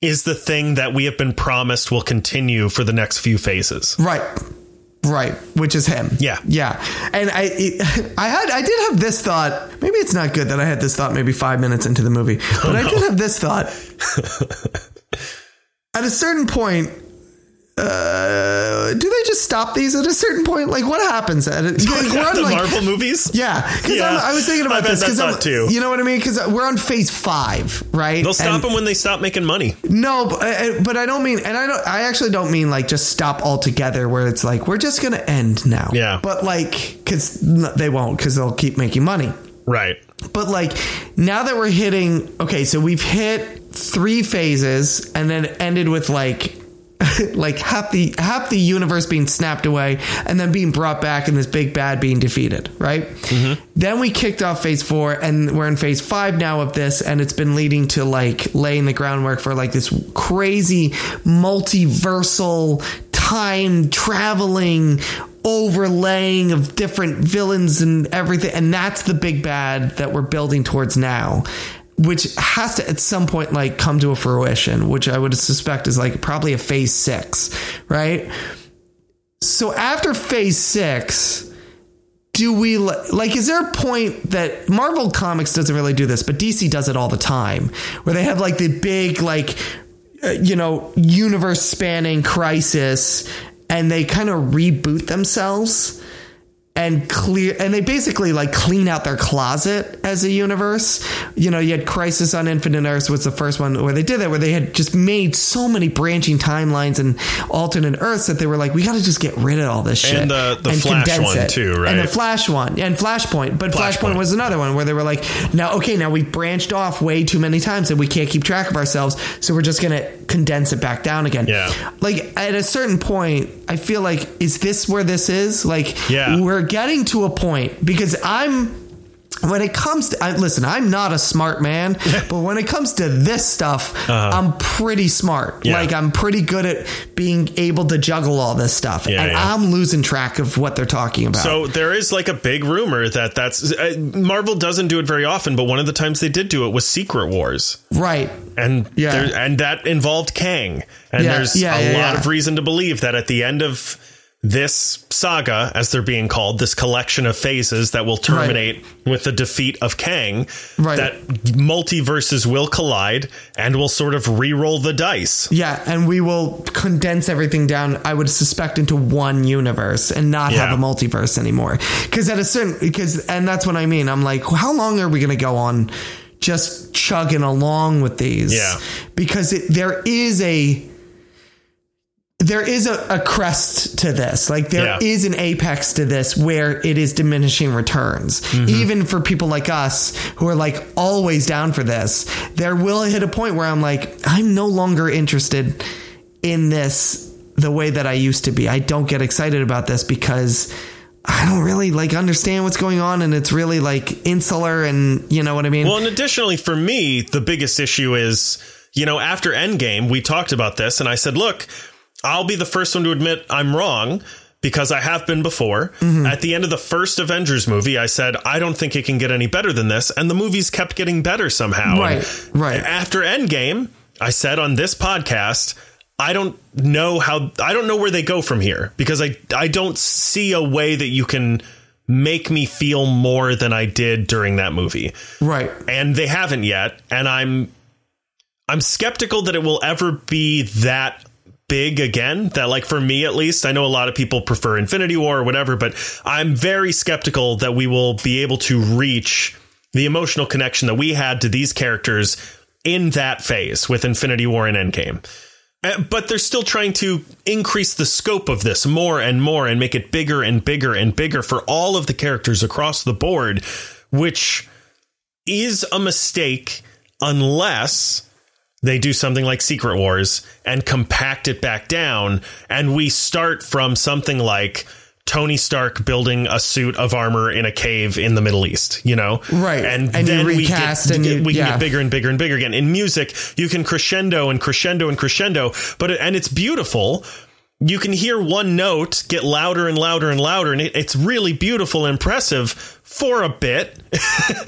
Speaker 1: is the thing that we have been promised will continue for the next few phases.
Speaker 2: Right. Right, which is him.
Speaker 1: Yeah.
Speaker 2: yeah, and I, it, I had, I did have this thought. Maybe it's not good that I had this thought. Maybe five minutes into the movie,
Speaker 1: Oh,
Speaker 2: but I did have this thought. at a certain point, uh, do they just stop these at a certain point? Like, what happens at it? Like, we're on,
Speaker 1: the
Speaker 2: like-
Speaker 1: Marvel movies?
Speaker 2: Yeah, because
Speaker 1: Yeah.
Speaker 2: I was thinking
Speaker 1: I
Speaker 2: about
Speaker 1: bet
Speaker 2: this
Speaker 1: that
Speaker 2: because
Speaker 1: thought
Speaker 2: I'm,
Speaker 1: too.
Speaker 2: you know what I mean? Because we're on phase five, right?
Speaker 1: They'll stop
Speaker 2: And-
Speaker 1: them when they stop making money.
Speaker 2: no, but, uh, but I don't mean, and I don't. I actually don't mean like just stop altogether, where it's like we're just gonna end now.
Speaker 1: Yeah.
Speaker 2: But like, because they won't, because they'll keep making money.
Speaker 1: Right.
Speaker 2: But like, now that we're hitting, okay, so we've hit three phases, and then ended with like like half the half the universe being snapped away and then being brought back and this big bad being defeated, right? Then we kicked off phase four and we're in phase five now of this, and it's been leading to like laying the groundwork for like this crazy multiversal time traveling overlaying of different villains and everything and that's the big bad that we're building towards now which has to at some point like come to a fruition, which I would suspect is like probably a phase six, right? So after phase six, do we li- like, is there a point that Marvel Comics doesn't really do this, but DC does it all the time where they have like the big, like, uh, you know, universe spanning crisis and they kind of reboot themselves? and clear and they basically like clean out their closet as a universe you know you had crisis on infinite earths was the first one where they did that where they had just made so many branching timelines and alternate earths that they were like we got to just get rid of all this shit
Speaker 1: And the- the Flash
Speaker 2: condense
Speaker 1: one too, right?
Speaker 2: and the flash one and flashpoint but flashpoint
Speaker 1: Flashpoint.
Speaker 2: was another one where they were like now okay now we've branched off way too many times and we can't keep track of ourselves so we're just gonna condense it back down again
Speaker 1: Yeah.
Speaker 2: like at a certain point i feel like is this where this is like
Speaker 1: Yeah.
Speaker 2: we're getting to a point because I'm when it comes to I, listen, I'm not a smart man, but when it comes to this stuff, I'm pretty smart.
Speaker 1: Uh-huh. Yeah.
Speaker 2: Like I'm pretty good at being able to juggle all this stuff,
Speaker 1: Yeah,
Speaker 2: and
Speaker 1: yeah.
Speaker 2: I'm losing track of what they're talking about.
Speaker 1: So there is like a big rumor that that's uh, Marvel doesn't do it very often, but one of the times they did do it was Secret Wars,
Speaker 2: right,
Speaker 1: and
Speaker 2: Yeah.
Speaker 1: there, and that involved Kang, and
Speaker 2: Yeah,
Speaker 1: there's
Speaker 2: yeah,
Speaker 1: a
Speaker 2: yeah,
Speaker 1: lot
Speaker 2: yeah.
Speaker 1: of reason to believe that at the end of this saga, as they're being called, this collection of phases that will terminate with the defeat of Kang,
Speaker 2: Right.
Speaker 1: that multiverses will collide and will sort of re-roll the dice.
Speaker 2: yeah, and we will condense everything down. I would suspect into one universe and not
Speaker 1: Yeah.
Speaker 2: have a multiverse anymore. Because at a certain because and that's what I mean. I'm like, how long are we going to go on just chugging along with these?
Speaker 1: Yeah.
Speaker 2: because it, there is a there is a, a crest to this. Like there
Speaker 1: Yeah.
Speaker 2: is an apex to this where it is diminishing returns.
Speaker 1: Mm-hmm.
Speaker 2: Even for people like us who are like always down for this, there will hit a point where I'm like, I'm no longer interested in this the way that I used to be. I don't get excited about this because I don't really like understand what's going on and it's really like insular and you know what I mean?
Speaker 1: Well, and additionally, for me, the biggest issue is, you know, after Endgame, we talked about this, and I said, look, I'll be the first one to admit I'm wrong because I have been before.
Speaker 2: Mm-hmm.
Speaker 1: At the end of the first Avengers movie, I said, I don't think it can get any better than this. And the movies kept getting better somehow.
Speaker 2: Right,
Speaker 1: And
Speaker 2: right.
Speaker 1: After Endgame, I said on this podcast, I don't know how I don't know where they go from here because I I don't see a way that you can make me feel more than I did during that movie
Speaker 2: right.
Speaker 1: and they haven't yet and i'm i'm skeptical that it will ever be that big again that like for me at least i know a lot of people prefer infinity war or whatever but i'm very skeptical that we will be able to reach the emotional connection that we had to these characters in that phase with infinity war and endgame Uh, but they're still trying to increase the scope of this more and more and make it bigger and bigger and bigger for all of the characters across the board which is a mistake unless they do something like Secret Wars and compact it back down. And we start from something like Tony Stark building a suit of armor in a cave in the Middle East, you know?
Speaker 2: Right.
Speaker 1: And,
Speaker 2: And you
Speaker 1: then we,
Speaker 2: recast
Speaker 1: get,
Speaker 2: and you-
Speaker 1: we can
Speaker 2: yeah.
Speaker 1: get bigger and bigger and bigger again. In music, you can crescendo and crescendo and crescendo, but, it- and it's beautiful. You can hear one note get louder and louder and louder, and it, it's really beautiful and impressive for a bit.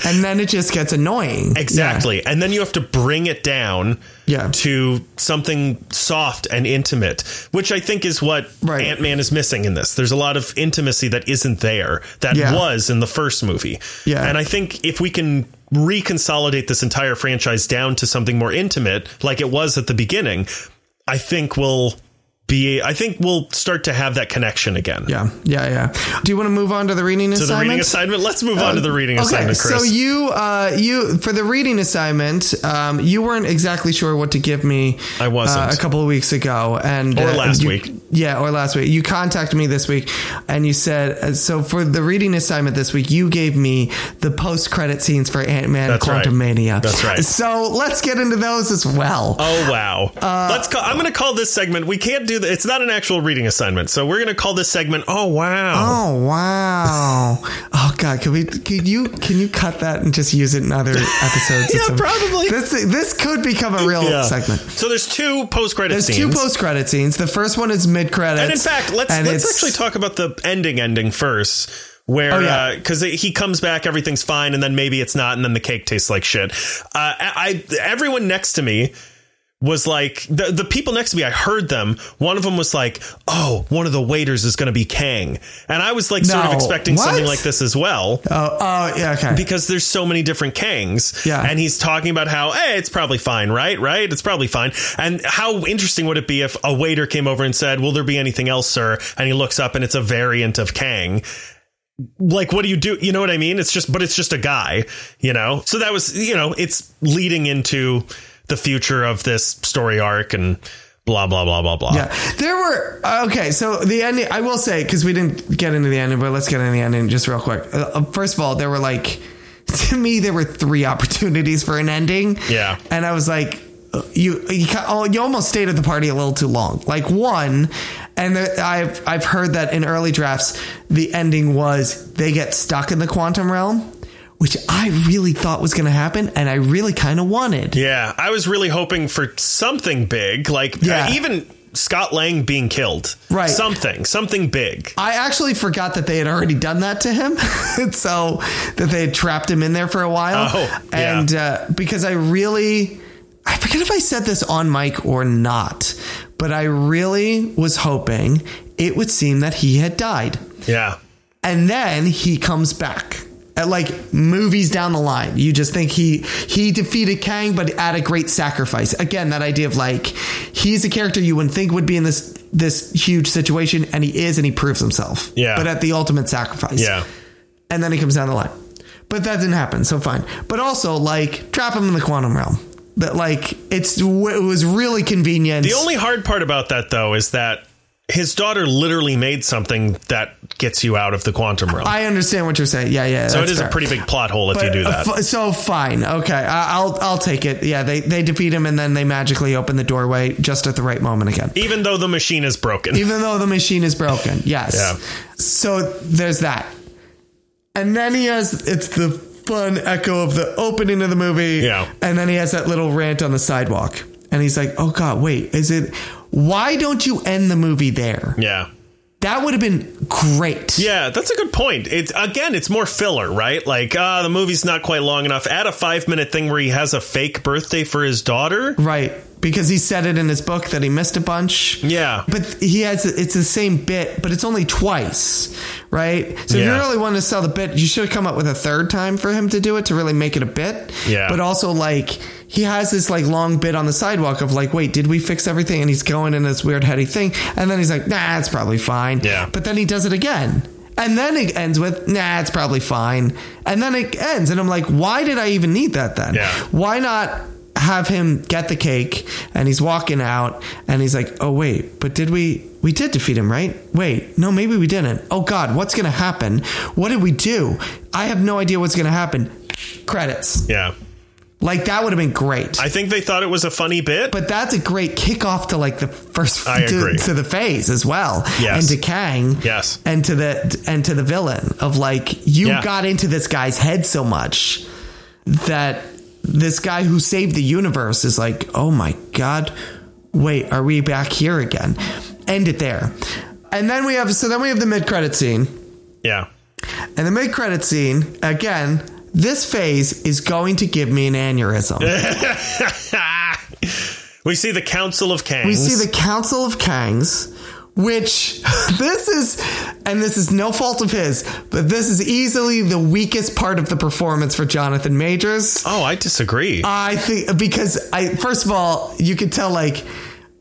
Speaker 2: And then it just gets annoying.
Speaker 1: Exactly. And then you have to bring it down
Speaker 2: Yeah.
Speaker 1: to something soft and intimate, which I think is what
Speaker 2: Right.
Speaker 1: Ant Man is missing in this. There's a lot of intimacy that isn't there that
Speaker 2: Yeah.
Speaker 1: was in the first movie.
Speaker 2: Yeah.
Speaker 1: And I think if we can reconsolidate this entire franchise down to something more intimate, like it was at the beginning, I think we'll be I think we'll start to have that connection again.
Speaker 2: Yeah, yeah, yeah. Do you want to move on to the reading
Speaker 1: To the
Speaker 2: assignment?
Speaker 1: reading assignment. Let's move on to the reading assignment, Chris.
Speaker 2: so you, uh, you for the reading assignment, um, you weren't exactly sure what to give me.
Speaker 1: I wasn't.
Speaker 2: uh, a couple of weeks ago, and
Speaker 1: Or
Speaker 2: uh,
Speaker 1: last
Speaker 2: you-
Speaker 1: week.
Speaker 2: yeah, or last week. You contacted me this week and you said, uh, so for the reading assignment this week, you gave me the post credit scenes for Ant Man
Speaker 1: That's right.
Speaker 2: Quantumania.
Speaker 1: That's right.
Speaker 2: So let's get into those as well.
Speaker 1: Oh wow!
Speaker 2: Uh,
Speaker 1: Let's call. I'm going to call this segment. We can't do that. It's not an actual reading assignment, so we're going to call this segment. Oh wow!
Speaker 2: Oh wow! Oh god, can we? Can you? Can you cut that and just use it in other episodes?
Speaker 1: Yeah,
Speaker 2: It's a-
Speaker 1: probably.
Speaker 2: This this could become a Oh, real
Speaker 1: Yeah.
Speaker 2: segment.
Speaker 1: So there's two post credit
Speaker 2: There's
Speaker 1: scenes.
Speaker 2: two post credit scenes. The first one is mid credits,
Speaker 1: and in fact, let's let's actually talk about the ending ending first. Where,
Speaker 2: Oh, yeah.
Speaker 1: because he comes back, everything's fine, and then maybe it's not, and then the cake tastes like shit. Uh, I, I everyone next to me was like the the people next to me. I heard them. One of them was like, "Oh, one of the waiters is going to be Kang," and I was like, sort of
Speaker 2: No.
Speaker 1: expecting
Speaker 2: What?
Speaker 1: something like this as well.
Speaker 2: Oh, oh yeah, okay.
Speaker 1: because there's so many different Kangs.
Speaker 2: Yeah.
Speaker 1: And he's talking about how, hey, it's probably fine, right? Right? It's probably fine. And how interesting would it be if a waiter came over and said, Will there be anything else, sir? And he looks up and it's a variant of Kang. Like, what do you do? You know what I mean? It's just, but it's just a guy, you know? So that was, you know, it's leading into the future of this story arc and blah, blah, blah, blah, blah.
Speaker 2: Yeah, there were okay. So the ending, I will say, because we didn't get into the ending, but let's get into the ending just real quick. Uh, uh, first of all, there were like to me there were three opportunities for an ending.
Speaker 1: Yeah.
Speaker 2: and I was like, uh, you you, ca- oh, you almost stayed at the party a little too long. Like one, and there, I've I've heard that in early drafts the ending was they get stuck in the quantum realm. Which I really thought was going to happen, and I really kind of wanted.
Speaker 1: Yeah, I was really hoping for something big, like uh,
Speaker 2: Yeah.
Speaker 1: even Scott Lang being killed.
Speaker 2: Right.
Speaker 1: Something, something big.
Speaker 2: I actually forgot that they had already done that to him, so that they had trapped him in there for a while.
Speaker 1: Oh, yeah.
Speaker 2: and uh, because I really, I forget if I said this on mic or not, but I really was hoping it would seem that he had died,
Speaker 1: Yeah.
Speaker 2: and then he comes back. At like movies down the line, you just think he he defeated Kang, but at a great sacrifice. Again, that idea of like he's a character you wouldn't think would be in this this huge situation, and he is, and he proves himself.
Speaker 1: Yeah.
Speaker 2: but at the ultimate sacrifice.
Speaker 1: Yeah.
Speaker 2: and then he comes down the line. But that didn't happen, so fine. But also, like trap him in the quantum realm. That like it's it was really convenient.
Speaker 1: The only hard part about that, though, is that his daughter literally made something that gets you out of the quantum realm.
Speaker 2: I understand what you're saying. Yeah, yeah.
Speaker 1: so it
Speaker 2: that's
Speaker 1: is
Speaker 2: fair.
Speaker 1: a pretty big plot hole if you do that.
Speaker 2: Uh, f- so fine, okay, I- I'll I'll take it. Yeah, they they defeat him and then they magically open the doorway just at the right moment again,
Speaker 1: Even though the machine is broken.
Speaker 2: even though the machine is broken. Yes.
Speaker 1: Yeah.
Speaker 2: So there's that, and then he has it's the fun echo of the opening of the movie.
Speaker 1: Yeah.
Speaker 2: and then he has that little rant on the sidewalk, and he's like, "Oh God, wait, is it? Why don't you end the movie there?
Speaker 1: yeah.
Speaker 2: That would have been great."
Speaker 1: Yeah, that's a good point. It's again, it's more filler, right? Like, ah, the movie's not quite long enough. Add a five minute thing where he has a fake birthday for his daughter.
Speaker 2: Right. Because he said it in his book that he missed a bunch.
Speaker 1: Yeah.
Speaker 2: But he has it's the same bit, but it's only twice, right? So if
Speaker 1: Yeah.
Speaker 2: you really want to sell the bit, you should have come up with a third time for him to do it to really make it a bit.
Speaker 1: Yeah.
Speaker 2: But also like he has this like long bit on the sidewalk of like, wait, did we fix everything? And he's going in this weird heady thing, and then he's like, nah, it's probably fine.
Speaker 1: Yeah.
Speaker 2: But then he does it again. And then it ends with, nah, it's probably fine. And then it ends. And I'm like, why did I even need that then?
Speaker 1: Yeah.
Speaker 2: Why not have him get the cake and he's walking out and he's like, oh, wait, but did we, we did defeat him, right? Wait, no, maybe we didn't. Oh, God, what's going to happen? What did we do? I have no idea what's going to happen. Credits.
Speaker 1: Yeah.
Speaker 2: Like, that would have been great.
Speaker 1: I think they thought it was a funny bit.
Speaker 2: but that's a great kickoff to like the first
Speaker 1: I
Speaker 2: to,
Speaker 1: agree.
Speaker 2: to the phase as well,
Speaker 1: Yes.
Speaker 2: and to Kang,
Speaker 1: Yes.
Speaker 2: and to the and to the villain of like you
Speaker 1: Yeah.
Speaker 2: got into this guy's head so much that this guy who saved the universe is like, oh my god, wait, are we back here again? End it there, and then we have so then we have the mid credit scene,
Speaker 1: yeah.
Speaker 2: and the mid credit scene again. This phase is going to give me an aneurysm.
Speaker 1: we see the Council of Kangs.
Speaker 2: We see the Council of Kangs, which this is, and this is no fault of his, but this is easily the weakest part of the performance for Jonathan Majors. Uh,
Speaker 1: Oh, I disagree.
Speaker 2: I think because I first of all, you could tell like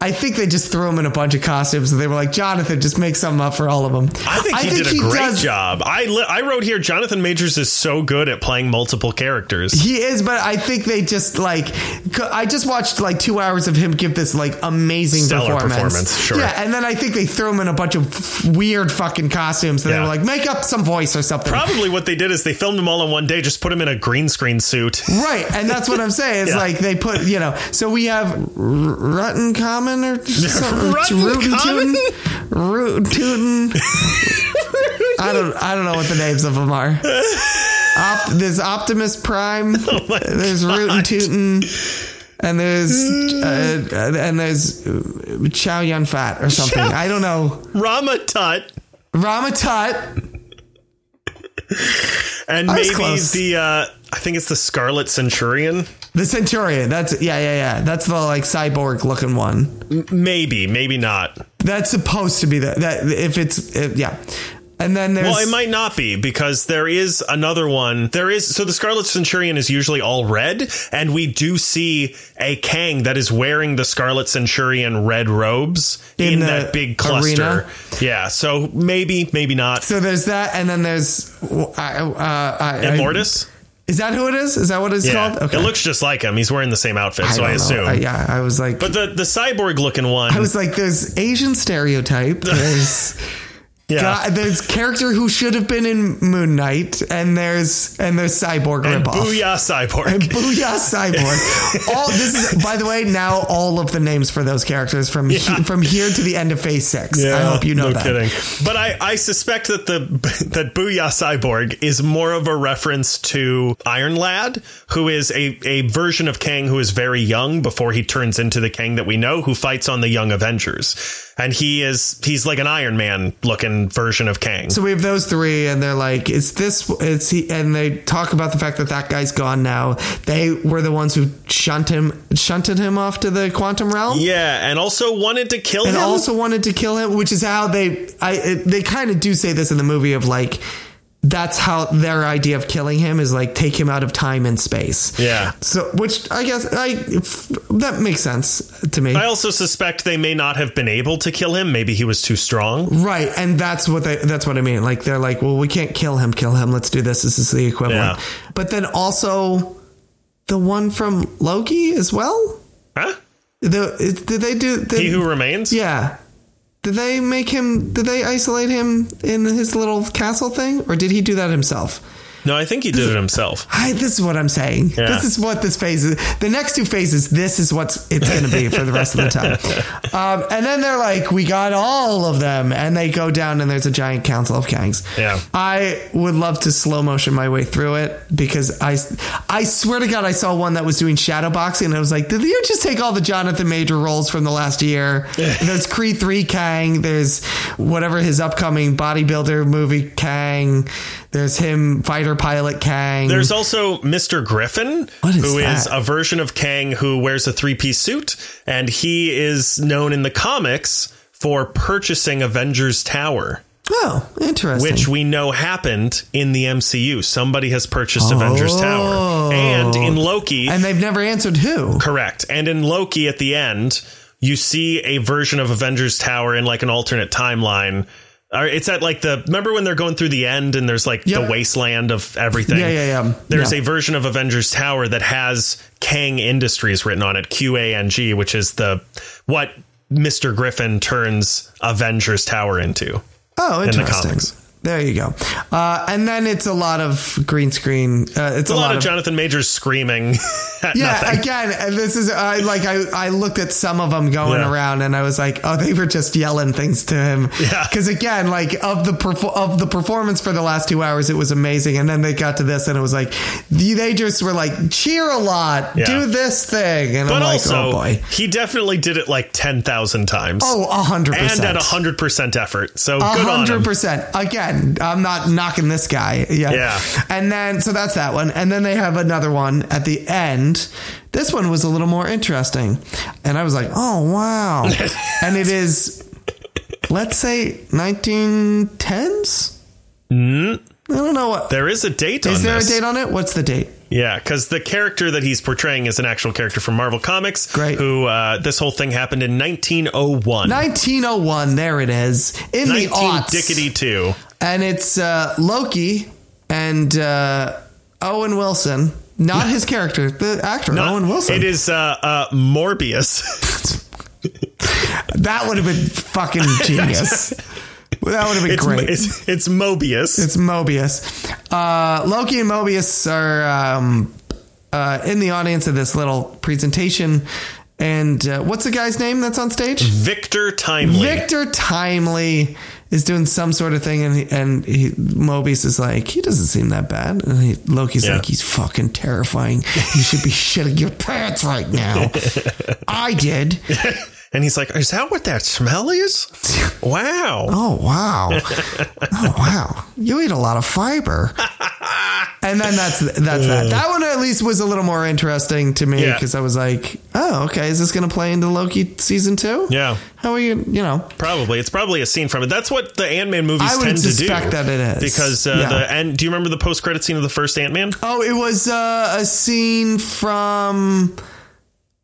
Speaker 2: I think they just threw him in a bunch of costumes, and they were like, "Jonathan, just make something up for all of them."
Speaker 1: I think he did a great job. I li- I wrote here Jonathan Majors is so good at playing multiple characters.
Speaker 2: He is, but I think they just like. c- I just watched like two hours of him give this like amazing
Speaker 1: Stellar
Speaker 2: performance.
Speaker 1: performance, sure.
Speaker 2: Yeah, and then I think they threw him in a bunch of f- weird fucking costumes, and they
Speaker 1: Yeah.
Speaker 2: were like, "Make up some voice or something."
Speaker 1: Probably what they did is they filmed him all in one day, just put him in a green screen suit.
Speaker 2: Right, and that's what I'm saying. It's
Speaker 1: Yeah.
Speaker 2: like they put, you know. So we have R- Rutten Common or something.
Speaker 1: Rutten Common?
Speaker 2: Root Tootin. I don't, I don't know what the names of them are. Op, there's Optimus Prime.
Speaker 1: Oh
Speaker 2: there's Root and Tootin. And there's uh, and there's uh, Chow Yun Fat or something.
Speaker 1: Chow-
Speaker 2: I don't know.
Speaker 1: Rama Tut.
Speaker 2: Rama Tut.
Speaker 1: And
Speaker 2: I was
Speaker 1: maybe
Speaker 2: close.
Speaker 1: the uh I think it's the Scarlet Centurion.
Speaker 2: The Centurion. That's yeah, yeah, yeah. That's the like cyborg looking one.
Speaker 1: Maybe, maybe not.
Speaker 2: That's supposed to be the that if it's if, yeah, and then there's
Speaker 1: Well, it might not be because there is another one. There is so the Scarlet Centurion is usually all red, and we do see a Kang that is wearing the Scarlet Centurion red robes
Speaker 2: In
Speaker 1: in,
Speaker 2: the
Speaker 1: that big cluster.
Speaker 2: arena?
Speaker 1: Yeah, so maybe, maybe not.
Speaker 2: so there's that, and then there's uh, uh, I,
Speaker 1: and
Speaker 2: I-
Speaker 1: Mortis,
Speaker 2: Is that who it is? Is that what it's
Speaker 1: yeah,
Speaker 2: called? Okay,
Speaker 1: it looks just like him. He's wearing the same outfit, so
Speaker 2: don't
Speaker 1: I
Speaker 2: know.
Speaker 1: assume.
Speaker 2: I- yeah, I was like,
Speaker 1: But the the cyborg looking one,
Speaker 2: I was like, there's Asian stereotype. There's
Speaker 1: yeah,
Speaker 2: God, there's character who should have been in Moon Knight, and there's and there's cyborg
Speaker 1: and
Speaker 2: ripoff.
Speaker 1: booyah cyborg.
Speaker 2: And Booyah Cyborg. all this is, by the way, now all of the names for those characters from he, from here to the end of Phase Six. I hope you know
Speaker 1: no
Speaker 2: that.
Speaker 1: kidding. But I, I suspect that the that Booyah Cyborg is more of a reference to Iron Lad, who is a, a version of Kang who is very young before he turns into the Kang that we know, who fights on the Young Avengers, and he is he's like an Iron Man looking version of Kang.
Speaker 2: So we have those three, and they're like, "It's this." It's he, and they talk about the fact that that guy's gone now. They were the ones who shunt him, shunted him off to the quantum realm,
Speaker 1: yeah, and also wanted to kill
Speaker 2: and
Speaker 1: him.
Speaker 2: also wanted to kill him, which is how they. I it, they kind of do say this in the movie of like. That's how their idea of killing him is like take him out of time and space.
Speaker 1: Yeah.
Speaker 2: So, which I guess I if- that makes sense to me.
Speaker 1: I also suspect they may not have been able to kill him. Maybe he was too strong.
Speaker 2: Right, and that's what they, that's what I mean. Like they're like, well, we can't kill him, kill him. Let's do this. This is the equivalent.
Speaker 1: Yeah.
Speaker 2: But then also the one from Loki as well.
Speaker 1: Huh?
Speaker 2: The it- did they do? Did,
Speaker 1: He who remains.
Speaker 2: yeah. Did they make him? Did they isolate him in his little castle thing, or did he do that himself?
Speaker 1: No, I think he did it himself.
Speaker 2: I, this is what I'm saying.
Speaker 1: Yeah.
Speaker 2: This is what this phase is. The next two phases, this is what it's going to be for the rest of the time. Um, and then they're like, we got all of them. And they go down and there's a giant council of kangs.
Speaker 1: Yeah.
Speaker 2: I would love to slow motion my way through it because I, I swear to God, I saw one that was doing shadow boxing and I was like, did you just take all the Jonathan Major roles from the last year? there's Creed 3 Kang. There's whatever his upcoming bodybuilder movie Kang. There's him, fighter pilot Kang.
Speaker 1: There's also Mr. Griffin,
Speaker 2: What is
Speaker 1: who is
Speaker 2: that?
Speaker 1: a version of Kang who wears a three piece suit, and he is known in the comics for purchasing Avengers Tower,
Speaker 2: Oh, interesting.
Speaker 1: which we know happened in the MCU. Somebody has purchased Avengers Tower. And in Loki,
Speaker 2: Oh. and they've never answered who.
Speaker 1: correct. And in Loki at the end, you see a version of Avengers Tower in like an alternate timeline. Or It's at like the remember when they're going through the end and there's like
Speaker 2: Yeah.
Speaker 1: the wasteland of everything.
Speaker 2: Yeah, yeah, yeah.
Speaker 1: There's
Speaker 2: Yeah.
Speaker 1: a version of Avengers Tower that has Kang Industries written on it, Q A N G, which is the what Mr. Griffin turns Avengers Tower into.
Speaker 2: Oh,
Speaker 1: the
Speaker 2: interesting.
Speaker 1: comics.
Speaker 2: there you go. Uh, and then it's a lot of green screen. Uh, it's
Speaker 1: A lot, of Jonathan Majors screaming at
Speaker 2: yeah,
Speaker 1: nothing.
Speaker 2: again, and this is I like I, I looked at some of them going
Speaker 1: Yeah.
Speaker 2: around, and I was like, oh, they were just yelling things to him.
Speaker 1: Yeah.
Speaker 2: Because again, like of the perfor- of the performance for the last two hours, it was amazing, and then they got to this, and it was like the- they just were like cheer a lot,
Speaker 1: Yeah.
Speaker 2: do this thing, and
Speaker 1: but
Speaker 2: I'm like,
Speaker 1: also,
Speaker 2: oh boy,
Speaker 1: he definitely did it like 10,000 times.
Speaker 2: oh, a hundred
Speaker 1: and
Speaker 2: percent,
Speaker 1: at 100% effort. So
Speaker 2: A
Speaker 1: good on
Speaker 2: hundred
Speaker 1: him.
Speaker 2: percent. Again, I'm not knocking this guy. Yeah.
Speaker 1: Yeah.
Speaker 2: And then so that's that one. And then they have another one at the end. This one was a little more interesting. And I was like, oh wow. and it is let's say nineteen tens? I don't know what.
Speaker 1: There is a Mm-hmm. date on
Speaker 2: Is there
Speaker 1: this.
Speaker 2: a date on it? What's the date?
Speaker 1: Yeah, because the character that he's portraying is an actual character from Marvel Comics.
Speaker 2: Great.
Speaker 1: Who uh, this whole thing happened in 1901.
Speaker 2: 1901. There it is. In the
Speaker 1: 19
Speaker 2: aughts.
Speaker 1: Dickety two.
Speaker 2: and it's uh, Loki and uh, Owen Wilson. Not his character, the actor
Speaker 1: Not-
Speaker 2: Owen Wilson.
Speaker 1: It is uh, uh, Morbius.
Speaker 2: that would have been fucking genius. that would have been
Speaker 1: it's,
Speaker 2: great.
Speaker 1: it's it's Mobius.
Speaker 2: It's Mobius. Uh, Loki and Mobius are um, uh, in the audience of this little presentation. And uh, what's the guy's name that's on stage?
Speaker 1: Victor Timely.
Speaker 2: Victor Timely is doing some sort of thing, and he, and he, Mobius is like, he doesn't seem that bad. And he, Loki's
Speaker 1: Yeah.
Speaker 2: like, he's fucking terrifying. You should be shitting your pants right now. I did.
Speaker 1: And he's like, "Is that what that smell is? Wow."
Speaker 2: Oh wow! Oh wow! You eat a lot of fiber. And then that's that's that. That one at least was a little more interesting to me
Speaker 1: Yeah.
Speaker 2: because I was like, oh okay, is this going to play into Loki season two?
Speaker 1: Yeah.
Speaker 2: How are you? You know,
Speaker 1: Probably. It's probably a scene from it. That's what the Ant Man movies
Speaker 2: I would
Speaker 1: tend to do.
Speaker 2: suspect that it is.
Speaker 1: Because uh,
Speaker 2: Yeah.
Speaker 1: the and do you remember the post credit scene of the first Ant Man?
Speaker 2: oh, it was uh, a scene from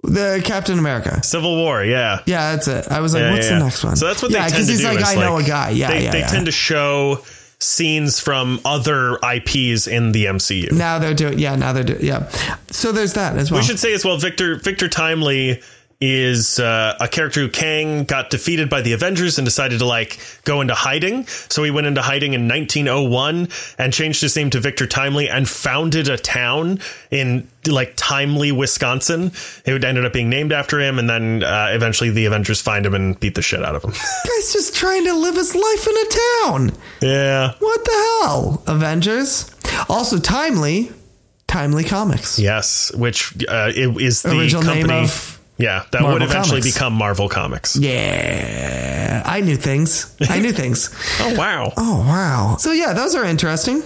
Speaker 2: the Captain America.
Speaker 1: Civil War, yeah.
Speaker 2: Yeah, that's it. I was like, what's the next one?
Speaker 1: So that's what
Speaker 2: yeah,
Speaker 1: they tend to
Speaker 2: he's
Speaker 1: do.
Speaker 2: like,
Speaker 1: is
Speaker 2: I know a guy. Yeah,
Speaker 1: they,
Speaker 2: yeah,
Speaker 1: they
Speaker 2: yeah.
Speaker 1: tend to show scenes from other IPs in the MCU.
Speaker 2: now they're doing. Yeah, now they're doing. Yeah. So there's that as well.
Speaker 1: We should say as well, Victor Victor Timely is uh, a character who Kang got defeated by the Avengers and decided to like go into hiding. So he went into hiding in 1901 and changed his name to Victor Timely and founded a town in like Timely, Wisconsin. It would- ended up being named after him, and then uh, eventually the Avengers find him and beat the shit out of him.
Speaker 2: guy's just trying to live his life in a town.
Speaker 1: yeah,
Speaker 2: What the hell, Avengers? Also, timely, timely comics.
Speaker 1: yes, which uh, it is the
Speaker 2: Original name
Speaker 1: company.
Speaker 2: of
Speaker 1: yeah, that would
Speaker 2: Marvel
Speaker 1: eventually
Speaker 2: Comics.
Speaker 1: become Marvel Comics.
Speaker 2: Yeah, I knew things. I knew things.
Speaker 1: Oh wow!
Speaker 2: Oh wow! So yeah, those are interesting.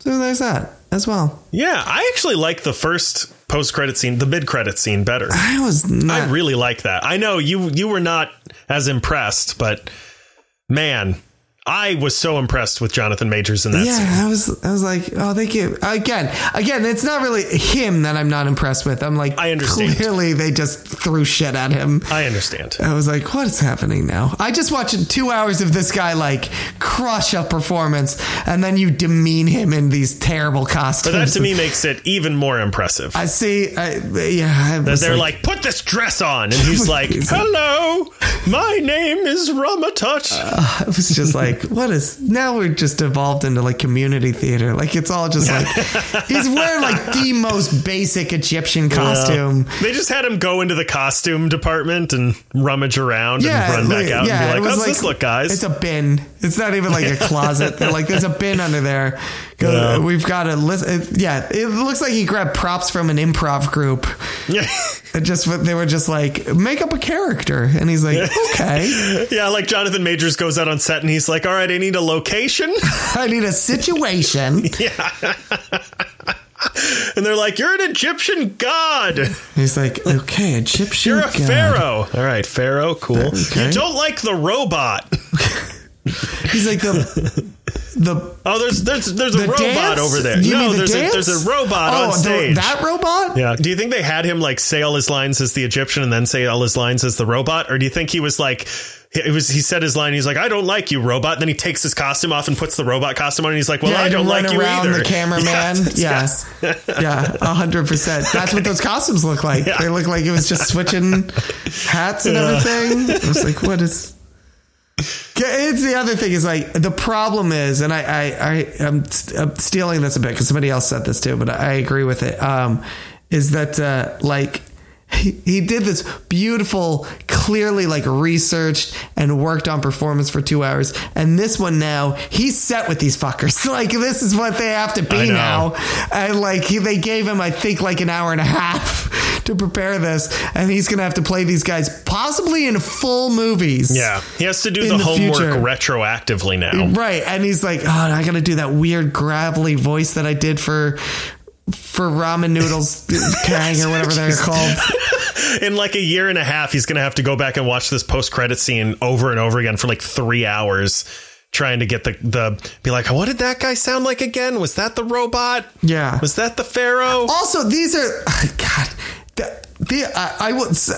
Speaker 2: So there's that as well.
Speaker 1: Yeah, I actually like the first post credit scene, the mid credit scene better.
Speaker 2: I was not.
Speaker 1: I really like that. I know you you were not as impressed, but man, I was so impressed with Jonathan Majors in that scene.
Speaker 2: yeah, I was. I was like, oh, they give again, again. It's not really him that I'm not impressed with. I'm like,
Speaker 1: I understand.
Speaker 2: Clearly, they just threw shit at him.
Speaker 1: I understand.
Speaker 2: I was like, what is happening now? I just watched two hours of this guy like crush a performance and then you demean him in these terrible
Speaker 1: But
Speaker 2: costumes.
Speaker 1: that to me makes it even more impressive.
Speaker 2: I see. I, yeah. I was
Speaker 1: They're like, put this dress on. And he's like, hello, my name is Ramatut.
Speaker 2: Uh, I was just like, what is now we're just evolved into like community theater. Like it's all just like, he's wearing like the most basic Egyptian costume.
Speaker 1: They just had him go into the costume department and rummage around and run back
Speaker 2: like-
Speaker 1: out
Speaker 2: yeah, it
Speaker 1: and be
Speaker 2: was
Speaker 1: like, how's this look, guys?
Speaker 2: It's a bin. It's not even like a closet. They're like, there's a bin under there. 'Cause
Speaker 1: Yeah.
Speaker 2: We've got a list. It, yeah, it looks like he grabbed props from an improv group. It just they were just like, make up a character, and he's like, okay,
Speaker 1: Yeah, like Jonathan Majors goes out on set and he's like, "All right, I need a location,"
Speaker 2: I need a situation.
Speaker 1: and they're like, "You're an Egyptian god.
Speaker 2: He's like, okay, Egyptian.
Speaker 1: You're a
Speaker 2: god.
Speaker 1: pharaoh." All right, pharaoh, cool.
Speaker 2: Okay.
Speaker 1: You don't like the robot.
Speaker 2: He's like the the.
Speaker 1: Oh, there's there's there's a
Speaker 2: The
Speaker 1: robot
Speaker 2: dance?
Speaker 1: over there.
Speaker 2: You
Speaker 1: no,
Speaker 2: mean the
Speaker 1: there's a
Speaker 2: dance?
Speaker 1: there's a robot
Speaker 2: oh,
Speaker 1: on
Speaker 2: the-
Speaker 1: stage.
Speaker 2: that robot?
Speaker 1: yeah. Do you think they had him like say all his lines as the Egyptian and then say all his lines as the robot, or do you think he was like? It was he said his line. He's like, "I don't like you, robot." And then he takes his costume off and puts the robot costume on. And he's like, "Well,
Speaker 2: yeah,
Speaker 1: I don't
Speaker 2: and run
Speaker 1: like you
Speaker 2: around
Speaker 1: either."
Speaker 2: The cameraman, yes, yeah, a hundred percent. That's what those costumes look like. They look like it was just switching hats and everything. I was like, what is? Yeah, It's the other thing is like the problem is, and I I, I am I'm stealing this a bit because somebody else said this too, but I agree with it. Um, is that uh, like he, he did this beautiful, clearly like researched and worked on performance for two hours, and this one now he's set with these fuckers. Like this is what they have to
Speaker 1: I
Speaker 2: be
Speaker 1: know.
Speaker 2: now, and like he, they gave him I think like an hour and a half to prepare this, and he's gonna have to play these guys possibly in full movies.
Speaker 1: Yeah, he has to do
Speaker 2: in
Speaker 1: the,
Speaker 2: the
Speaker 1: homework
Speaker 2: future.
Speaker 1: retroactively now.
Speaker 2: Right. And he's like, oh, I got to do that weird gravelly voice that I did for for ramen noodles kang or whatever they're called.
Speaker 1: In like a year and a half, he's going to have to go back and watch this post credit scene over and over again for like three hours trying to get the the be like, what did that guy sound like again? Was that the robot?
Speaker 2: Yeah.
Speaker 1: Was that the pharaoh?
Speaker 2: Also, these are oh, God. The, the, I, I was.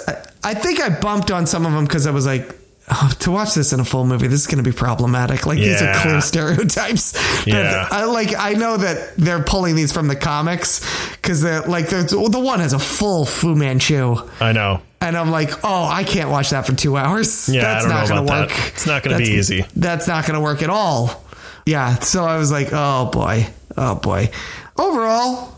Speaker 2: I think I bumped on some of them because I was like, oh, to watch this in a full movie, this is going to be problematic. Like these are
Speaker 1: Yeah.
Speaker 2: clear stereotypes. that-
Speaker 1: Yeah.
Speaker 2: I like. I know that they're pulling these from the comics because they're like there's the one has a full Fu Manchu,
Speaker 1: I know.
Speaker 2: and I'm like, oh, I can't watch that for two hours.
Speaker 1: Yeah,
Speaker 2: That's
Speaker 1: I don't
Speaker 2: not
Speaker 1: know
Speaker 2: going to
Speaker 1: about
Speaker 2: work.
Speaker 1: that. It's not going to be
Speaker 2: That's-
Speaker 1: easy.
Speaker 2: That's not going to work at all. Yeah. So I was like, oh boy, oh boy. Overall,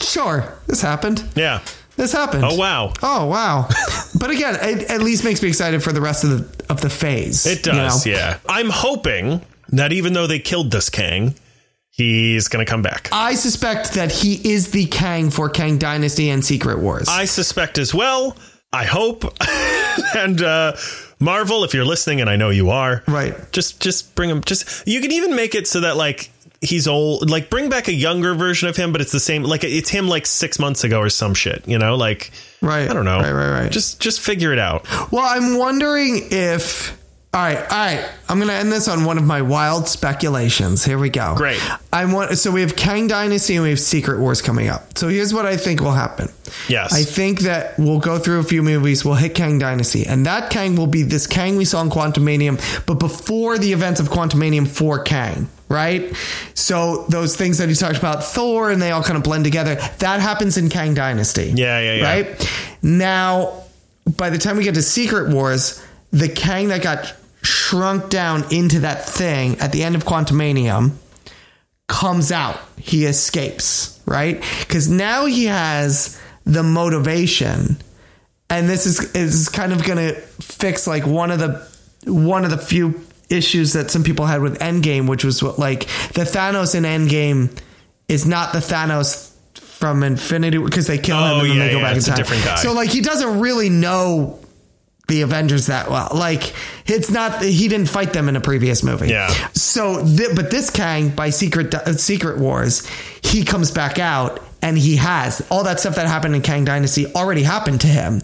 Speaker 2: sure, this happened.
Speaker 1: Yeah.
Speaker 2: This happened.
Speaker 1: Oh wow.
Speaker 2: Oh wow. but again, it at least makes me excited for the rest of the of the phase.
Speaker 1: It does, yeah. I'm hoping that even though they killed this Kang, he's going to come back.
Speaker 2: I suspect that he is the Kang for Kang Dynasty and Secret Wars.
Speaker 1: I suspect as well. I hope. and uh, Marvel, if you're listening, and I know you are,
Speaker 2: Right.
Speaker 1: Just just bring him. Just you can even make it so that like he's old. Like bring back a younger version of him, but it's the same. Like it's him like six months ago or some shit. You know, like
Speaker 2: Right.
Speaker 1: I don't know.
Speaker 2: Right, right, right.
Speaker 1: Just just figure it out.
Speaker 2: Well, I'm wondering if. All right, all right. I'm going to end this on one of my wild speculations. Here we go.
Speaker 1: Great.
Speaker 2: I want so we have Kang Dynasty and we have Secret Wars coming up. So here's what I think will happen.
Speaker 1: Yes.
Speaker 2: I think that we'll go through a few movies. We'll hit Kang Dynasty, and that Kang will be this Kang we saw in Quantumanium, but before the events of Quantumanium for Kang, right? So those things that he talked about, Thor, and they all kind of blend together. That happens in Kang Dynasty.
Speaker 1: Yeah, yeah, yeah.
Speaker 2: Right now, by the time we get to Secret Wars, the Kang that got shrunk down into that thing at the end of Quantumanium comes out. He escapes, right? Because now he has the motivation, and this is is kind of going to fix like one of the one of the few issues that some people had with Endgame, which was what like the Thanos in Endgame is not the Thanos from Infinity because they kill him
Speaker 1: Oh,
Speaker 2: and then
Speaker 1: yeah,
Speaker 2: they go
Speaker 1: yeah,
Speaker 2: back in
Speaker 1: it's a
Speaker 2: time.
Speaker 1: different guy.
Speaker 2: So like he doesn't really know the Avengers that well. Like it's not he didn't fight them in a previous movie.
Speaker 1: Yeah.
Speaker 2: So, th- but this Kang by Secret uh, Secret Wars, he comes back out and he has all that stuff that happened in Kang Dynasty already happened to him,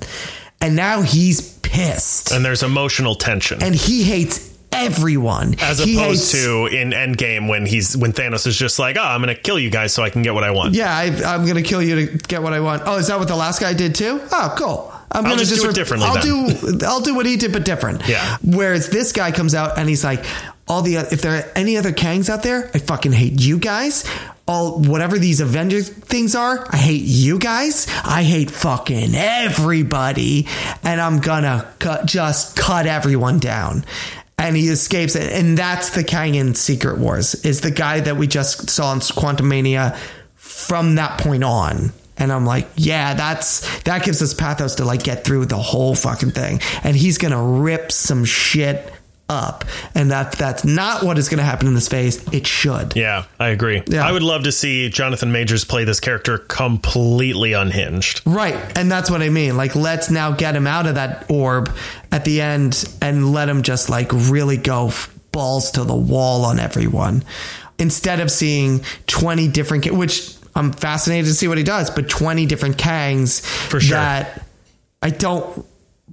Speaker 2: and now he's pissed
Speaker 1: and there's emotional tension.
Speaker 2: and he hates everyone
Speaker 1: as
Speaker 2: He
Speaker 1: opposed
Speaker 2: hates-
Speaker 1: to in Endgame when he's when Thanos is just like, oh, I'm gonna kill you guys so I can get what I want.
Speaker 2: Yeah, I, I'm gonna kill you to get what I want. Oh, is that what the last guy did too? Oh, cool. I'm gonna
Speaker 1: just do it
Speaker 2: rep-
Speaker 1: differently
Speaker 2: I'll
Speaker 1: then.
Speaker 2: do I'll do what he did, but different.
Speaker 1: Yeah.
Speaker 2: Whereas this guy comes out and he's like, all the if there are any other Kangs out there, I fucking hate you guys. All whatever these Avengers things are, I hate you guys. I hate fucking everybody, and I'm gonna cut, just cut everyone down. And he escapes, it. and that's the Kang in Secret Wars. Is the guy that we just saw in Quantumania from that point on. And I'm like, yeah, that's that gives us pathos to like get through the whole fucking thing. And he's gonna rip some shit up. And that that's not what is gonna happen in this phase. It should.
Speaker 1: Yeah, I agree.
Speaker 2: Yeah.
Speaker 1: I would love to see Jonathan Majors play this character completely unhinged.
Speaker 2: Right. And that's what I mean. Like, let's now get him out of that orb at the end and let him just like really go f- balls to the wall on everyone instead of seeing 20 different, Ka- which I'm fascinated to see what he does, but 20 different Kangs For
Speaker 1: sure.
Speaker 2: that I don't,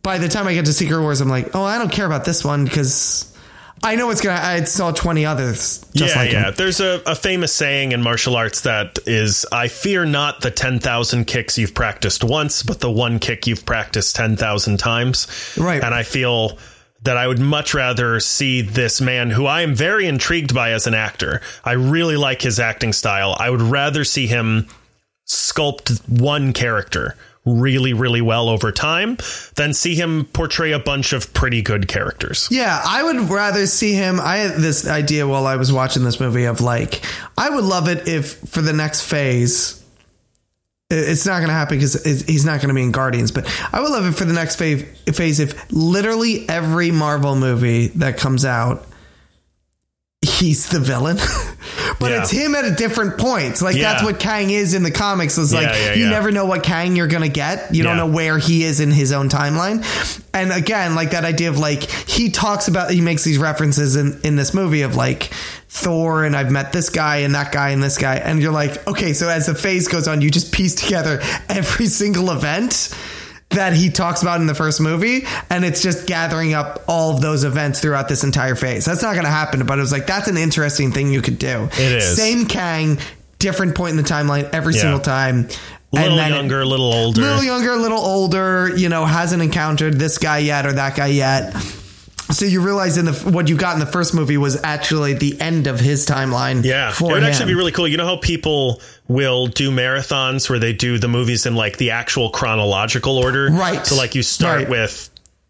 Speaker 2: by the time I get to Secret Wars, I'm like, oh, I don't care about this one because I know it's going to, I saw 20 others just
Speaker 1: yeah,
Speaker 2: like
Speaker 1: yeah.
Speaker 2: him.
Speaker 1: There's a, a famous saying in martial arts that is, I fear not the 10,000 kicks you've practiced once, but the one kick you've practiced 10,000 times.
Speaker 2: Right.
Speaker 1: And I feel that I would much rather see this man who I am very intrigued by as an actor. I really like his acting style. I would rather see him sculpt one character really, really well over time than see him portray a bunch of pretty good characters.
Speaker 2: Yeah, I would rather see him. I had this idea while I was watching this movie of like, I would love it if for the next phase, i- it's not going to happen because he's not going to be in Guardians, but I would love it for the next phase, phase if literally every Marvel movie that comes out, he's the villain. But
Speaker 1: Yeah.
Speaker 2: it's him at a different points. Like
Speaker 1: Yeah.
Speaker 2: that's what Kang is in the comics. It's like
Speaker 1: yeah,
Speaker 2: you
Speaker 1: yeah.
Speaker 2: never know what Kang you're gonna get. You don't
Speaker 1: Yeah.
Speaker 2: know where he is in his own timeline. And again, like that idea of like he talks about he makes these references in in this movie of like Thor and I've met this guy and that guy and this guy and you're like okay so as the phase goes on you just piece together every single event that he talks about in the first movie, and it's just gathering up all of those events throughout this entire phase. That's not going to happen, but it was like that's an interesting thing you could do.
Speaker 1: It is.
Speaker 2: same Kang, different point in the timeline every
Speaker 1: Yeah.
Speaker 2: single time.
Speaker 1: little
Speaker 2: then it-
Speaker 1: younger, a little older.
Speaker 2: little younger, a little older, you know, hasn't encountered this guy yet or that guy yet. So you realize in the what you got in the first movie was actually the end of his timeline.
Speaker 1: Yeah,
Speaker 2: for
Speaker 1: it would
Speaker 2: him.
Speaker 1: actually be really cool. You know how people will do marathons where they do the movies in like the actual chronological order,
Speaker 2: Right.
Speaker 1: So like you start
Speaker 2: Right.
Speaker 1: with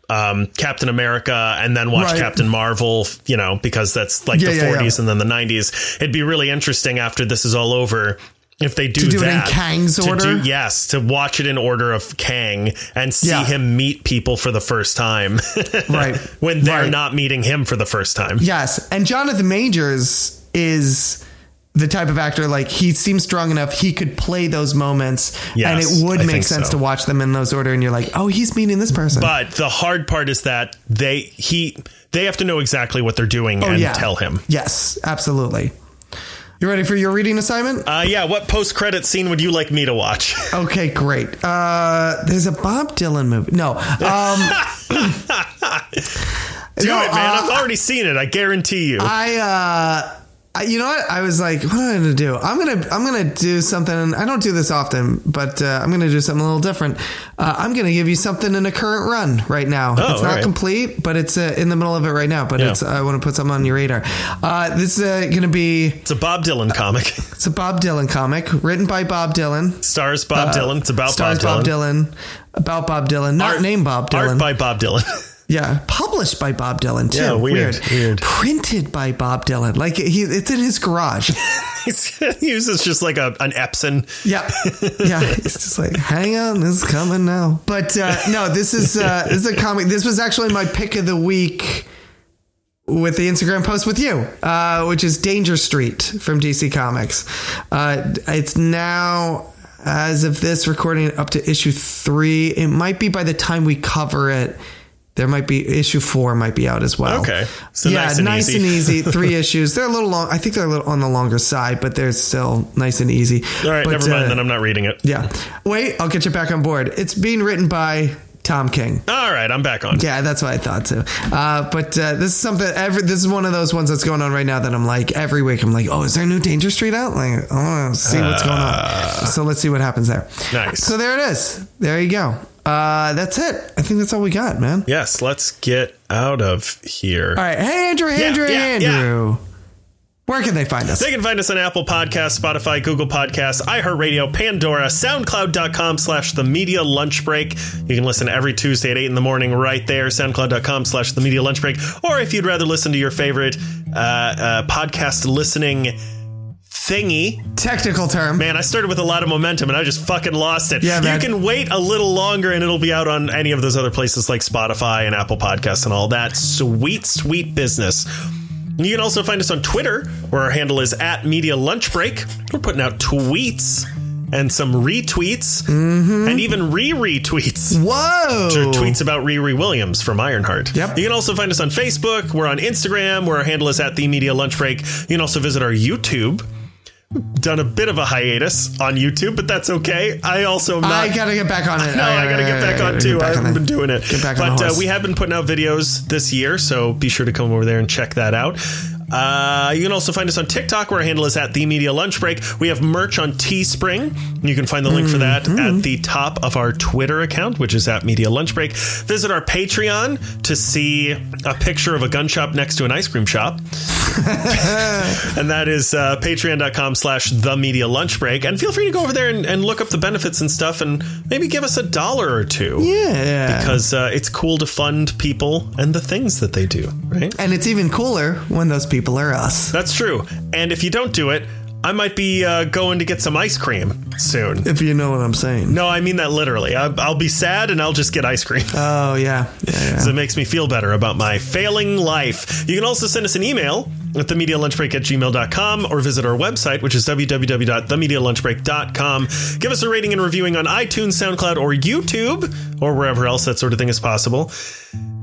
Speaker 1: um, Captain America and then watch
Speaker 2: Right.
Speaker 1: Captain Marvel, f- you know, because that's like
Speaker 2: Yeah,
Speaker 1: the
Speaker 2: yeah, yeah.
Speaker 1: 40s and then the 90s. It'd be really interesting after this is all over. If they do,
Speaker 2: To do it in
Speaker 1: that,
Speaker 2: Kang's
Speaker 1: to
Speaker 2: order?
Speaker 1: yes, to watch it in order of Kang and see
Speaker 2: Yeah.
Speaker 1: him meet people for the first time,
Speaker 2: Right.
Speaker 1: when they're
Speaker 2: Right.
Speaker 1: not meeting him for the first time,
Speaker 2: Yes, and Jonathan Majors is the type of actor like he seems strong enough he could play those moments
Speaker 1: Yes,
Speaker 2: and it would
Speaker 1: I
Speaker 2: make
Speaker 1: think
Speaker 2: sense
Speaker 1: so.
Speaker 2: to watch them in those order and you're like oh he's meeting this person
Speaker 1: But the hard part is that they he they have to know exactly what they're doing
Speaker 2: Oh,
Speaker 1: and
Speaker 2: yeah.
Speaker 1: tell him.
Speaker 2: yes absolutely you ready for your reading assignment
Speaker 1: Uh, yeah, what post credit scene would you like me to watch?
Speaker 2: Okay, great. Uh, there's a Bob Dylan movie. No, um,
Speaker 1: Do
Speaker 2: No,
Speaker 1: it, man.
Speaker 2: uh,
Speaker 1: I've already seen it. I guarantee you.
Speaker 2: I, uh, I, you know what? I was like, what am I gonna do? I'm gonna, I'm gonna do something. I don't do this often, but uh, I'm gonna do something a little different. Uh, I'm gonna give you something in a current run right now.
Speaker 1: Oh,
Speaker 2: it's not
Speaker 1: all right.
Speaker 2: complete, but it's uh, in the middle of it right now. But
Speaker 1: Yeah.
Speaker 2: it's, I want to put something on your radar. Uh, this is uh, gonna be
Speaker 1: it's a Bob Dylan comic.
Speaker 2: it's a Bob Dylan comic written by Bob Dylan.
Speaker 1: Stars Bob Dylan. It's about
Speaker 2: Uh, Stars
Speaker 1: Bob Dylan.
Speaker 2: about Bob Dylan, not
Speaker 1: Art-
Speaker 2: named Bob Dylan.
Speaker 1: Art by Bob Dylan.
Speaker 2: Yeah, published by Bob Dylan too.
Speaker 1: Yeah, weird, weird.
Speaker 2: Printed by Bob Dylan. Like he, it's in his garage.
Speaker 1: he uses just like a, an Epson.
Speaker 2: Yeah, yeah. It's just like, hang on, this is coming now. But uh, no, this is uh, this is a comic. This was actually my pick of the week with the Instagram post with you, uh, which is Danger Street from DC Comics. Uh, it's now. As of this recording, up to issue three. It might be by the time we cover it, there might be issue four might be out as well.
Speaker 1: Okay. So
Speaker 2: yeah,
Speaker 1: nice and easy.
Speaker 2: easy. Three issues. They're a little long. I think they're a little on the longer side, but they're still nice and easy.
Speaker 1: All right,
Speaker 2: But,
Speaker 1: never mind.
Speaker 2: uh,
Speaker 1: then I'm not reading it.
Speaker 2: yeah. Wait, I'll get you back on board. It's being written by Tom King.
Speaker 1: All right, I'm back on.
Speaker 2: Yeah, that's what I thought too. Uh, but uh, this is something. Every this is one of those ones that's going on right now that I'm like every week. I'm like, oh, is there a new Danger Street out? Like, I want to see what's going on. So let's see what happens there.
Speaker 1: Uh. Nice.
Speaker 2: So there it is. There you go. Uh, that's it. I think that's all we got, man.
Speaker 1: Yes, let's get out of here.
Speaker 2: All right. Hey, Andrew, Andrew,
Speaker 1: yeah, yeah.
Speaker 2: Andrew. Where can they find us?
Speaker 1: They can find us on Apple Podcasts, Spotify, Google Podcasts, iHeartRadio, Pandora, SoundCloud.com slash The Media Lunch Break. You can listen every Tuesday at 8 in the morning right there, SoundCloud.com slash The Media Lunch Break. Or if you'd rather listen to your favorite uh, uh, podcast listening thingy,
Speaker 2: Technical term.
Speaker 1: man, I started with a lot of momentum and I just fucking lost it.
Speaker 2: Yeah, man.
Speaker 1: You can wait a little longer and it'll be out on any of those other places like Spotify and Apple Podcasts and all that. Sweet, sweet business. You can also find us on Twitter, where our handle is at Media Lunch Break. We're putting out tweets and some retweets
Speaker 2: Mm-hmm.
Speaker 1: and even re retweets.
Speaker 2: Whoa.
Speaker 1: Or tweets about Riri Williams from Ironheart.
Speaker 2: Yep.
Speaker 1: You can also find us on Facebook. We're on Instagram, where our handle is at the Media Lunch Break. You can also visit our YouTube. Done a bit of a hiatus on YouTube, but that's okay. I also am not.
Speaker 2: I gotta get back on it.
Speaker 1: no, I gotta get back on
Speaker 2: gotta
Speaker 1: too.
Speaker 2: get
Speaker 1: I
Speaker 2: back on
Speaker 1: haven't
Speaker 2: that.
Speaker 1: been doing it.
Speaker 2: Get back
Speaker 1: but
Speaker 2: on the
Speaker 1: uh,
Speaker 2: horse.
Speaker 1: we have been putting out videos this year, so be sure to come over there and check that out. Uh, you can also find us on TikTok, where our handle is at the Media Lunch Break. We have merch on Teespring. You can find the link for
Speaker 2: Mm-hmm.
Speaker 1: that at the top of our Twitter account, which is at Media Lunch Break. Visit our Patreon to see a picture of a gun shop next to an ice cream shop and that is uh, patreon.com slash the media lunch break and feel free to go over there and, and look up the benefits and stuff and maybe give us a dollar or two
Speaker 2: Yeah.
Speaker 1: because uh, it's cool to fund people and the things that they do right
Speaker 2: and it's even cooler when those people are us.
Speaker 1: that's true and if you don't do it i might be uh, going to get some ice cream soon
Speaker 2: If you know what I'm saying.
Speaker 1: no i mean that literally I, i'll be sad and i'll just get ice cream
Speaker 2: Oh yeah. Yeah, yeah.
Speaker 1: So it makes me feel better about my failing life. You can also send us an email at themedialunchbreak at gmail.com or visit our website, which is www.themedialunchbreak.com. Give us a rating and reviewing on iTunes, SoundCloud, or YouTube, or wherever else that sort of thing is possible.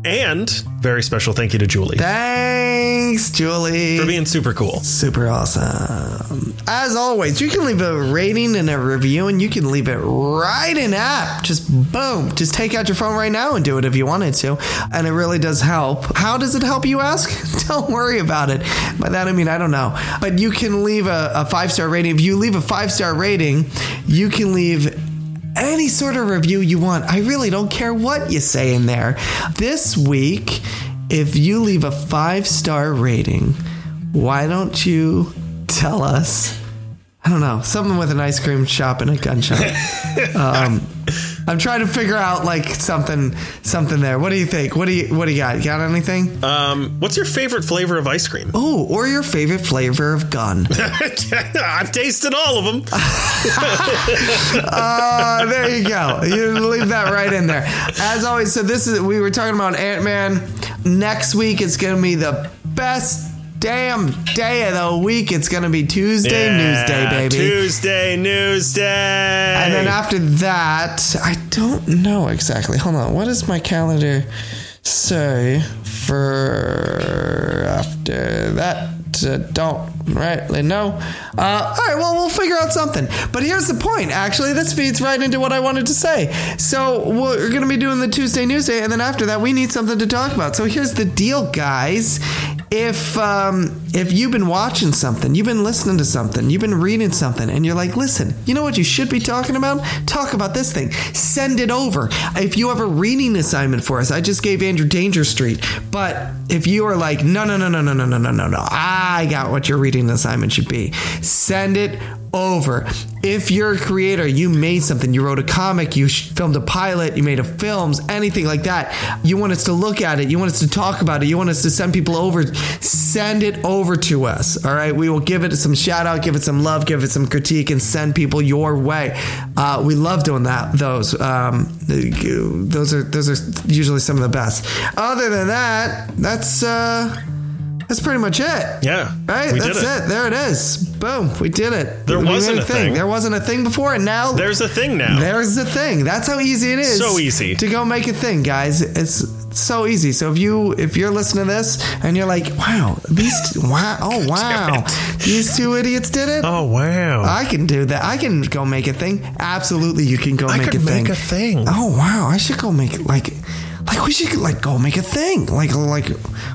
Speaker 1: And very special thank you to Julie
Speaker 2: Thanks, Julie.
Speaker 1: for being super cool.
Speaker 2: Super awesome. As always, you can leave a rating and a review, and you can leave it right in app. Just boom. Just take out your phone right now and do it if you wanted to. And it really does help. How does it help, you ask? don't worry about it. By that, I mean, I don't know. But you can leave a, a five star rating. If you leave a five star rating, you can leave any sort of review you want. I really don't care what you say in there. This week, if you leave a five star rating, why don't you tell us? I don't know, something with an ice cream shop and a gun shop. um, I'm trying to figure out like something, something there. What do you think? What do you, what do you got? You got anything?
Speaker 1: Um, what's your favorite flavor of ice cream?
Speaker 2: oh, or your favorite flavor of gun?
Speaker 1: I've tasted all of them.
Speaker 2: Uh, there you go. You leave that right in there. As always, so this is we were talking about Ant Man. Next week it's gonna be the best damn day of the week. It's gonna be Tuesday news day,
Speaker 1: Yeah,
Speaker 2: baby.
Speaker 1: Tuesday news day.
Speaker 2: And then after that, I don't know exactly. Hold on, what does my calendar say for after that? Uh, don't rightly know. Uh, all right, well, we'll figure out something. But here's the point. Actually, this feeds right into what I wanted to say. So we're going to be doing the Tuesday Newsday, and then after that, we need something to talk about. So here's the deal, guys if um, if you've been watching something, you've been listening to something, you've been reading something, and you're like, listen, you know what you should be talking about? Talk about this thing. Send it over. If you have a reading assignment for us, I just gave Andrew Danger Street. But if you are like, no, no, no, no, no, no, no, no, no, no, I got what your reading assignment should be. Send it over. If you're a creator, you made something, you wrote a comic, you sh- filmed a pilot, you made a films, anything like that, you want us to look at it, you want us to talk about it, you want us to send people over, send it over to us. All right, we will give it some shout out, give it some love, give it some critique, and send people your way. Uh, we love doing that. Those, um, those are those are usually some of the best. Other than that, that's uh, that's pretty much it.
Speaker 1: yeah,
Speaker 2: Right,
Speaker 1: we
Speaker 2: that's
Speaker 1: did it.
Speaker 2: it. There it is. Boom, we did it.
Speaker 1: There
Speaker 2: We
Speaker 1: wasn't
Speaker 2: made
Speaker 1: a thing.
Speaker 2: There wasn't a thing before, and now
Speaker 1: There's a thing now.
Speaker 2: there's the thing. That's how easy it is.
Speaker 1: So easy.
Speaker 2: to go make a thing, guys. It's so easy. So if you if you're listening to this and you're like, wow, these two, wow, oh wow, these two idiots did it.
Speaker 1: Oh wow!
Speaker 2: I can do that. I can go make a thing. Absolutely, you can go
Speaker 1: I
Speaker 2: make
Speaker 1: could
Speaker 2: a thing.
Speaker 1: make a thing.
Speaker 2: Oh wow, I should go make like like we should like go make a thing. Like like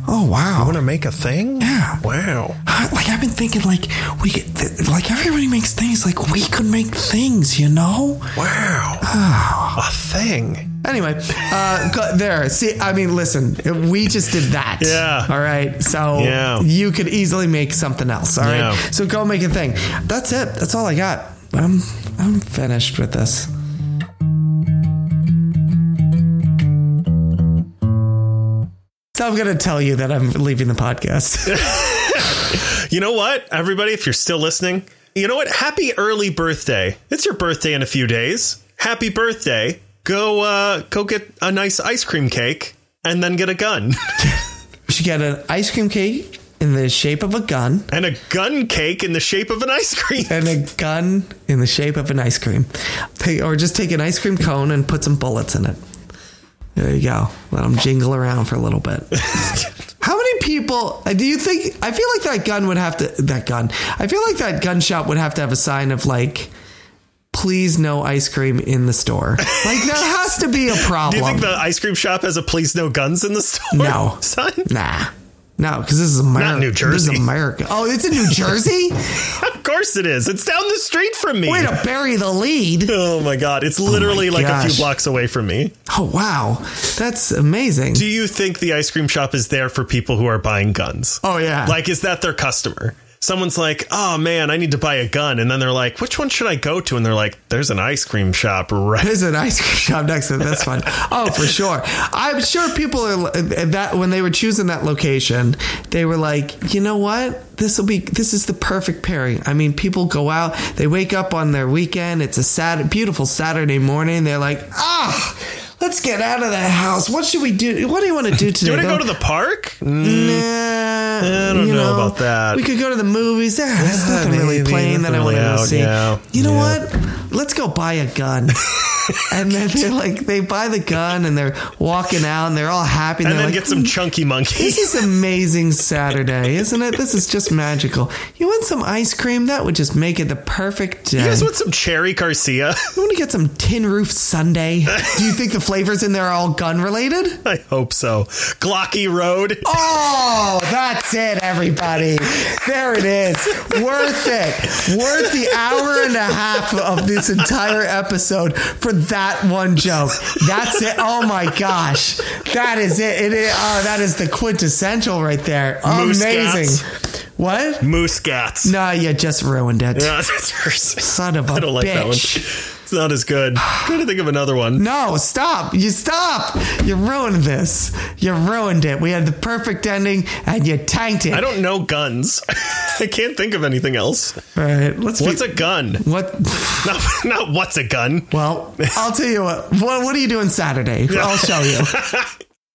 Speaker 2: oh wow.
Speaker 1: want to make a thing?
Speaker 2: Yeah.
Speaker 1: Wow.
Speaker 2: like I've been thinking, like we get, th- like everybody makes things. Like we could make things, you know.
Speaker 1: Wow. A thing.
Speaker 2: Anyway, uh, go, there. See, I mean, listen, we just did that.
Speaker 1: Yeah.
Speaker 2: All right. So
Speaker 1: Yeah.
Speaker 2: you could easily make something else. All right.
Speaker 1: Yeah.
Speaker 2: So go make a thing. That's it. That's all I got. I'm I'm finished with this. So I'm gonna tell you that I'm leaving the podcast.
Speaker 1: You know what, everybody, if you're still listening, you know what? Happy early birthday. It's your birthday in a few days. Happy birthday. Go uh go get a nice ice cream cake and then get a gun.
Speaker 2: we should get an ice cream cake in the shape of a gun.
Speaker 1: and a gun cake in the shape of an ice cream.
Speaker 2: and a gun in the shape of an ice cream. Take- or just take an ice cream cone and put some bullets in it. There you go. Let them jingle around for a little bit. How many people uh, do you think? I feel like that gun would have to, that gun, I feel like that gun shop would have to have a sign of like, please no ice cream in the store. Like, there has to be a
Speaker 1: Do
Speaker 2: problem.
Speaker 1: you think the ice cream shop has a please no guns in the store?
Speaker 2: No.
Speaker 1: Son?
Speaker 2: nah. No, because this is America.
Speaker 1: New
Speaker 2: This
Speaker 1: Jersey.
Speaker 2: is America. Oh, it's in New Jersey?
Speaker 1: Of course it is. It's down the street from me.
Speaker 2: Way to bury the lead.
Speaker 1: Oh my god, it's literally like a
Speaker 2: Oh gosh.
Speaker 1: few blocks away from me.
Speaker 2: Oh, wow. That's amazing.
Speaker 1: Do you think the ice cream shop is there for people who are buying guns?
Speaker 2: Oh, yeah.
Speaker 1: Like, is that their customer? Someone's like, oh man, I need to buy a gun. And then they're like, which one should I go to? And they're like, there's an ice cream shop right.
Speaker 2: There's an ice cream shop next to it. That's fun. Oh, for sure. I'm sure people are that when they were choosing that location, they were like, you know what? This will be this is the perfect pairing. I mean, people go out, they wake up on their weekend. It's a sad, beautiful Saturday morning. They're like, ah, let's get out of the house. What should we do? What do you want to do
Speaker 1: Do
Speaker 2: today?
Speaker 1: you want to go
Speaker 2: They'll-
Speaker 1: to the park? Mm,
Speaker 2: Nah,
Speaker 1: I don't know about that.
Speaker 2: We could go to the movies. Ah, there's
Speaker 1: Ah,
Speaker 2: nothing really
Speaker 1: maybe,
Speaker 2: playing that I
Speaker 1: nothing
Speaker 2: want to
Speaker 1: really
Speaker 2: go
Speaker 1: out,
Speaker 2: see.
Speaker 1: yeah.
Speaker 2: You know
Speaker 1: Yeah.
Speaker 2: what? Let's go buy a gun. and then they like they buy the gun and they're walking out and they're all happy and,
Speaker 1: and
Speaker 2: they're
Speaker 1: then
Speaker 2: like,
Speaker 1: get some chunky monkey.
Speaker 2: This is amazing Saturday, isn't it? This is just magical. You want some ice cream? That would just make it the perfect day.
Speaker 1: You guys want some cherry Garcia?
Speaker 2: You want to get some tin roof Sunday? Do you think the flavors in there are all gun related?
Speaker 1: I hope so. Glocky Road.
Speaker 2: Oh, that's it, everybody. There it is. Worth it. Worth the hour and a half of this entire episode for that one joke. That's it. Oh my gosh. That is it. It is, oh, that is the quintessential right there.
Speaker 1: Moose
Speaker 2: Amazing. What?
Speaker 1: Moose Gats.
Speaker 2: No, you just ruined it.
Speaker 1: Yeah, that's hers.
Speaker 2: Son of a
Speaker 1: I don't like that one.
Speaker 2: bitch.
Speaker 1: It's not as good. Trying to think of another one.
Speaker 2: No, stop. You stop. You ruined this. You ruined it. We had the perfect ending and you tanked it.
Speaker 1: I don't know guns. I can't think of anything else.
Speaker 2: All right. Let's
Speaker 1: What's
Speaker 2: be-
Speaker 1: a gun?
Speaker 2: What?
Speaker 1: Not, not what's a gun.
Speaker 2: Well, I'll tell you what. What, what are you doing Saturday? I'll show you.